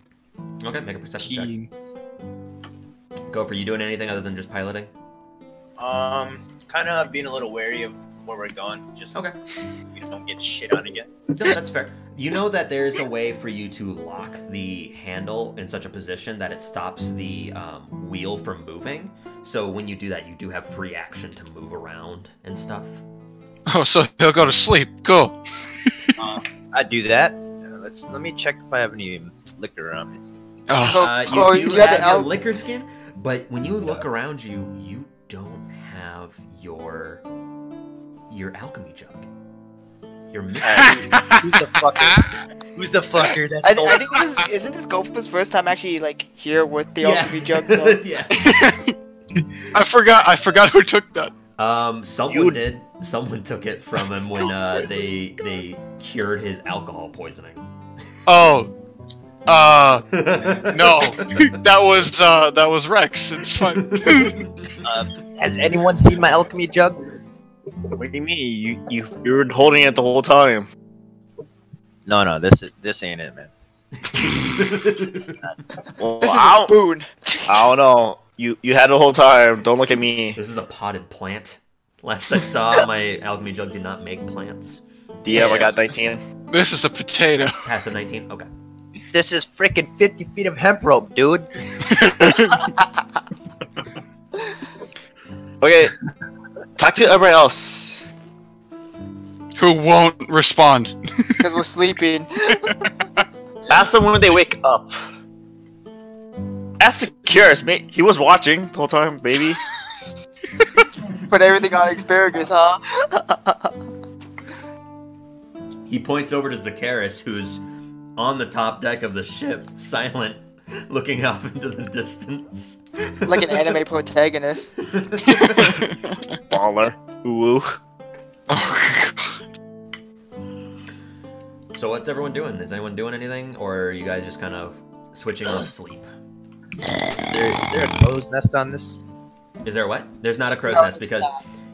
Speaker 3: Okay, make a perception check. Gopher, you doing anything other than just piloting?
Speaker 2: Um, kind of being a little wary of where we're going. Just
Speaker 3: okay.
Speaker 2: We don't get shit on again.
Speaker 3: No, that's fair. You know that there's a way for you to lock the handle in such a position that it stops the um, wheel from moving. So when you do that, you do have free action to move around and stuff.
Speaker 9: Oh, so he'll go to sleep. Cool.
Speaker 2: Uh, I do that. Uh, let's let me check if I have any liquor on me.
Speaker 9: Oh.
Speaker 3: Uh, you do
Speaker 6: Chloe, you had
Speaker 3: have
Speaker 6: to
Speaker 3: your
Speaker 6: out-
Speaker 3: liquor skin, but when you look around you, you don't have your your alchemy jug. Your mystery.
Speaker 2: Who's the fucker? Who's the fucker? That
Speaker 6: I,
Speaker 2: stole
Speaker 6: I think this is, isn't this Gopher's first time actually like here with the
Speaker 3: Yeah.
Speaker 6: alchemy jug? though?
Speaker 3: yeah.
Speaker 9: I forgot. I forgot who took that.
Speaker 3: Um, someone did. Someone took it from him when uh, they they cured his alcohol poisoning.
Speaker 9: Oh. Uh. No. that was uh. That was Rex. It's fun.
Speaker 2: Uh, has anyone seen my alchemy jug?
Speaker 8: What do you mean? You you you were holding it the whole time.
Speaker 2: No, no, this is this ain't it, man.
Speaker 8: Well,
Speaker 6: This is
Speaker 8: I
Speaker 6: a
Speaker 8: don't,
Speaker 6: spoon.
Speaker 8: I don't know. You you had it the whole time. Don't look at me.
Speaker 3: This is a potted plant. Last I saw, my alchemy jug did not make plants.
Speaker 8: DM, I got 19.
Speaker 9: this is a potato.
Speaker 3: Pass a 19. Okay.
Speaker 2: This is freaking 50 feet of hemp rope, dude.
Speaker 8: Okay. Talk to everyone else.
Speaker 9: Who won't respond?
Speaker 6: Because we're sleeping.
Speaker 8: Ask them when they wake up. That's curious. ma- He was watching the whole time, baby.
Speaker 6: Put everything on asparagus, huh?
Speaker 3: He points over to Zacharis, who's on the top deck of the ship, silent, looking off into the distance.
Speaker 6: like an anime protagonist.
Speaker 8: Baller. Ooh.
Speaker 9: Oh,
Speaker 3: So what's everyone doing? Is anyone doing anything, or are you guys just kind of switching on sleep?
Speaker 2: There, there a crow's nest on this?
Speaker 3: Is there what? There's not a crow's
Speaker 2: No,
Speaker 3: nest because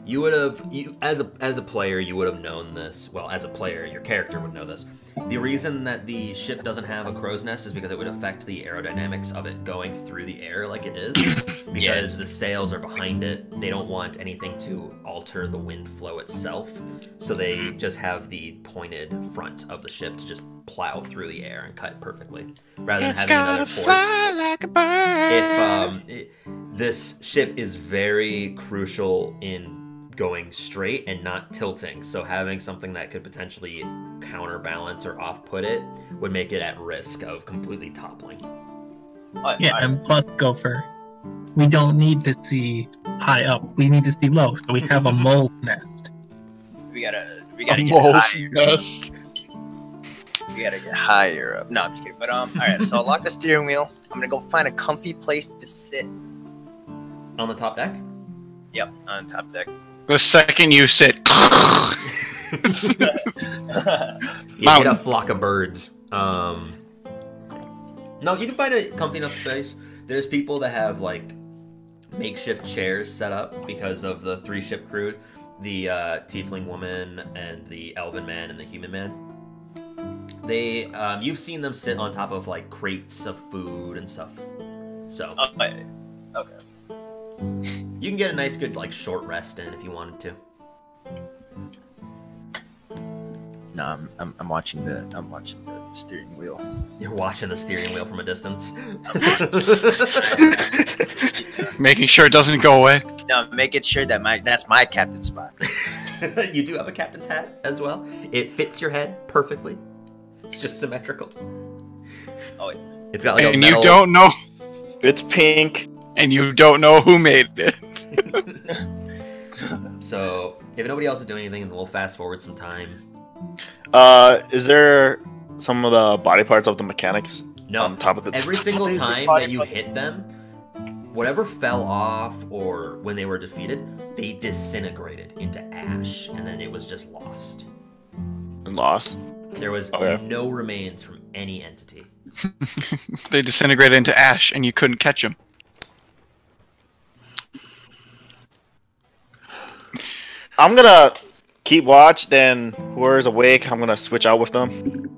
Speaker 3: you would have you as a as a player you would have known this. Well, as a player, your character would know this. The reason that the ship doesn't have a crow's nest is because it would affect the aerodynamics of it going through the air like it is because the sails are behind it. They don't want anything to alter the wind flow itself. So they just have the pointed front of the ship to just plow through the air and cut perfectly rather than
Speaker 14: It's
Speaker 3: having another
Speaker 14: gotta
Speaker 3: force
Speaker 14: fly like a bird.
Speaker 3: if um, it, this ship is very crucial in going straight and not tilting so having something that could potentially counterbalance or off-put it would make it at risk of completely toppling
Speaker 4: Yeah, and plus gopher. We don't need to see high up. We need to see low. So we have a mole's nest.
Speaker 2: We gotta, we gotta
Speaker 4: A
Speaker 2: get
Speaker 4: mole's
Speaker 2: higher. We gotta get higher up. No, I'm just kidding. But um, all right. So I'll lock the steering wheel. I'm gonna go find a comfy place to sit.
Speaker 3: on the top deck
Speaker 2: Yep, on top deck.
Speaker 9: The second you sit,
Speaker 3: you get a flock of birds um no you can find a comfy enough space there's people that have like makeshift chairs set up because of the three ship crew the uh, tiefling woman and the elven man and the human man they um, you've seen them sit on top of like crates of food and stuff so
Speaker 2: okay
Speaker 3: you can get a nice good like short rest in if you wanted to
Speaker 2: No, I'm, I'm, I'm watching the, I'm watching the steering wheel.
Speaker 3: you're watching the steering wheel from a distance
Speaker 9: making sure it doesn't go away.
Speaker 2: No, making sure that my, that's my captain spot.
Speaker 3: you do have a captain's hat as well. It fits your head perfectly. It's just symmetrical.
Speaker 2: Oh,
Speaker 3: it's got like a
Speaker 9: and
Speaker 3: metal.
Speaker 9: you don't know. It's pink. And you don't know who made it.
Speaker 3: So if nobody else is doing anything, then we'll fast forward some time.
Speaker 8: Uh, is there some of the body parts of the mechanics
Speaker 3: no.
Speaker 8: on top of the?
Speaker 3: Every single time that you hit them, whatever fell off or when they were defeated, they disintegrated into ash, and then it was just lost.
Speaker 8: And lost.
Speaker 3: There was
Speaker 8: Okay.
Speaker 3: no remains from any entity.
Speaker 9: they disintegrated into ash, and you couldn't catch them.
Speaker 8: I'm gonna keep watch. Then whoever's awake, I'm gonna switch out with them.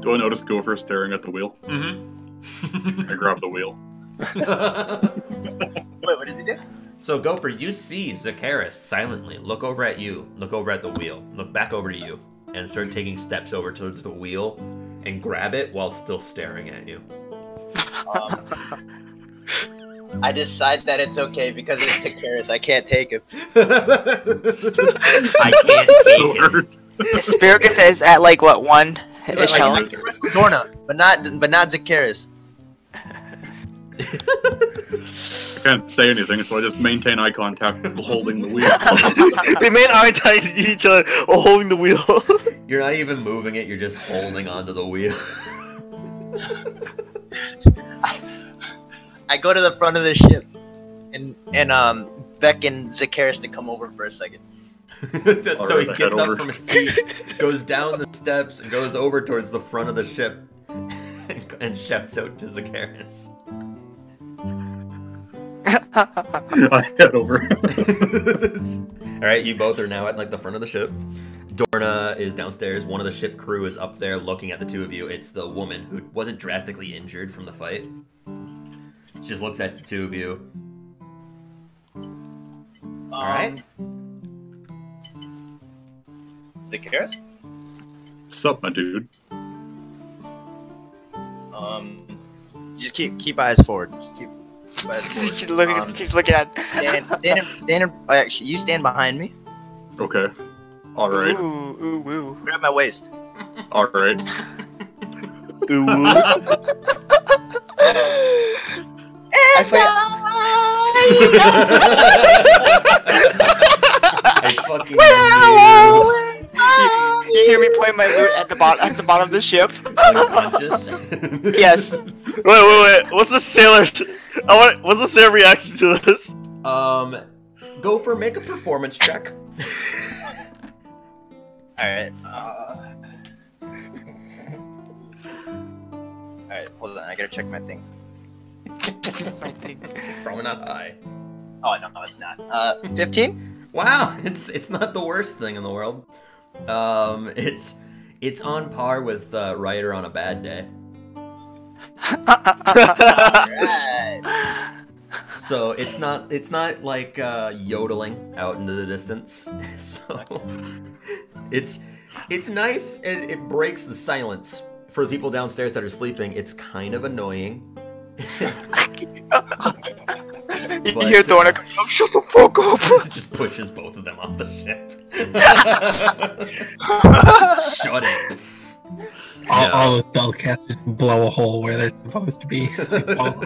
Speaker 7: Do I notice Gopher staring at the wheel? Mm-hmm. I grab the wheel.
Speaker 2: Wait, what did he do?
Speaker 3: So Gopher, you see Zacharis silently look over at you, look over at the wheel, look back over to you, and start taking steps over towards the wheel and grab it while still staring at you.
Speaker 2: I decide that it's okay because it's Sakaris. I can't take him.
Speaker 3: I can't
Speaker 2: take
Speaker 6: Asparagus is at like what one? Ish health.
Speaker 2: him. Dorna, but not, but not Zakaris.
Speaker 7: I can't say anything, so I just maintain eye contact while holding the wheel.
Speaker 8: they made eye contact with each other while holding the wheel.
Speaker 3: You're not even moving it, you're just holding onto the wheel.
Speaker 2: I go to the front of the ship, and and um beckon Zakaris to come over for a second.
Speaker 3: so he
Speaker 2: Alright, I
Speaker 3: gets
Speaker 2: head
Speaker 3: up
Speaker 2: over.
Speaker 3: from his seat, goes down the steps, and goes over towards the front of the ship and shouts out to Zacharis.
Speaker 7: I head over.
Speaker 3: All right, you both are now at like the front of the ship. Dorna is downstairs. One of the ship crew is up there looking at the two of you. It's the woman who wasn't drastically injured from the fight. She just looks at the two of you.
Speaker 2: All right. Um, Zakaris.
Speaker 7: Sup, my dude.
Speaker 2: Um, just keep keep eyes forward. Just keep, keep eyes forward. Um,
Speaker 6: Keep looking- keep looking at-
Speaker 2: Stand, stand, in- stand in- oh, actually, you stand behind me.
Speaker 7: Okay. All right.
Speaker 6: Ooh, ooh, ooh.
Speaker 2: Grab my waist.
Speaker 7: All right.
Speaker 8: Ooh.
Speaker 6: I
Speaker 3: I fucking knew.
Speaker 6: You, you hear me play my lute at the bottom at the bottom of the ship?
Speaker 3: Unconscious.
Speaker 6: yes.
Speaker 15: Wait, wait, wait. What's the sailor? I want. What's the sailor reaction to this?
Speaker 3: Um, Gopher, make a performance check.
Speaker 2: Alright. Uh... Alright, hold on. I gotta check my thing.
Speaker 3: Probably not high.
Speaker 2: Oh, no, it's not. Uh, 15?
Speaker 3: Wow, it's it's not the worst thing in the world. Um, it's it's on par with uh, Ryder on a bad day. So it's not it's not like uh, yodeling out into the distance. So it's it's nice and it breaks the silence for the people downstairs that are sleeping. It's kind of annoying.
Speaker 6: You hear Dorna go, "Oh, shut the fuck up!
Speaker 3: just pushes both of them off the ship. Shut it.
Speaker 4: All,
Speaker 3: Yeah.
Speaker 4: all the spellcasters blow a hole where they're supposed to be. It's like, well,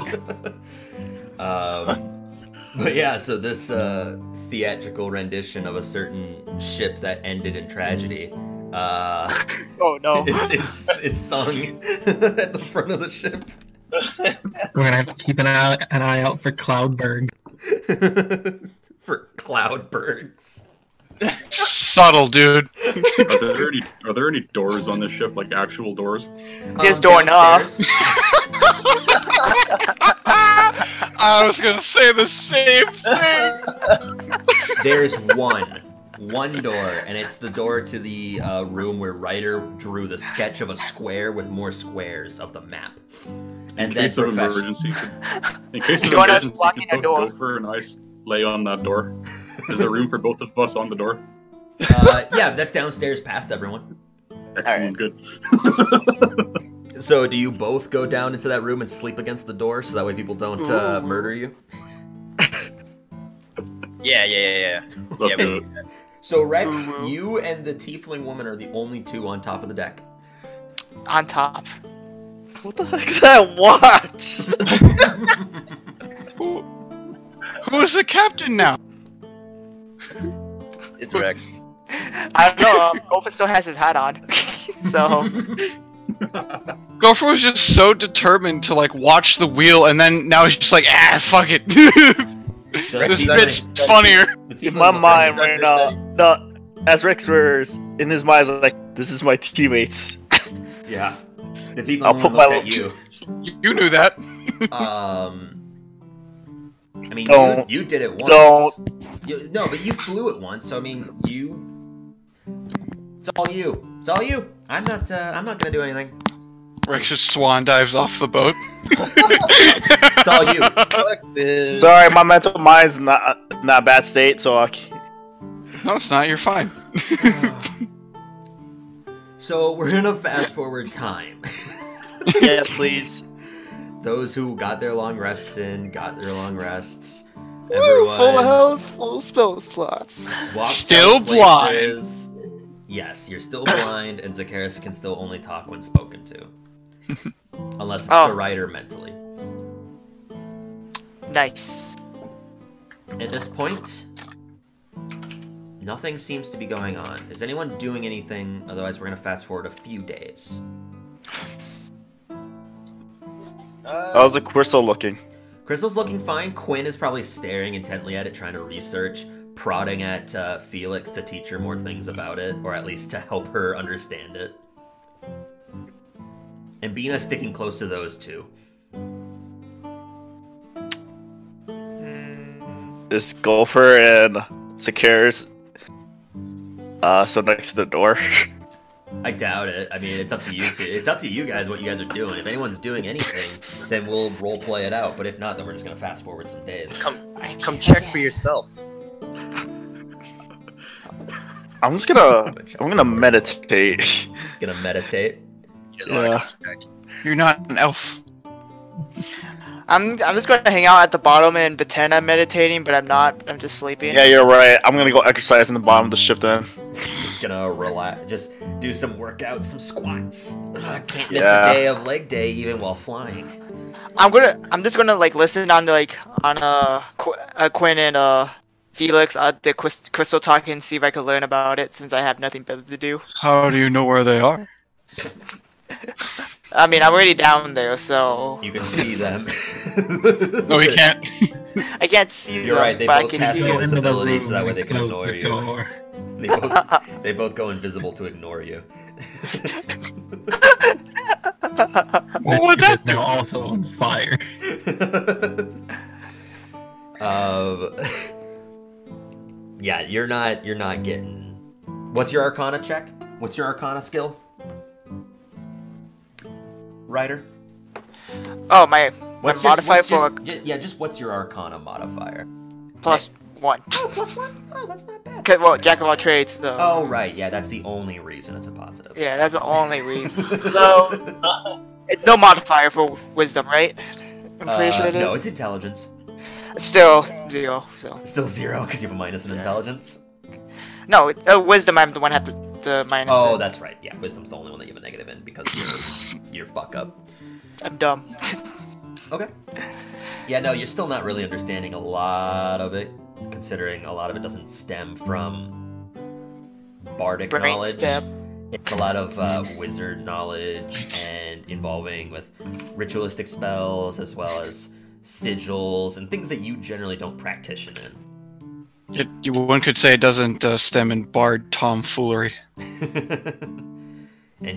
Speaker 3: Um, but yeah, so this uh, theatrical rendition of a certain ship that ended in tragedy. Uh,
Speaker 6: oh no!
Speaker 3: It's, it's, it's sung at the front of the ship.
Speaker 4: we're gonna have to keep an eye, an eye out for Cloudberg.
Speaker 3: for cloudbergs.
Speaker 9: Subtle, dude.
Speaker 7: are, there any, are there any doors on this ship, like actual doors?
Speaker 3: Um,
Speaker 6: There's Dorna.
Speaker 9: I was gonna say the same thing.
Speaker 3: There's one, one door, and it's the door to the uh, room where Ryder drew the sketch of a square with more squares of the map.
Speaker 7: In
Speaker 3: And then
Speaker 7: case of
Speaker 3: profession-
Speaker 7: emergency, could- in case of
Speaker 6: Join us
Speaker 7: emergency,
Speaker 6: blocking
Speaker 7: could
Speaker 6: a door.
Speaker 7: both Gopher and I s- lay on that door. Is there room for both of us on the door?
Speaker 3: uh, yeah, that's downstairs past everyone.
Speaker 7: Excellent, good.
Speaker 3: So, do you both go down into that room and sleep against the door so that way people don't uh,
Speaker 2: Ooh.
Speaker 3: murder you?
Speaker 2: Yeah, yeah, yeah, yeah.
Speaker 7: Let's
Speaker 2: yeah,
Speaker 7: do
Speaker 2: we-
Speaker 3: So, Rex, you and the tiefling woman are the only two on top of the deck.
Speaker 6: On top.
Speaker 15: What the heck is that watch?
Speaker 9: Who's the captain now?
Speaker 2: It's Rex.
Speaker 6: I don't know. Um, Gopher still has his hat on, so
Speaker 9: Gopher was just so determined to like watch the wheel, and then now he's just like, ah, fuck it. this bitch funnier.
Speaker 15: In my mind right now, no, as Rex was in his mind, like this is my teammates.
Speaker 3: Yeah. The tiefling
Speaker 15: I'll
Speaker 3: woman
Speaker 15: put my
Speaker 3: looks at
Speaker 15: little-
Speaker 3: you.
Speaker 9: You knew that.
Speaker 3: Um, I mean, you,
Speaker 15: Don't.
Speaker 3: you did it once.
Speaker 15: Don't.
Speaker 3: You, no, but you flew it once. So I mean, you. It's all you. It's all you. I'm not. Uh, I'm not gonna do anything.
Speaker 9: Rex just swan dives off the boat.
Speaker 3: It's all you.
Speaker 15: Sorry, my mental mind's not not bad state, so I can't.
Speaker 9: No, it's not. You're fine.
Speaker 3: So we're gonna fast forward time.
Speaker 15: yes, please.
Speaker 3: Those who got their long rests in got their long rests.
Speaker 6: Woo,
Speaker 3: Everyone
Speaker 6: full
Speaker 2: Oh.
Speaker 6: health, full spell slots.
Speaker 3: swapped
Speaker 9: Still
Speaker 3: out
Speaker 9: blind.
Speaker 3: places. Yes, you're still blind, and Zacharis can still only talk when spoken to, unless it's
Speaker 6: Oh.
Speaker 3: the writer mentally.
Speaker 6: Nice.
Speaker 3: At this point, nothing seems to be going on. Is anyone doing anything? Otherwise, we're gonna fast forward a few days.
Speaker 15: How's the crystal looking?
Speaker 3: Crystal's looking fine. Quinn is probably staring intently at it, trying to research, prodding at uh, Felix to teach her more things about it, or at least to help her understand it. And Bina's sticking close to those two.
Speaker 15: Is Gopher and Secures uh so next to the door?
Speaker 3: I doubt it. I mean, it's up to you two. It's up to you guys what you guys are doing. If anyone's doing anything, then we'll role play it out. But if not, then we're just gonna fast forward some days.
Speaker 2: Come, come check for yourself.
Speaker 15: I'm just gonna I'm gonna meditate.
Speaker 3: Gonna meditate.
Speaker 15: Yeah.
Speaker 9: You're not an elf.
Speaker 6: I'm I'm just going to hang out at the bottom and pretend I'm meditating, but I'm not. I'm just sleeping.
Speaker 8: Yeah, you're right. I'm gonna go exercise in the bottom of the ship then.
Speaker 3: Just gonna relax. Just do some workouts, some squats. Ugh, I can't miss
Speaker 8: Yeah.
Speaker 3: a day of leg day even while flying.
Speaker 6: I'm gonna. I'm just gonna like listen on like on uh, Qu- uh Quinn and uh Felix uh the Quis- crystal talk and see if I could learn about it since I have nothing better to do.
Speaker 9: How do you know where they are?
Speaker 6: I mean, I'm already down there, so
Speaker 3: You can see them.
Speaker 9: No, we can't.
Speaker 6: I can't see.
Speaker 3: You're
Speaker 6: them,
Speaker 3: right. They
Speaker 6: but I
Speaker 3: both
Speaker 6: can
Speaker 3: cast
Speaker 6: hear.
Speaker 3: invisibility so that way they can ignore you. They both, they both go invisible to ignore you.
Speaker 4: What
Speaker 14: Oh,
Speaker 4: would that now also on fire.
Speaker 3: Um, yeah, you're not. You're not getting. What's your Arcana check? What's your Arcana skill? Ryder.
Speaker 6: Oh my.
Speaker 3: What's your-
Speaker 6: my modifier
Speaker 3: what's your-
Speaker 6: for
Speaker 3: y- yeah, just what's your Arcana modifier?
Speaker 6: plus one.
Speaker 3: Oh, plus one. Oh, that's not bad.
Speaker 6: 'Cause, well, jack of all trades. So.
Speaker 3: Oh right, yeah, that's the only reason it's a positive.
Speaker 6: Yeah, that's the only reason. so it's no modifier for wisdom, right? I'm pretty sure
Speaker 3: Uh,
Speaker 6: it is.
Speaker 3: No, it's intelligence.
Speaker 6: Still zero. So
Speaker 3: Still zero because you have a minus in intelligence.
Speaker 6: no, it- uh, wisdom. I'm the one have the, the minus.
Speaker 3: oh,
Speaker 6: it.
Speaker 3: that's right. Yeah, wisdom's the only one that you have a negative in because you're you're fuck up.
Speaker 6: I'm dumb.
Speaker 3: okay. Yeah, no, you're still not really understanding a lot of it, considering a lot of it doesn't stem from bardic
Speaker 6: Brain
Speaker 3: knowledge.
Speaker 6: stem.
Speaker 3: It's a lot of uh, wizard knowledge and involving with ritualistic spells as well as sigils and things that you generally don't practice in.
Speaker 9: It, you- one could say it doesn't uh, stem in bard tomfoolery.
Speaker 3: And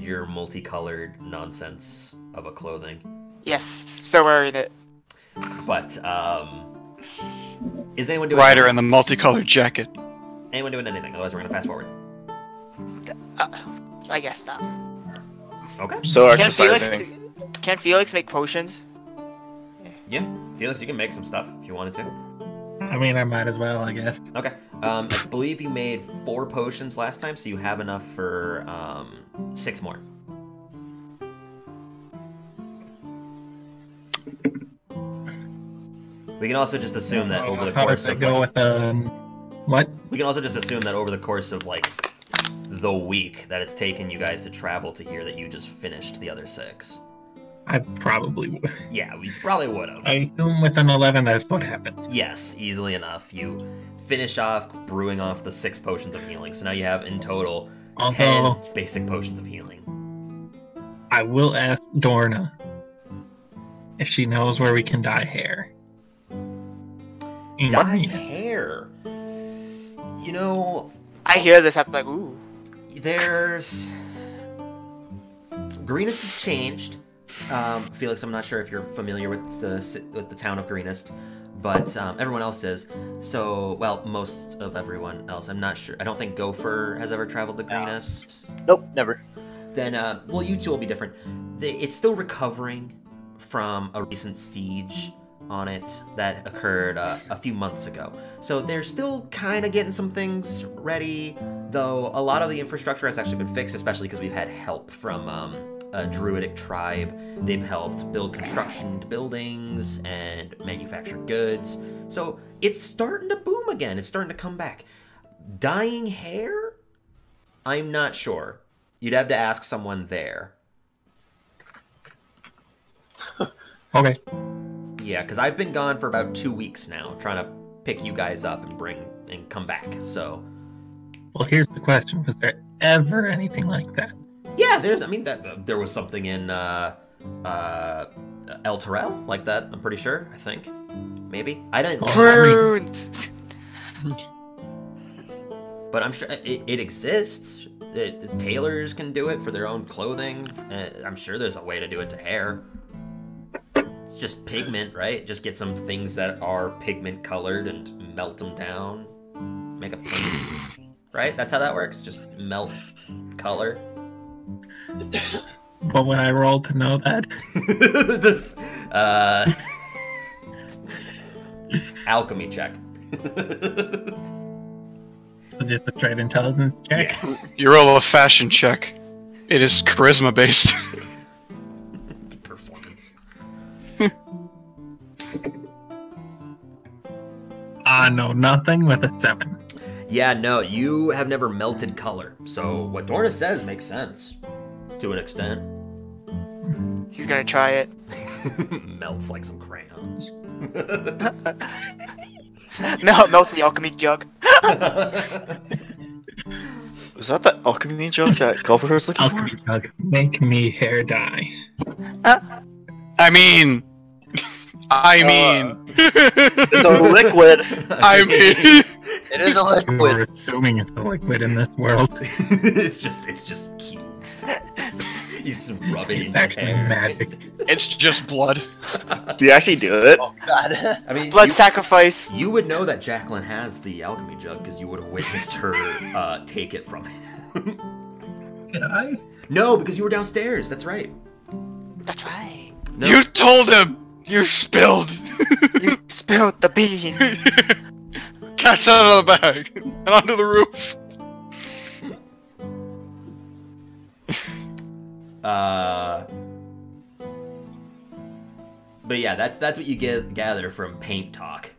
Speaker 3: your multicolored nonsense of a clothing.
Speaker 6: Yes, still wearing it.
Speaker 3: But um, is anyone doing
Speaker 9: Rider in the multicolored jacket.
Speaker 3: anyone doing anything? Otherwise, we're gonna fast forward.
Speaker 6: I guess not.
Speaker 3: Okay.
Speaker 8: So
Speaker 6: Can Felix,
Speaker 8: exercising.
Speaker 6: can Felix make potions?
Speaker 3: Yeah, Felix, you can make some stuff if you wanted to.
Speaker 4: I mean, I might as well, I guess.
Speaker 3: Okay. Um, I believe you made four potions last time, so you have enough for um, six more. We can also just assume that over the
Speaker 4: How
Speaker 3: course
Speaker 4: does it
Speaker 3: of
Speaker 4: go
Speaker 3: like,
Speaker 4: with um? What?
Speaker 3: we can also just assume that over the course of like the week that it's taken you guys to travel to here that you just finished the other six.
Speaker 4: I probably would.
Speaker 3: Yeah, we probably would have.
Speaker 4: I assume with an eleven, that's what happens.
Speaker 3: Yes, easily enough. You finish off brewing off the six potions of healing. So now you have in total
Speaker 4: Uh-huh. Although-
Speaker 3: ten basic potions of healing.
Speaker 4: I will ask Dorna if she knows where we can dye hair.
Speaker 3: Dye
Speaker 4: Right.
Speaker 3: hair. You know,
Speaker 6: I hear this. I'm like, ooh.
Speaker 3: There's Greenest has changed. Um, Felix, I'm not sure if you're familiar with the ci- with the town of Greenest, but um, everyone else is. So, well, most of everyone else. I'm not sure. I don't think Gopher has ever traveled to Greenest.
Speaker 2: Nope, never.
Speaker 3: Then, uh, well, you two will be different. The, it's still recovering from a recent siege on it that occurred uh, a few months ago. So they're still kind of getting some things ready, though a lot of the infrastructure has actually been fixed, especially because we've had help from um, a druidic tribe. They've helped build construction buildings and manufacture goods. So it's starting to boom again. It's starting to come back. Dying hair? I'm not sure. You'd have to ask someone there.
Speaker 4: Okay.
Speaker 3: Yeah, because I've been gone for about two weeks now, trying to pick you guys up and bring and come back. So
Speaker 4: Well, here's the question: Was there ever anything like that?
Speaker 3: yeah, there's. I mean, that uh, there was something in uh, uh, El Terrell like that. I'm pretty sure. I think maybe I didn't.
Speaker 6: Prunes.
Speaker 3: But I'm sure it, it exists. It, the tailors can do it for their own clothing. Uh, I'm sure there's a way to do it to hair. It's just pigment, right? Just get some things that are pigment colored and melt them down. Make a paint, right? That's how that works. Just melt color.
Speaker 4: But when I roll to know that,
Speaker 3: this uh, alchemy check.
Speaker 4: so just a straight intelligence check.
Speaker 9: You roll a fashion check. It is charisma based.
Speaker 3: Performance.
Speaker 4: I know nothing with a seven.
Speaker 3: Yeah, no, you have never melted color, so what Dorna says makes sense to an extent.
Speaker 6: He's gonna try it.
Speaker 3: Melts like some crayons.
Speaker 6: no, melts the alchemy jug.
Speaker 8: Was that the alchemy joke that Gulliver was looking
Speaker 4: Alchemy jug, make me hair dye.
Speaker 9: I mean, I mean,
Speaker 8: it's a liquid.
Speaker 9: I mean,
Speaker 2: It is a liquid.
Speaker 4: We're assuming it's a liquid in this world.
Speaker 3: Oh, it's just, it's just cubes. It's just- He's just rubbing
Speaker 4: It's
Speaker 3: it in your
Speaker 4: actually
Speaker 3: hair.
Speaker 4: magic.
Speaker 9: it's just blood.
Speaker 8: Do you actually do it?
Speaker 2: God.
Speaker 3: I mean,
Speaker 6: Blood
Speaker 3: you-
Speaker 6: sacrifice.
Speaker 3: You would know that Jacqueline has the alchemy jug because you would have witnessed her uh, take it from him.
Speaker 4: Did I?
Speaker 3: no, because you were downstairs. That's right.
Speaker 6: That's right.
Speaker 3: No.
Speaker 9: You told him. You spilled.
Speaker 6: You spilled the bean.
Speaker 9: Cats out of the bag and onto the roof.
Speaker 3: Uh, but yeah, that's that's what you get gather from paint talk.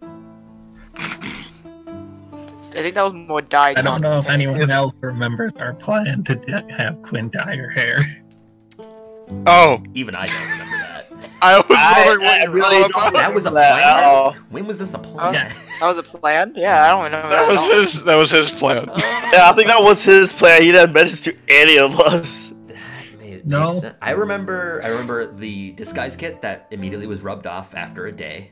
Speaker 6: I think that was more dye.
Speaker 4: I don't
Speaker 6: talk.
Speaker 4: know if anyone else remembers our plan to de- have Quinn dye her hair.
Speaker 9: Oh,
Speaker 3: Even I don't remember that.
Speaker 9: I was
Speaker 2: I-
Speaker 9: wondering
Speaker 2: I
Speaker 9: what you were
Speaker 2: really
Speaker 9: all
Speaker 2: don't
Speaker 9: about.
Speaker 3: That was a
Speaker 2: That-
Speaker 3: plan.
Speaker 2: oh.
Speaker 3: When was this a
Speaker 6: Oh.
Speaker 3: plan?
Speaker 4: Yeah.
Speaker 6: That was a plan. Yeah, I don't remember
Speaker 9: That
Speaker 6: that. at all.
Speaker 9: was his. That was his plan.
Speaker 8: Yeah, I think that was his plan. He didn't mention to any of us.
Speaker 3: May- makes
Speaker 4: No.
Speaker 3: sense. I remember. I remember the disguise kit that immediately was rubbed off after a day.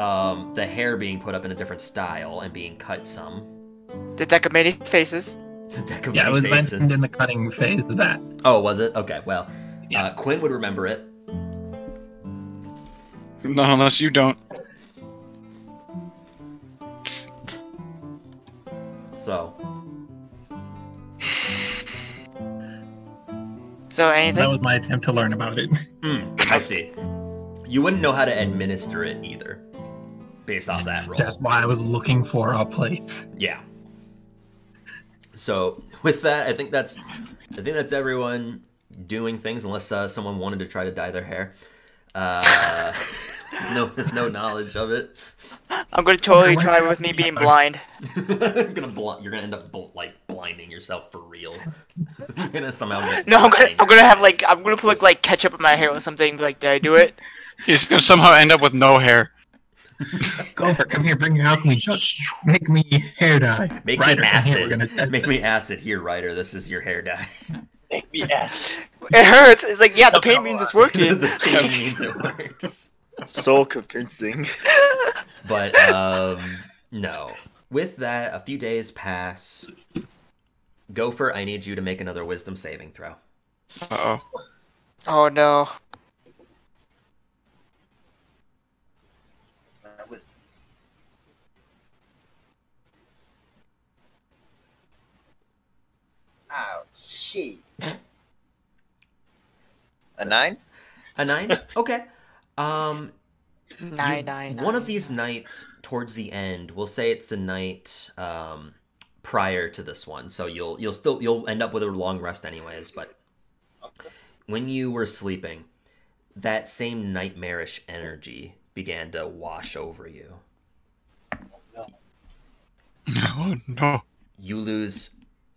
Speaker 3: Um, the hair being put up in a different style and being cut some.
Speaker 6: The deck of many faces.
Speaker 3: The deck of
Speaker 4: Yeah, it
Speaker 3: many
Speaker 4: was
Speaker 3: faces.
Speaker 4: mentioned in the cutting phase of that.
Speaker 3: Oh, was it? Okay. Well, uh, Quinn would remember it.
Speaker 9: Not unless you don't.
Speaker 3: So
Speaker 6: So anything?
Speaker 4: That was my attempt to learn about it.
Speaker 3: Hmm, I see. You wouldn't know how to administer it either, based off that roll.
Speaker 4: That's why I was looking for a place.
Speaker 3: Yeah. So with that, I think that's I think that's everyone doing things unless uh, someone wanted to try to dye their hair. Uh, no, no knowledge of it.
Speaker 6: I'm gonna totally try with me being blind.
Speaker 3: you're gonna bl- you're gonna end up bl- like blinding yourself for real. you're gonna somehow get
Speaker 6: No, I'm gonna
Speaker 3: blind.
Speaker 6: I'm gonna have like I'm gonna put like ketchup in my hair or something. Like, did I do it?
Speaker 9: He's gonna somehow end up with no hair.
Speaker 4: Gopher, come here, bring your alchemy jug. Make me hair dye.
Speaker 3: make
Speaker 4: Ryder,
Speaker 3: me
Speaker 4: come here, we're
Speaker 3: acid.
Speaker 4: gonna test
Speaker 3: make
Speaker 4: it.
Speaker 3: me acid here, Ryder. This is your hair dye.
Speaker 6: Yes. It hurts. It's like yeah, the pain means it's working.
Speaker 3: the stinging means it works.
Speaker 8: So convincing.
Speaker 3: But um, no. With that, a few days pass. Gopher, I need you to make another wisdom saving throw.
Speaker 9: Uh oh.
Speaker 6: Oh no.
Speaker 2: That was- Ow, shit. A nine?
Speaker 3: A nine? Okay. Um,
Speaker 6: Nine,
Speaker 3: you-
Speaker 6: nine,
Speaker 3: One of
Speaker 6: nine.
Speaker 3: these nights towards the end, we'll say it's the night um, prior to this one, so you'll you'll still you'll end up with a long rest anyways. But when you were sleeping, that same nightmarish energy began to wash over you.
Speaker 9: No, no.
Speaker 3: You lose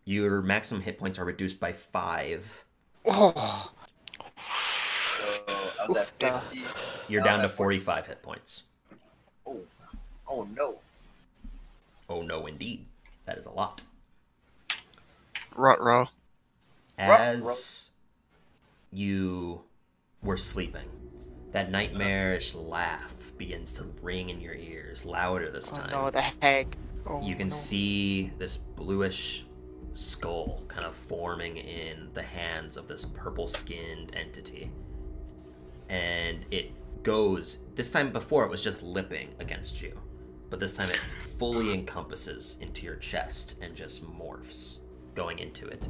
Speaker 3: your maximum hit points are reduced by five.
Speaker 6: Oh.
Speaker 2: So I was Oh, at
Speaker 6: Oof-ta.
Speaker 2: 50.
Speaker 3: You're down to forty-five hit points.
Speaker 2: Oh, oh no.
Speaker 3: Oh no, indeed, that is a lot.
Speaker 9: Rut row.
Speaker 3: as you were sleeping, that nightmarish laugh begins to ring in your ears, louder this
Speaker 6: Oh
Speaker 3: time.
Speaker 6: no, the heck. Oh,
Speaker 3: you can
Speaker 6: no.
Speaker 3: see this bluish skull kind of forming in the hands of this purple skinned entity. And it goes, this time before it was just lipping against you, but this time it fully encompasses into your chest and just morphs going into it.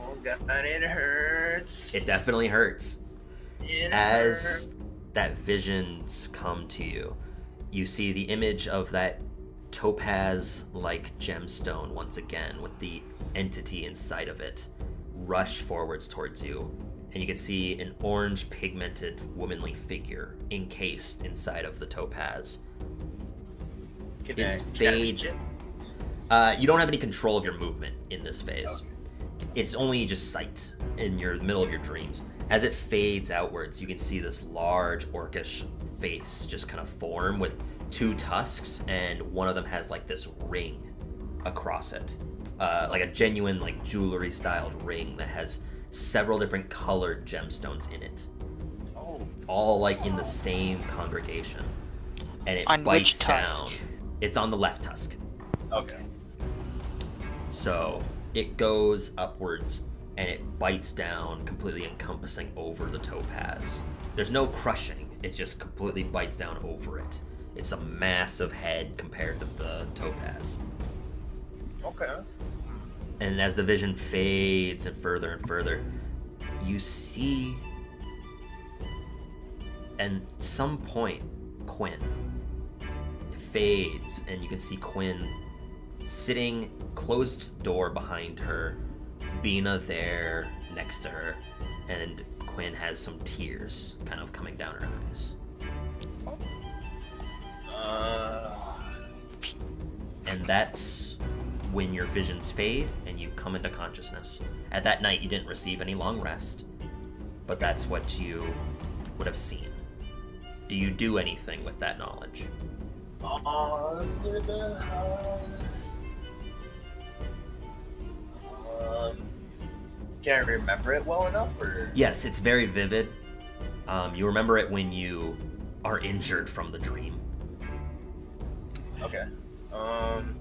Speaker 2: Oh god, it hurts.
Speaker 3: It definitely hurts.
Speaker 2: It
Speaker 3: as that visions come to you, you see the image of that topaz like gemstone once again with the entity inside of it rush forwards towards you and you can see an orange pigmented womanly figure encased inside of the topaz invade. Uh, you don't have any control of your movement in this phase. It's only just sight in your the middle of your dreams. As it fades outwards, you can see this large orcish face just kind of form with two tusks, and one of them has like this ring across it, uh, like a genuine like jewelry styled ring that has several different colored gemstones in it, all like in the same congregation, and it
Speaker 6: On
Speaker 3: bites
Speaker 6: which tusk?
Speaker 3: down. It's on the left tusk.
Speaker 2: Okay.
Speaker 3: So it goes upwards and it bites down, completely encompassing over the topaz. There's no crushing, it just completely bites down over it. It's a massive head compared to the topaz.
Speaker 2: Okay.
Speaker 3: And as the vision fades and further and further, you see. And some point, Quinn. It fades, and you can see Quinn sitting closed door behind her, Bina there next to her, and Quinn has some tears kind of coming down her eyes. and that's when your visions fade and you come into consciousness. At that night, you didn't receive any long rest, but that's what you would have seen. Do you do anything with that knowledge?
Speaker 2: Um, can I remember it well enough, or
Speaker 3: Yes, it's very vivid. Um, you remember it when you are injured from the dream.
Speaker 2: okay? Um,